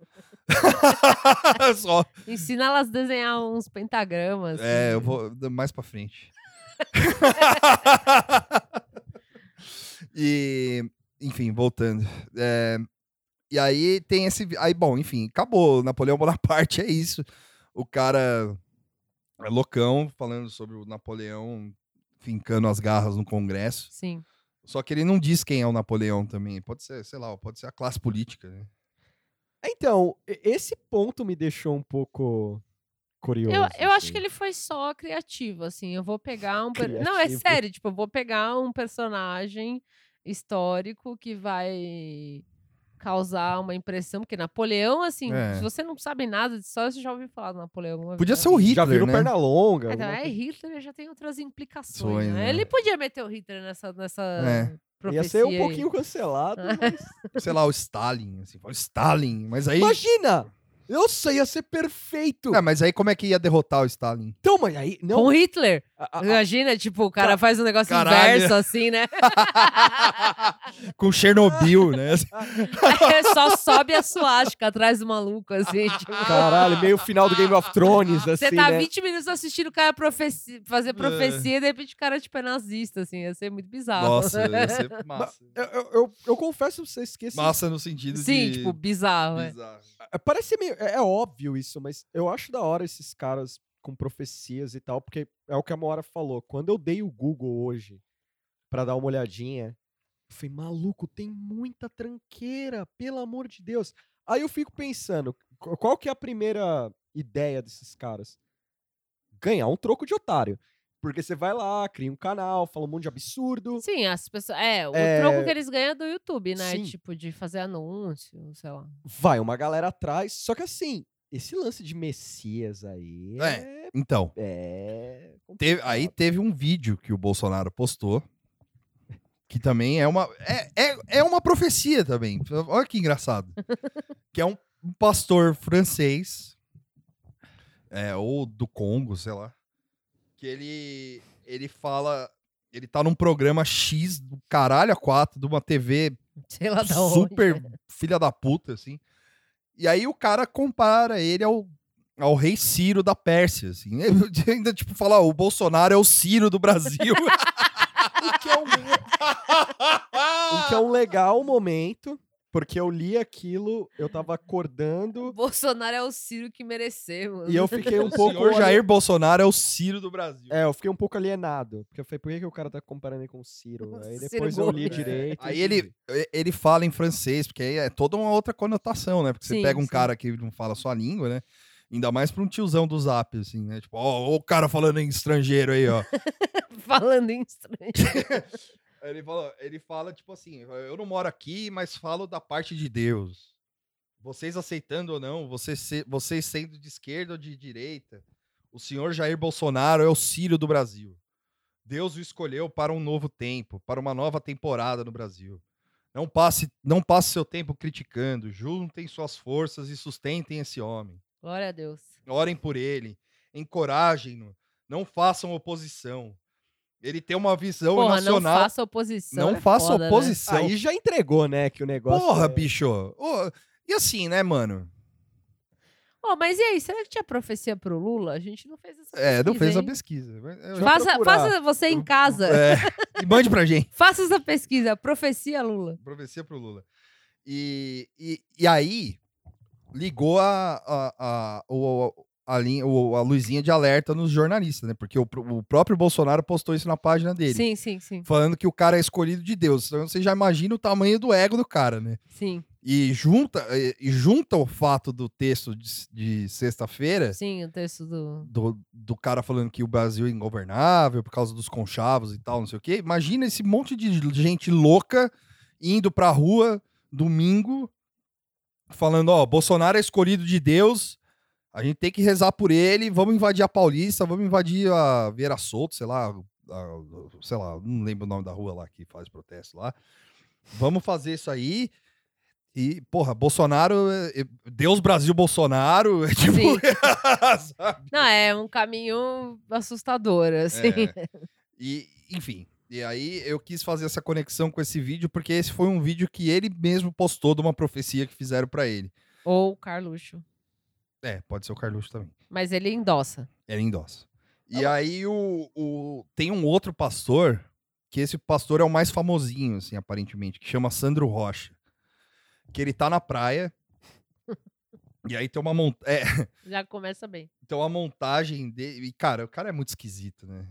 Só,
Ensina elas a desenhar uns pentagramas.
é,
assim.
eu vou mais pra frente. e, enfim, voltando. É, e aí tem esse. vi- Aí, bom, enfim, acabou. Napoleão Bonaparte é isso. O cara é loucão falando sobre o Napoleão fincando as garras no Congresso.
Sim.
Só que ele não diz quem é o Napoleão também. Pode ser, sei lá, pode ser a classe política, né?
Então, e- esse ponto me deixou um pouco curioso.
Eu, eu acho
assim.
que ele foi só criativo, assim. Eu vou pegar um. per- Não, é
Criativo.
sério, tipo, eu vou pegar um personagem histórico que vai causar uma impressão, porque Napoleão, assim,
É.
se você não sabe nada de história, você já ouviu falar do Napoleão. alguma
Podia
vez.
ser o Hitler,
é, Já viram
né?
perna longa.
Então, é, Hitler já tem outras implicações.
Sonho,
né?
né?
Ele podia meter o Hitler nessa, nessa
É.
Ia
profecia.
ser um
aí. Ah.
pouquinho cancelado. mas-
Sei lá, o Stalin, assim, o Stalin. Mas aí.
Imagina! Nossa, ia ser perfeito!
Ah, mas aí como é que ia derrotar o Stalin?
Então, mas aí. Não,
Com Hitler.
a- a- a-
Imagina, tipo, o cara faz um negócio
Caralho.
inverso assim, né?
com Chernobyl, né?
é Só sobe a suástica atrás do maluco, assim. Tipo,
Caralho, meio final do Game of Thrones, assim.
você tá
né? É.
20 minutos assistindo o cara profeci- fazer profecia e de repente o cara, tipo, é nazista, assim. Ia ser muito bizarro.
Nossa, ia ser massa.
Eu, eu, eu, eu confesso pra vocês que esse-
Massa no sentido
Sim,
de...
tipo, bizarro. é.
bizarro.
é, Parece ser meio. É, é óbvio isso, mas eu acho da hora esses caras com profecias e tal, porque é o que a Moara falou. Quando eu dei o Google hoje pra dar uma olhadinha, eu falei, maluco, tem muita tranqueira, pelo amor de Deus. Aí eu fico pensando, qu- qual que é a primeira ideia desses caras? Ganhar um troco de otário. Porque você vai lá, cria um canal, fala um monte de absurdo.
Sim, as pessoas. É, o
É.
troco que eles ganham é do YouTube, né?
Sim.
Tipo, de fazer anúncio, sei lá.
vai uma galera atrás. Só que assim, esse lance de Messias aí é.
Então,
é
teve- aí teve um vídeo que o Bolsonaro postou, que também é uma... É, é, é uma profecia também. Olha que engraçado. que é um, um pastor francês, é, ou do Congo, sei lá, que ele, ele fala... Ele tá num programa X do caralho a quatro, de uma TV
Sei lá da onde. né?
super filha da puta, assim. E aí o cara compara ele ao, ao rei Ciro da Pérsia, assim. Ainda, tipo, falar, o Bolsonaro é o Ciro do Brasil.
O que é um, o
tá.
que é um legal momento, porque eu li aquilo, eu tava acordando
Bolsonaro é o Ciro que merecemos.
e eu fiquei um pouco.
O senhor
ali-
é Jair Bolsonaro é o Ciro do Brasil.
É, eu fiquei um pouco alienado. Porque eu falei, por que, que o cara tá comparando ele com o Ciro? Aí
Ciro
depois eu li
Gomes.
direito.
Aí ele, ele fala em francês, porque aí é toda uma outra conotação, né? Porque você
Sim,
pega um
sim.
cara que não fala a sua língua, né? Ainda mais pra um tiozão do zap, assim, né? Tipo, ó, ó o cara falando em estrangeiro aí, ó.
Falando em estranho.
Aí Ele fala, ele fala, tipo assim, eu não moro aqui, mas falo da parte de Deus. Vocês aceitando ou não, vocês, se- vocês sendo de esquerda ou de direita, o senhor Jair Bolsonaro é o Círio do Brasil. Deus o escolheu para um novo tempo, para uma nova temporada no Brasil. Não passe, não passe seu tempo criticando, juntem suas forças e sustentem esse homem.
Glória a Deus.
Orem por ele, encorajem-no, não façam oposição. Ele tem uma visão
Porra, não
nacional.
faça oposição.
Não
é
faça
foda, né?
oposição.
Aí já entregou, né? Que o negócio.
Porra,
é-
bicho. Ô, e assim, né, mano?
Bom, mas e aí, será que tinha profecia pro Lula? A gente não fez essa
É, não fez
pesquisa,
a
hein?
pesquisa. mas eu-
Só
Faça,
procurar.
faça você em casa.
É, e mande pra gente.
Faça essa pesquisa, profecia Lula.
Profecia pro Lula. E, e, e aí, ligou a, a, a, o- a, linha, o- a luzinha de alerta nos jornalistas, né? Porque o, pr- o próprio Bolsonaro postou isso na página dele.
Sim, sim, sim.
Falando que o cara é escolhido de Deus. Então você já imagina o tamanho do ego do cara, né?
Sim,
E junta, e e junta o fato do texto de, s- de sexta-feira
sim, o texto do.
do, do cara falando que o Brasil é ingovernável por causa dos conchavos e tal, não sei o quê. Imagina esse monte de gente louca indo pra rua domingo falando, ó, Bolsonaro é escolhido de Deus, a gente tem que rezar por ele, vamos invadir a Paulista, vamos invadir a Vieira Souto, sei lá, a- sei lá, não lembro o nome da rua lá que faz protesto lá. Vamos fazer isso aí. E, porra, Bolsonaro, é- é- Deus Brasil Bolsonaro, é tipo,
Sim.
sabe?
Não, é um caminho assustador, assim.
É. E, enfim. E aí eu quis fazer essa conexão com esse vídeo, porque esse foi um vídeo que ele mesmo postou de uma profecia que fizeram pra ele.
Ou Carluxo.
É, pode ser o Carluxo também.
Mas ele endossa.
Era em Dós.
Tá
E aí o, o- tem um outro pastor, que esse pastor é o mais famosinho, assim, aparentemente, que chama Sandro Rocha. Que ele tá na praia. e aí tem uma montanha.
Já começa bem.
então a montagem dele. E, cara, o cara é muito esquisito, né?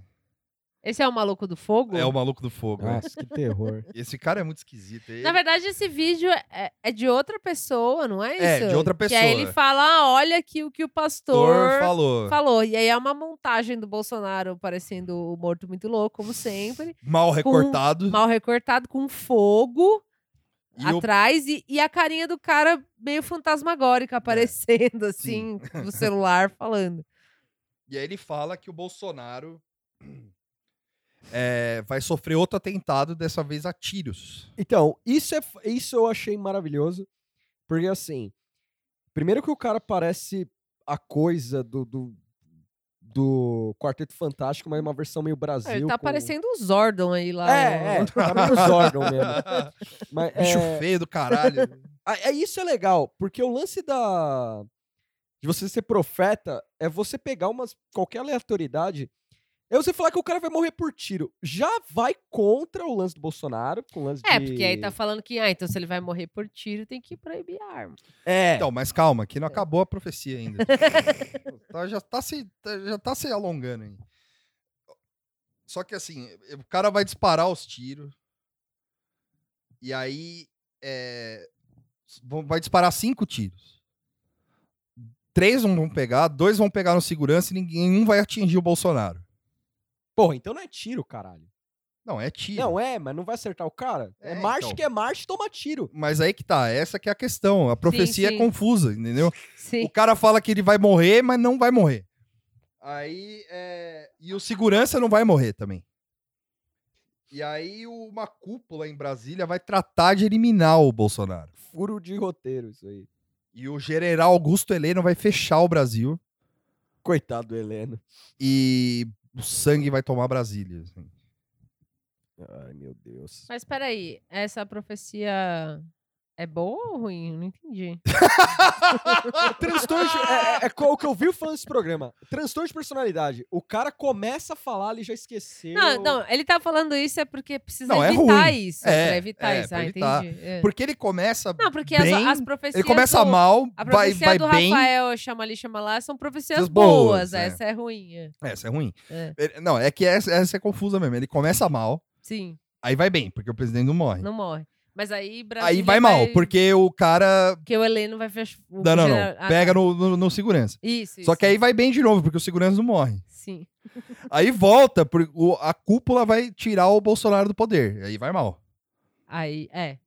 Esse é o maluco do fogo?
É o maluco do fogo. né?
Nossa, que terror.
Esse cara é muito esquisito. Ele-
Na verdade, esse vídeo é, é de outra pessoa, não é isso?
É, de outra
Que aí
pessoa.
ele fala, ah, olha aqui o que o
pastor
pastor
falou.
falou. E aí é uma montagem do Bolsonaro parecendo o morto muito louco, como sempre.
Mal recortado.
Mal recortado, com fogo
E o-
atrás. E, e a carinha do cara meio fantasmagórica aparecendo, assim, no celular, falando.
E aí ele fala que o Bolsonaro é, vai sofrer outro atentado, dessa vez a tiros.
Então, isso, é, f- isso eu achei maravilhoso. Porque, assim, primeiro que o cara parece a coisa do, do, do Quarteto Fantástico, mas uma versão meio Brasil.
Ah, ele tá
com-
parecendo o Zordon aí lá.
É, é,
no-
tá meio Zordon mesmo. Mas,
Bicho
é,
feio do caralho.
a- é, isso é legal, porque o lance da... De você ser profeta é você pegar umas, qualquer aleatoriedade é você falar que o cara vai morrer por tiro. Já vai contra o lance do Bolsonaro, com o lance
É,
de...
porque aí tá falando que, ah, então se ele vai morrer por tiro, tem que proibir a arma.
É.
Então, mas calma, que não acabou a profecia ainda. Tá- já, tá se, tá- já tá se alongando aí. Só que assim, o cara vai disparar os tiros. E aí. é, vão- vai disparar cinco tiros. Três não vão pegar, dois vão pegar no segurança e ninguém- nenhum vai atingir o Bolsonaro.
Porra, então não é tiro, caralho.
Não, é tiro.
Não é, mas não vai acertar o cara. É,
É,
marcha
então.
que é marcha, toma tiro.
Mas aí que tá, essa que é a questão. A profecia
sim.
é confusa, entendeu?
Sim.
O cara fala que ele vai morrer, mas não vai morrer. Aí é... E o segurança não vai morrer também. E aí uma cúpula em Brasília vai tratar de eliminar o Bolsonaro.
Furo de roteiro, isso aí.
E o general Augusto Heleno vai fechar o Brasil
Coitado do Heleno.
e o sangue vai tomar Brasília. assim.
Ai, meu Deus.
Mas peraí, essa profecia é boa ou ruim? Eu não entendi.
Transtorno de... é, é- é co- o que eu vi falando desse programa. Transtorno de personalidade. O cara começa a falar, ele já esqueceu.
Não, não, ele tá falando isso é porque precisa
Não, é
evitar
ruim.
isso.
É,
pra evitar
é,
isso.
pra
Ah,
evitar.
entendi. é.
Porque ele começa
Não, porque
bem...
as, as profecias.
Ele começa
do,
mal,
A
vai,
profecia
vai
do
bem.
Rafael, chama ali, chama lá, são profecias
As
boas.
boas, é.
Essa é ruim. é.
Essa é ruim.
É.
Ele- Não, é que essa, essa é confusa mesmo. Ele começa mal,
Sim,
aí vai bem, porque o presidente não morre.
não morre. Mas aí Brasília
aí vai mal, porque o cara.
Porque o Heleno vai fechar. o
Não, não,
general-
não.
Ah,
Pega
tá.
no, no, no segurança.
Isso,
Só
isso,
que aí
isso.
vai bem de novo, porque o segurança não morre.
Sim.
Aí volta, porque o- a cúpula vai tirar o Bolsonaro do poder. Aí vai mal.
Aí, é.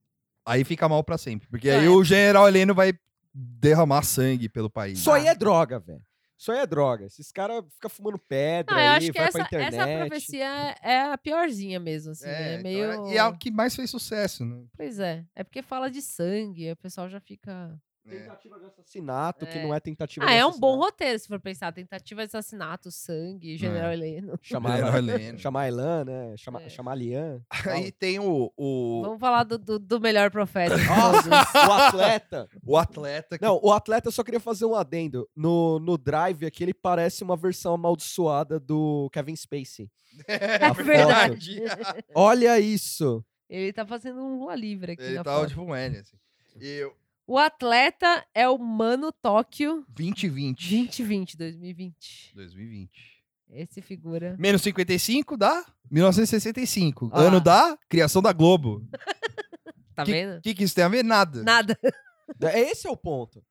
Aí fica mal pra sempre. Porque
Não,
aí
é.
o general Heleno vai derramar sangue pelo país. Ah,
Isso aí é droga, velho. Isso aí é droga. Esses caras ficam fumando pedra
Não, eu
aí,
acho que
vai
essa,
pra
essa
internet.
profecia é a piorzinha mesmo, assim.
É,
É,
então
meio.
é- E é o que mais fez sucesso, né?
Pois é. É porque fala de sangue, aí o pessoal já fica.
É.
Tentativa de assassinato, que
É.
não é tentativa
Ah,
de
é um bom
assassinato.
roteiro, se for pensar. Tentativa de assassinato,
É.
sangue, General Heleno.
Chamar,
Era
ela-
Helena.
chamar a Elan, né? Chamar,
É.
chamar a Lian.
Aí tem o, o,
Vamos falar do, do, do melhor profeta. de todos.
o atleta.
o atleta que
Não, o atleta eu só queria fazer um adendo. No, no drive aqui, ele parece uma versão amaldiçoada do Kevin Spacey.
é verdade.
Olha isso!
Ele tá fazendo um lua livre aqui
Ele
na
tava
foto.
tipo um L, assim. E eu-
O atleta é o Mano Tóquio
2020.
2020, 2020.
2020.
Esse figura.
Menos 55 dá 1965.
Ah.
Ano da criação da Globo.
Tá
O
vendo?
que, que isso tem a ver? Nada.
Nada.
É esse é o ponto.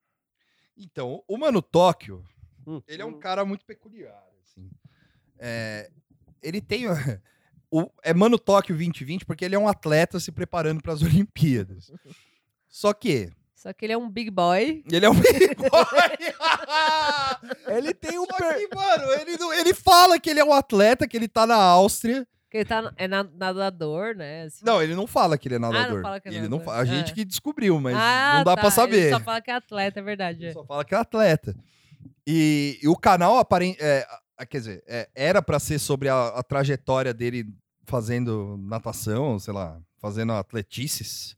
Então, o Mano Tóquio,
Hum.
ele é um cara muito peculiar, assim. É, ele tem... O, é Mano Tóquio 2020 porque ele é um atleta se preparando para as Olimpíadas. Só que
Só que ele é um big boy.
ele é um big boy.
Ele tem um
Só
per-
que, mano, ele, não- ele fala que ele é um atleta, que ele tá na Áustria.
Que ele tá, na- é na- nadador, né? assim.
Não, ele não fala que ele é
não
nadador.
fala que é
ele não
nadador.
fala. A gente
É.
que descobriu, mas
Ah,
não dá
tá.
pra saber.
Ele só fala que é atleta, é verdade.
Ele
é.
só fala que é atleta. E, e o canal aparente. É, ah, quer dizer, é, era pra ser sobre a, a trajetória dele fazendo natação, sei lá, fazendo atletices.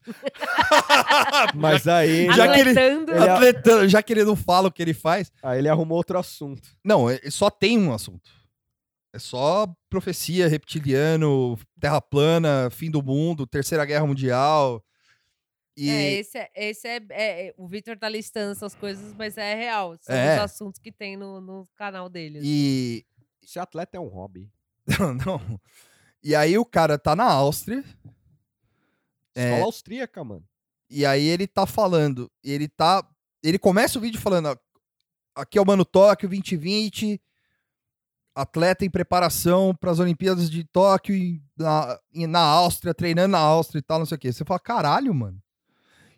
Ah, Mas aí,
Já que ele-
Atletando.
Ele é-
Atletando, já que ele não fala o que ele faz.
aí ele arrumou outro assunto.
Não, é- só tem um assunto. É só profecia, reptiliano, terra plana, fim do mundo, terceira guerra mundial. E
É, esse é, esse é, é- é- o Victor tá listando essas coisas, mas é real. São
É.
os assuntos que tem no, no canal dele. assim.
E.
Ser atleta é um hobby.
Não. E aí o cara tá na Áustria. É.
Escola austríaca, mano.
E aí ele tá falando. e Ele tá. Ele começa o vídeo falando: ó, aqui é o Mano Tóquio 2020. Atleta em preparação para as Olimpíadas de Tóquio e na, e na Áustria, treinando na Áustria e tal, não sei o quê. Você fala, caralho, mano.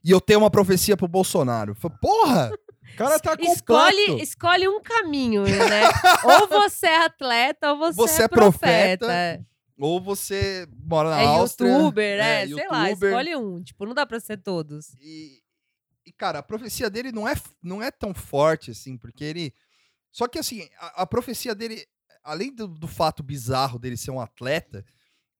E eu tenho uma profecia pro Bolsonaro. Eu falo, Porra!
O cara tá completo.
Escolhe, escolhe um caminho, né? ou você é atleta, ou você,
Você é
é profeta.
Ou você mora na
É
Áustria.
youtuber, é,
é
sei lá,
youtuber.
escolhe um. Tipo, não dá pra ser todos.
E, e, cara, a profecia dele não é, f- não é tão forte assim, porque ele. Só que, assim, a, a profecia dele, além do, do fato bizarro dele ser um atleta,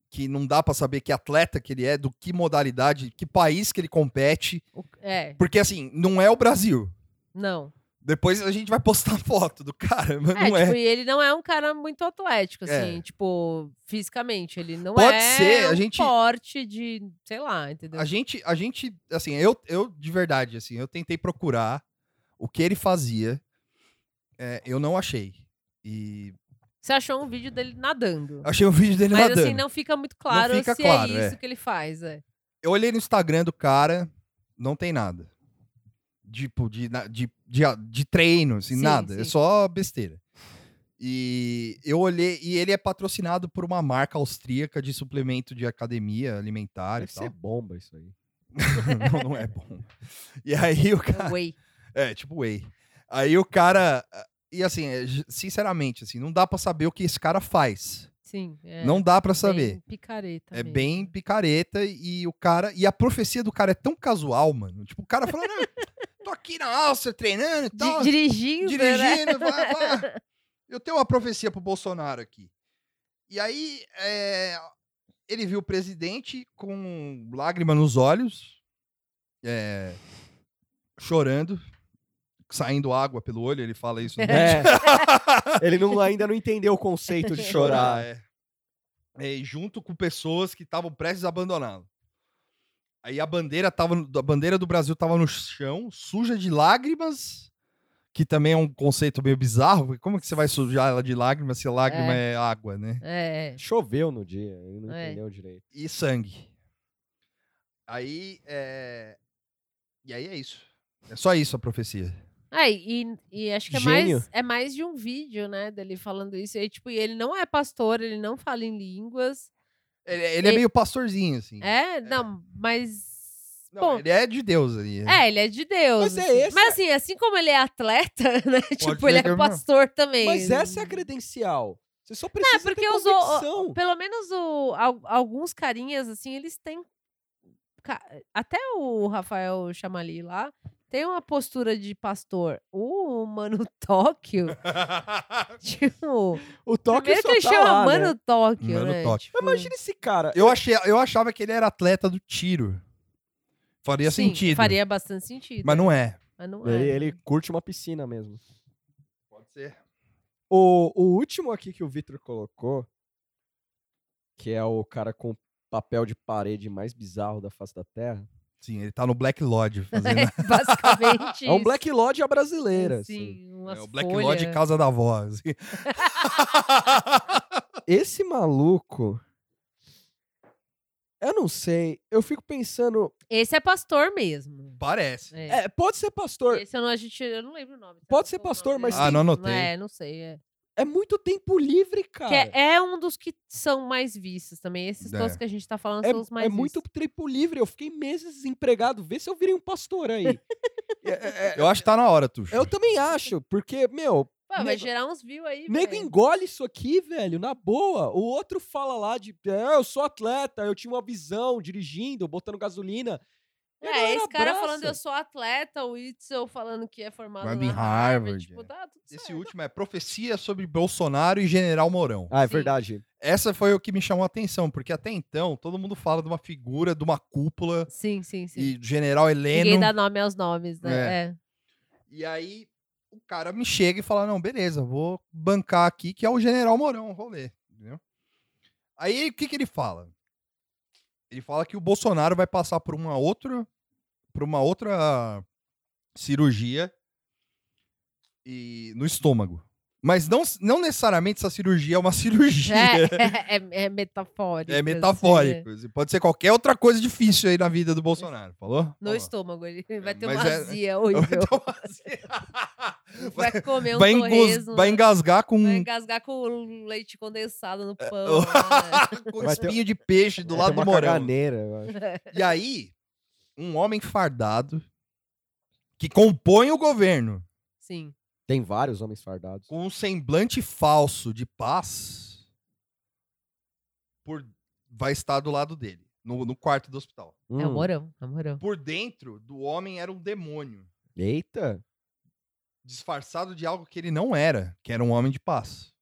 que não dá pra saber que atleta que ele é, do que modalidade, que país que ele compete,
O- É,
porque, assim, não é o Brasil.
não.
Depois a gente vai postar foto do cara, mas
É,
não
tipo,
é.
e ele não é um cara muito atlético,
É.
assim, tipo, fisicamente. Ele não
Pode
é
ser, a
um
gente-
porte de, sei lá, entendeu?
A gente, a gente, assim, eu, eu de verdade, assim, eu tentei procurar o que ele fazia, é, eu não achei. E
Você achou um vídeo dele nadando.
achei o vídeo dele
Mas
nadando.
assim, não fica muito claro
fica
se
claro,
é
é.
isso que ele faz. É.
Eu olhei no Instagram do cara, não tem nada. Tipo, de, na- de, de, a- de treino, assim,
Sim,
nada. É
sim.
só besteira. E eu olhei, e ele é patrocinado por uma marca austríaca de suplemento de academia alimentar e
Deve ser
tal.
bomba isso aí.
não, não é bom. E aí o cara.
É um Whey.
É, tipo whey. Aí o cara. E assim, é, j- sinceramente, assim, não dá pra saber o que esse cara faz.
Sim. é
não dá pra
bem
saber.
Picareta.
É
mesmo.
bem picareta e o cara. E a profecia do cara é tão casual, mano. Tipo, o cara fala, não, tô aqui na Áustria treinando e
Di-
tal.
dirigindo. Né?
dirigindo, vai, vai. Eu tenho uma profecia pro Bolsonaro aqui. E aí, é, ele viu o presidente com lágrima nos olhos, é, chorando, saindo água pelo olho, ele fala isso né? no
É. Ele não- ainda não entendeu o conceito de
Tá.
chorar.
é. É, e junto com pessoas que estavam prestes a abandoná-lo. Aí a bandeira tava, no- a bandeira do Brasil tava no chão, suja de lágrimas, que também é um conceito meio bizarro, porque como é que você vai sujar ela de lágrimas se a lágrima é, água, né?
É.
Choveu no dia, ele não
É.
entendeu direito.
E sangue. Aí é... E aí é isso. É só isso a profecia.
Ah, e, e acho que é
Gênio.
mais, é mais de um vídeo, né, dele falando isso. E, tipo, e ele não é pastor, ele não fala em línguas.
Ele, ele é
E-
meio pastorzinho, assim.
É, não, mas.
Não,
bom,
ele é de Deus ali.
é, ele é de Deus.
Mas é
assim.
esse-
Mas, assim, assim como ele é atleta, né? tipo, ele
ser que
é
eu-
pastor também. né?
Mas essa é a
acredita.
credencial. Você só precisa
É, porque
ter
os o- o-
convicção.
pelo menos o, al- alguns carinhas, assim, eles têm. ca- Até o Rafael Chamali lá, tem uma postura de pastor. O Mano Tóquio, tipo...
O Tóquio
primeiro
só
que ele
tá
chama
lá,
Mano
né?
Tóquio,
Mano
né?
Tóquio.
Tipo,
Imagina esse cara.
Eu, achei, eu achava que ele era atleta do tiro. Faria
sim,
sentido.
Faria bastante sentido. né?
Mas não é.
Mas não
Ele,
é.
ele curte uma piscina mesmo.
Pode ser.
O, o último aqui que o Victor colocou, que é o cara com o papel de parede mais bizarro da face da Terra,
Sim, ele tá no Black Lodge fazendo.
É basicamente
é um
isso. né?
Black Lodge à brasileira. assim.
Sim, umas
É o Black
folhas.
Lodge Casa da Voz.
Esse maluco. Eu não sei. Eu fico pensando.
Esse é pastor mesmo.
Parece.
É.
é, pode ser pastor.
Esse eu não, a gente, eu não lembro o nome. tá?
Pode ser
Qual o
pastor,
nome
mas
dele?
Ah, não anotei.
É, não sei. É.
É muito tempo livre,
Que
cara.
é, é um dos que são mais vistos também. Esses
É.
todos que a gente tá falando
É,
são os mais
é muito
vistos.
tempo livre. Eu fiquei meses desempregado. Vê se eu virei um pastor aí. É, é, é,
Eu acho que tá na hora, Tuxo.
eu também acho, porque, meu,
Pô, vai
Nego-
gerar uns views aí.
Nego
velho.
engole isso aqui, velho, na boa. O outro fala lá de, é, eu sou atleta, eu tinha uma visão dirigindo, botando gasolina. E a
É,
galera
esse cara
abraça.
falando eu sou atleta, o Itzel falando que é formado
Formado
na
em Harvard,
Tipo,
é.
tá tudo
Esse
certo.
último é Profecia sobre Bolsonaro e General Mourão.
Ah, é
Sim.
verdade.
Essa foi o que me chamou a atenção, porque até então todo mundo fala de uma figura, de uma cúpula
Sim, sim, sim.
e do General Heleno.
Ninguém dá nome aos nomes, né? É.
E aí o cara me chega e fala: não, beleza, vou bancar aqui, que é o General Mourão, vou ler. Entendeu? Aí o que, que ele fala? Ele fala que o Bolsonaro vai passar por uma outra, por uma outra cirurgia e no estômago. Mas não, não necessariamente essa cirurgia é uma cirurgia.
É, é, é metafórico.
É
assim,
metafórico. Pode ser qualquer outra coisa difícil aí na vida do Bolsonaro, falou? Então,
No
Falou.
estômago, ele vai ter
mas
uma
é-
azia horrível.
assim,
Vai comer um
Vai, engos-
torresmo,
vai hum. engasgar com,
vai engasgar com um leite condensado no
É.
pão. né?
com
Vai ter-
espinho de peixe do
É,
lado
tem
do
uma
morão.
caganeira, eu acho.
E aí, um homem fardado que compõe o governo
Sim.
Tem vários homens fardados.
com um semblante falso de paz por... vai estar do lado dele, no, no quarto do hospital.
É o
Hum,
Morão, é o Morão.
Por dentro do homem era um demônio.
Eita.
disfarçado de algo que ele não era, que era um homem de paz.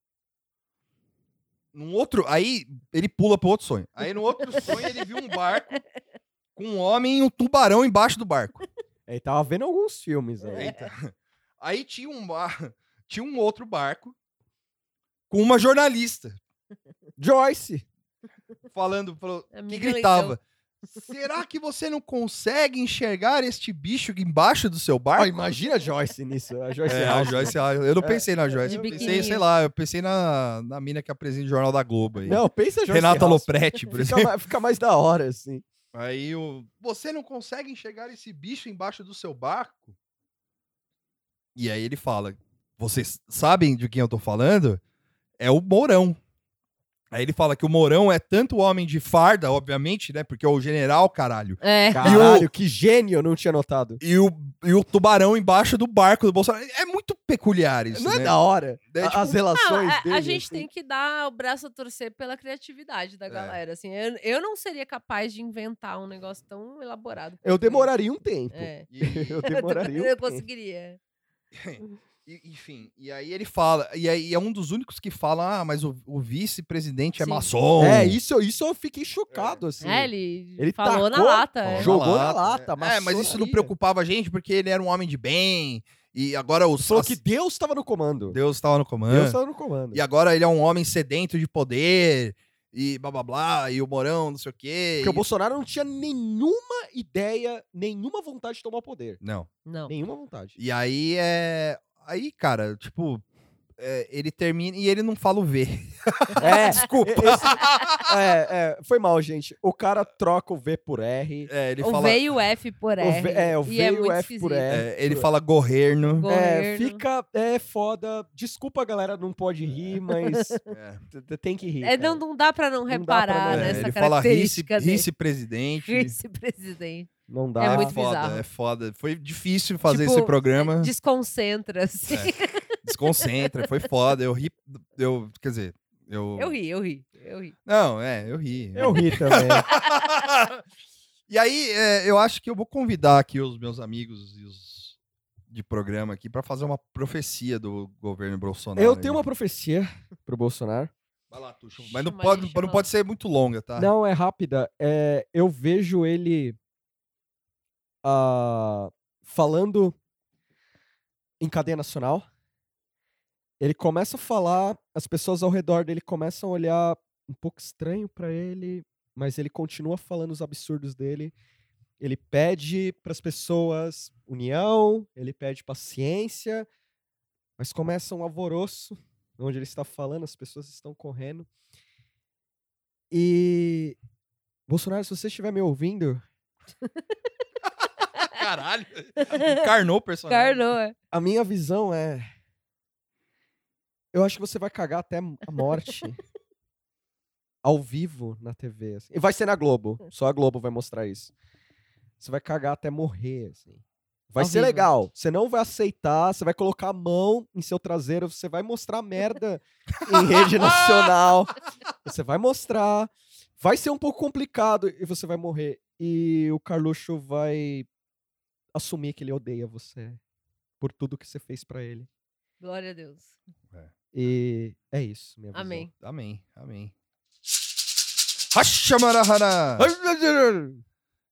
Num outro, aí ele pula pro outro sonho. Aí no outro sonho ele viu um barco com um homem e um tubarão embaixo do barco.
Ele tava vendo alguns filmes aí.
Eita. Aí tinha um bar, tinha um outro barco com uma jornalista
Joyce.
falando falou- que
Amigo
gritava: "Será que você não consegue enxergar este bicho embaixo do seu barco?"
Ó, Ah, imagina a Joyce nisso. A Joyce
É, a
Alves.
Joyce, ah, eu não
É.
pensei na Joyce.
De
Eu pensei,
biquininho.
sei lá, eu pensei na, na mina que apresenta o Jornal da Globo aí.
Não, pensa a Joyce
Renata
Alves.
Lopretti, por
Fica
exemplo.
mais, fica mais da hora, assim.
Então, Aí o. Você não consegue enxergar esse bicho embaixo do seu barco? E aí ele fala: Vocês sabem de quem eu tô falando? É o Mourão. Aí ele fala que o Mourão é tanto homem de farda, obviamente, né? Porque é o general, caralho.
É.
Caralho, que gênio, eu não tinha notado.
E o, e o tubarão embaixo do barco do Bolsonaro. É muito peculiar isso.
não é
né?
da hora?
É,
A-
tipo,
As relações
Não, ah, a,
dele.
a gente
assim. É.
tem que dar o braço a torcer pela criatividade da galera. Assim, eu, eu não seria capaz de inventar um negócio tão elaborado.
Eu
quanto esse.
demoraria um tempo.
É.
E-
Eu demoraria um
eu
tempo.
conseguiria.
E- enfim, e aí ele fala, e aí é um dos únicos que fala, ah, mas o, o vice-presidente é
Sim.
maçom.
É, isso, isso eu fiquei chocado, assim.
É, ele,
Ele
falou
tacou-
na lata.
Falou
é.
na
Jogou na lata,
É, mas isso não
maçonaria.
preocupava a gente, porque ele era um homem de bem, e agora o
Falou que Deus estava no comando.
Deus estava no
Deus
comando,
estava no comando.
É. e agora ele é um homem sedento de poder, e blá blá blá, e o Morão, não sei o quê.
Porque o
e-
Bolsonaro não tinha nenhuma ideia, nenhuma vontade de tomar o poder.
Não.
Não.
Nenhuma vontade.
E aí é. Aí, cara, tipo, é, ele termina e ele não fala o V.
É,
Desculpa.
esse- é, é, foi mal, gente. O cara troca o V por R.
É, ele
o
fala.
veio F por
O
R.
V- é, o
e é
veio
muito
F
esquisito.
por R.
é, ele fala governo.
É,
Governo.
fica. É foda. Desculpa, galera, não pode rir, mas t- t- tem que rir.
É,
cara.
não, não dá pra não
dá pra
reparar
não- É,
nessa
ele fala vice-
característica dele.
vice-presidente.
Vice-presidente.
Não dá.
É muito
foda,
bizarro.
é foda. Foi difícil fazer
Tipo,
esse
Ah.
programa.
Desconcentra, assim.
É,
Desconcentra, foi foda. Eu ri. Eu, quer dizer, eu.
Eu ri, eu ri, eu ri.
Não, é, eu ri.
Eu ri também.
e aí, é, eu acho que eu vou convidar aqui os meus amigos e os de programa aqui pra fazer uma profecia do governo Bolsonaro.
Eu tenho
aí.
uma profecia pro Bolsonaro.
Vai lá, Tuxo. Mas não
Chama
pode,
ele, chama
não pode ser muito longa, tá?
Não, é rápida. É, eu vejo ele ah, falando em cadeia nacional. Ele começa a falar, as pessoas ao redor dele começam a olhar um pouco estranho pra ele, mas ele continua falando os absurdos dele. Ele pede para as pessoas união, ele pede paciência, mas começa um alvoroço onde ele está falando, as pessoas estão correndo. E. Bolsonaro, se você estiver me ouvindo,
Caralho. Encarnou o personagem.
Carnou, é.
a minha visão é. Eu acho que você vai cagar até a morte. ao vivo na TV. assim. E vai ser na Globo.
Hum.
Só a Globo vai mostrar isso. Você vai cagar até morrer, assim. Vai
Ao
ser
vivo.
legal. Você não vai aceitar, você vai colocar a mão em seu traseiro, você vai mostrar merda em rede nacional. Você vai mostrar. Vai ser um pouco complicado e você vai morrer. E o Carluxo vai assumir que ele odeia você por tudo que você fez pra ele.
Glória a Deus.
E é isso, minha visão.
Amém.
Amém, amém. Hashamarahana!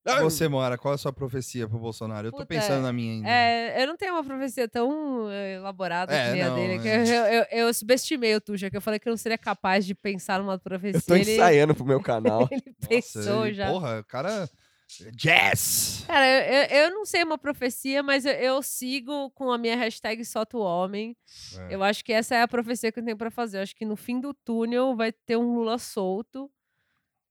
E Você, Moara, qual é a sua profecia pro Bolsonaro? Eu tô
Puta,
pensando na minha ainda.
É, eu não tenho uma profecia tão eh, elaborada
Uhum. É,
que nem a
não,
dele. que
é.
eu, eu- eu subestimei o Tuxa, que eu falei que eu não seria capaz de pensar numa profecia.
Eu tô
ele
ensaiando pro meu canal.
ele
Nossa,
pensou
e,
já.
Porra, o cara. Jazz!
Cara, eu, eu- eu não sei uma profecia, mas eu, eu sigo com a minha hashtag solta o homem.
É.
Eu acho que essa é a profecia que eu tenho pra fazer. Eu acho que no fim do túnel vai ter um Lula solto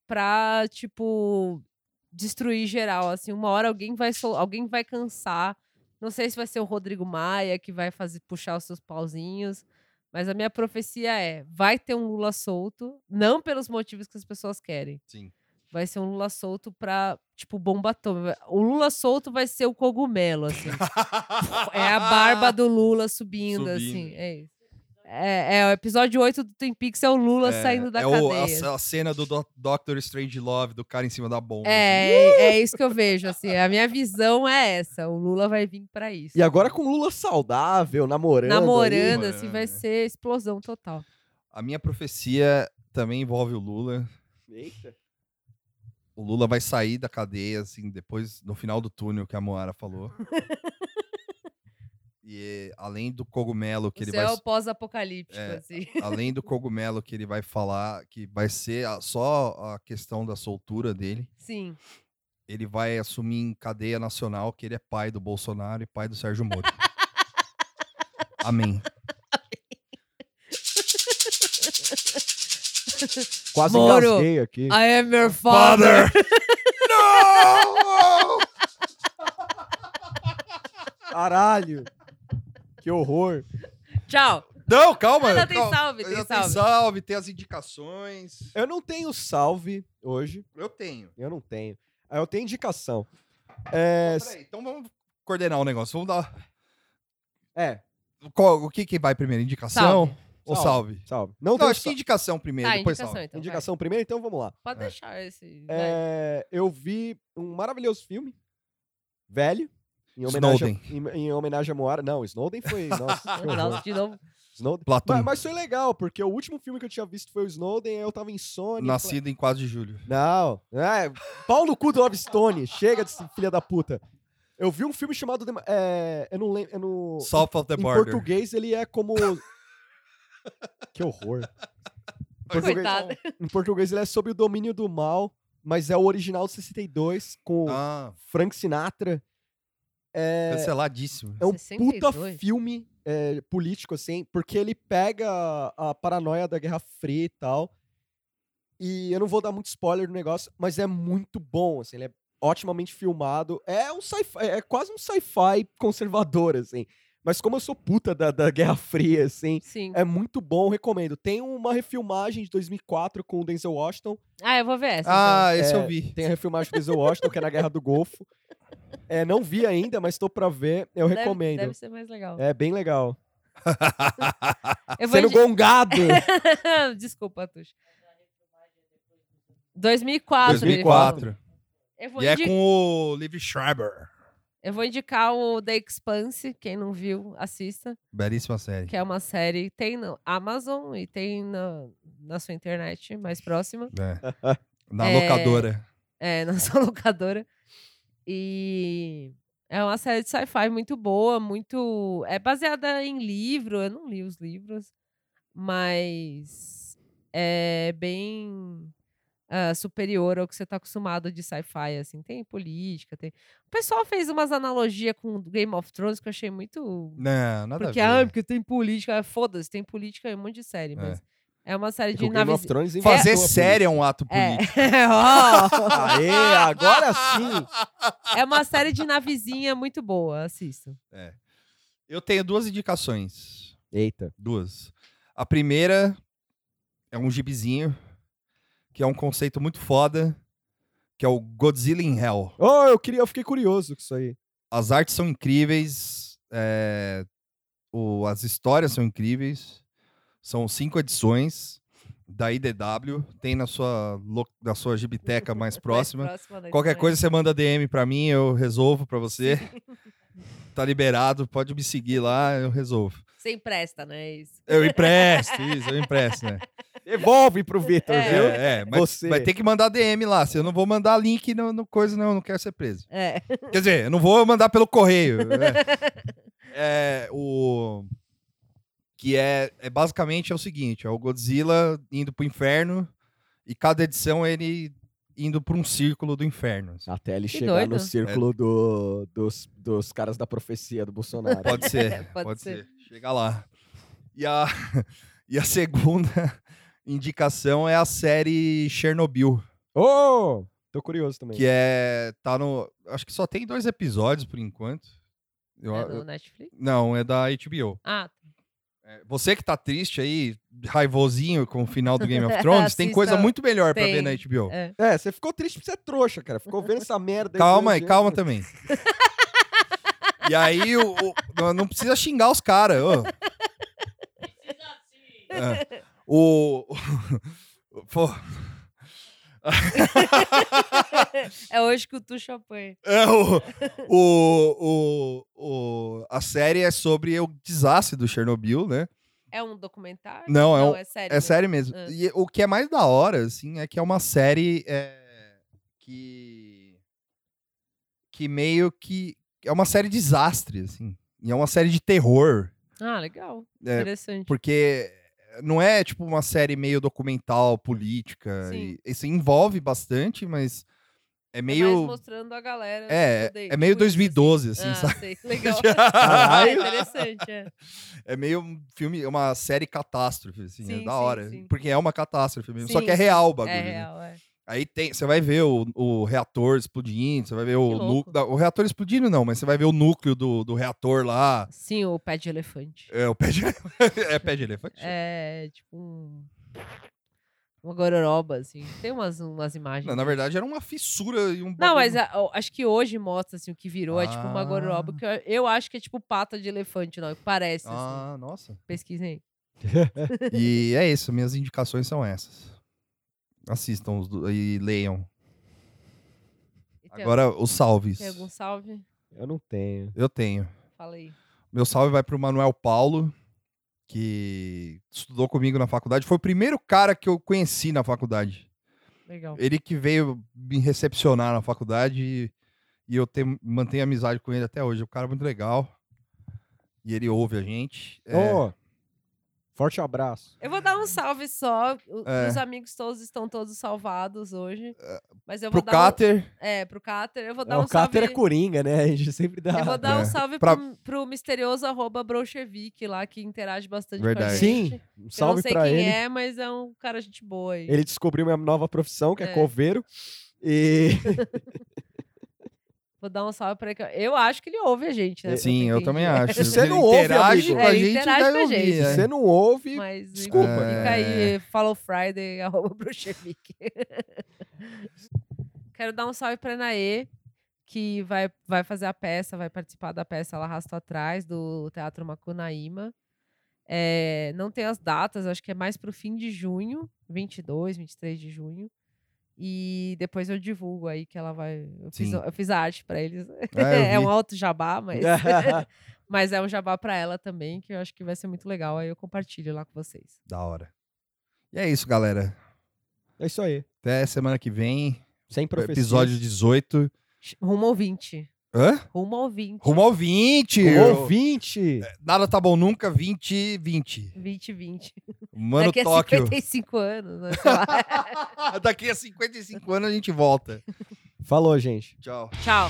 pra, tipo, destruir geral. Assim, uma hora alguém vai, sol- alguém vai cansar. Não sei se vai ser o Rodrigo Maia que vai fazer puxar os seus pauzinhos. Mas a minha profecia é: vai ter um Lula solto, não pelos motivos que as pessoas querem
Sim.
vai ser um Lula solto pra, tipo, bomba atômica. O Lula solto vai ser o cogumelo, assim. é a barba do Lula subindo, assim.
Subindo.
É isso. É, é, o episódio 8 do Twin Peaks é o Lula saindo da
é
cadeia.
o- a c- a, cena do Do- Dr. Strange Love, do cara em cima da bomba. assim.
É, é isso que eu vejo, assim. A minha visão é essa. O Lula vai vir pra isso.
e agora com Lula saudável, namorando. aí.
Namorando, assim, vai
Namorando, é.
ser explosão total.
A minha profecia também envolve o Lula.
Eita.
O Lula vai sair da cadeia, assim, depois, no final do túnel que a Moara falou. e eh, além do cogumelo que
é o
ele
céu
vai.
pós-apocalíptico,
É.
assim.
além do cogumelo que ele vai falar, que vai ser a- só a questão da soltura dele,
Sim.
ele vai assumir em cadeia nacional que ele é pai do Bolsonaro e pai do Sérgio Moro. Amém.
Quase
Moro.
engasguei aqui.
I am your father. Ah.
Caralho. Que horror.
Tchau.
Não, calma.
Ah, não, tem
calma.
salve, tem
Já
salve.
tem as indicações.
Eu não tenho salve hoje.
Eu tenho.
Eu não tenho. Ah, Eu tenho indicação. É,
Peraí, então vamos coordenar o negócio. Vamos dar.
é
Qual- o que, que vai primeiro? Indicação ou
Salve.
salve?
salve. Não,
Não,
tenho
acho que
sa-
indicação primeiro,
Tá,
depois
indicação
salve.
então. vai.
indicação primeiro, então vamos lá.
Pode
É.
deixar esse. né? vai.
É, eu vi um maravilhoso filme, velho, em homenagem, a, em, em homenagem a Moara. Não, Snowden foi. Nossa, que horror.
Nossa, de novo.
Snowden.
Platão.
Mas, mas foi legal, porque o último filme que eu tinha visto foi o Snowden, aí eu tava insônia. falei,
Nascido em 4 de julho.
Não, é, pau no cu do Rob Stone, chega desse filha da puta. Eu vi um filme chamado. Dema- É, eu não lembro. é no-
South of the
em
Border.
português ele é como. que horror. Em português-
Coitado.
Em português ele é sobre o domínio do mal, mas é o original de 62 com
Ah,
Frank Sinatra. É,
canceladíssimo.
é um
62?
puta filme é, político, assim, porque ele pega a, a paranoia da Guerra Fria e tal. E eu não vou dar muito spoiler do negócio, mas é muito bom, assim, ele é otimamente filmado. É um sci-fi, é quase um sci-fi conservador, assim. Mas como eu sou puta da, da Guerra Fria, assim,
Sim.
é muito bom, recomendo. Tem uma refilmagem de 2004 com o Denzel Washington.
Ah, eu vou ver essa.
Ah, esse
é,
eu vi.
Tem a refilmagem do Denzel Washington, que é na Guerra do Golfo. É, não vi ainda, mas tô pra ver. Eu
então. Deve-
recomendo.
Deve ser mais legal.
É bem legal.
Eu vou
Sendo
indi-
gongado.
Desculpa, Tuxa. 2004. ele falou.
2004.
Eu vou,
E é
indi-
com o Liv Schreiber.
Eu vou indicar o The Expanse, quem não viu, assista,
Belíssima série.
que é uma série, tem na Amazon e tem na, na sua internet mais próxima,
É. Na
É.
locadora.
é, na sua locadora. E é uma série de sci-fi muito boa, muito... É baseada em livro, eu não li os livros, mas é bem ah, superior ao que você tá acostumado de sci-fi, assim. Tem política, tem... O pessoal fez umas analogias com Game of Thrones que eu achei muito...
Não, nada
Porque,
a ver.
ah, porque tem política. Foda-se, tem política em um monte de série, mas é uma série de
O Game of
naves.
Thrones inventou
Fazer
a
série é um ato
É.
político.
Ó,
Aê, agora sim!
é uma série de navezinha muito boa, assisto.
Eu tenho duas indicações.
Eita.
Duas. A primeira é um gibizinho, que é um conceito muito foda, que é o Godzilla in Hell.
Oh, eu, queria, eu fiquei curioso com isso aí.
As artes são incríveis, é, o, as histórias são incríveis. São cinco edições da IDW. Tem na sua, lo- na sua gibiteca mais próxima.
Mais próxima da
Qualquer
internet.
coisa você manda DM pra mim, eu resolvo pra você. tá liberado, pode me seguir lá, eu resolvo.
Você empresta, não é isso?
Eu empresto, isso, eu empresto, né?
Devolve pro Vitor,
É.
viu?
É, é, mas,
Você.
vai ter que mandar DM lá. Se eu não vou mandar link no, no coisa, não, eu não quero ser preso.
É.
Quer dizer, eu não vou mandar pelo correio. né? É, É, o que é, é basicamente é o seguinte: é o Godzilla indo pro inferno e cada edição ele indo pra um círculo do inferno. assim.
Até ele
Que
chegar
doido.
no círculo
É.
do- dos, dos caras da profecia do Bolsonaro.
Pode ser,
Pode
pode, ser. Chega lá. E a, e a segunda indicação é a série Chernobyl.
Oh! Tô curioso também.
Que é. Tá no. Acho que só tem dois episódios por enquanto. Eu-
É
eu-
do Netflix?
não, é da HBO.
Ah,
É, Você que tá triste aí, raivosinho com o final do Game of Thrones, tem coisa
Assista-
muito melhor pra ver
tem,
na HBO.
é.
É, você ficou triste porque você é trouxa, cara. Ficou vendo essa merda.
Calma aí,
aí,
calma também. e aí, o, o- não- não precisa xingar os caras. ô. É, o. o- Pô,
é hoje que o Tuxo apanha.
É, o, o, o, o- a série é sobre o desastre do Chernobyl, né?
É um documentário?
Não, é um-
é sério.
É sério mesmo.
Ah.
E o que é mais da hora, assim, é que é uma série é, que. que meio que. é uma série desastre, assim. E é uma série de terror.
Ah, legal.
É,
Interessante.
Porque não é, tipo, uma série meio documental, política.
Sim.
E, isso envolve bastante, mas é
É mais
meio.
mostrando a galera.
É,
tipo, de-
é meio
tipo isso, assim.
2012, assim,
ah,
sabe?
sei. Legal.
Caralho.
É interessante, é.
É meio um filme, uma série catástrofe, assim, é
Sim,
da
sim,
hora.
sim.
Porque é uma catástrofe mesmo. Só
Sim,
que é real o bagulho,
É
né?
real, é.
Aí tem, você vai ver o, o reator explodindo, você vai ver o
louco.
núcleo. O reator explodindo, não, mas você vai ver o núcleo do, do reator lá.
Sim, o pé de elefante.
É, o pé de, é pé de elefante?
É tipo um. Uma gororoba, assim. Tem umas, umas imagens.
Não, na verdade, era uma fissura e um
Não,
bagulho-
mas é a- o- acho que hoje mostra assim, o que virou. É tipo uma
Ah.
gororoba que eu, eu acho que é tipo pata de elefante, não. Parece. Assim.
Ah, nossa.
Pesquisem.
E é isso, minhas indicações são essas. Assistam os do- e leiam.
E Tem,
Agora, os salves.
tem algum salve?
Eu não tenho.
Eu tenho.
Fala aí.
Meu salve vai pro Manuel Paulo, que estudou comigo na faculdade. Foi o primeiro cara que eu conheci na faculdade.
Legal.
Ele que veio me recepcionar na faculdade e, e eu tenho, mantenho amizade com ele até hoje. O cara é muito legal. E ele ouve a gente. É,
Ô, forte abraço.
Eu vou dar um salve só. O-
É.
Os amigos todos estão todos salvados hoje. Mas eu vou
pro
dar
Cáter,
Um, é, pro Cáter. Eu vou dar
Não,
um
o Cáter
salve.
é coringa, né? A gente sempre dá.
Eu vou dar um
É.
salve
Pra-
pro, pro misterioso arroba Bolchevique lá, que interage bastante
Verdade.
com a gente.
Sim, um
Eu não
salve
sei
pra
quem
ele.
é, mas é um cara gente boa aí.
Ele descobriu minha nova profissão, que é,
É.
coveiro. E
Vou dar um salve pra ele. que eu- Eu acho que ele ouve a gente, né?
Sim, eu também acho.
Se você
Ele
não ouve,
interage
amigo.
com a
É, ele
gente,
interage
vai
com a
ouvir,
gente.
é.
se você não ouve,
Mas
Desculpa.
Fica aí, follow Friday, arroba Bruxevique. Quero dar um salve pra Naê, que vai, vai fazer a peça, vai participar da peça Ela Arrasta Atrás, do Teatro Macunaíma. É, não tem as datas, acho que é mais pro fim de junho, 22, 23 de junho. E depois eu divulgo aí que ela vai. Eu, fiz,
Sim.
eu fiz a arte pra eles.
Ah, eu
é um
vi.
alto jabá, mas.
É.
mas é um jabá pra ela também, que eu acho que vai ser muito legal. Aí eu compartilho lá com vocês.
Da hora. E é isso, galera.
É isso aí.
Até semana que vem.
Sem profecias.
Episódio 18.
Ch- Rumo ao 20.
Hã?
Rumo ao 20.
Rumo ao 20.
Ouvinte!
Nada tá bom nunca, 20 20.
2020.
Mano,
Daqui a
Tóquio.
55 anos, né? sei lá.
Daqui a 55 anos a gente volta.
Falou, gente.
Tchau.
Tchau.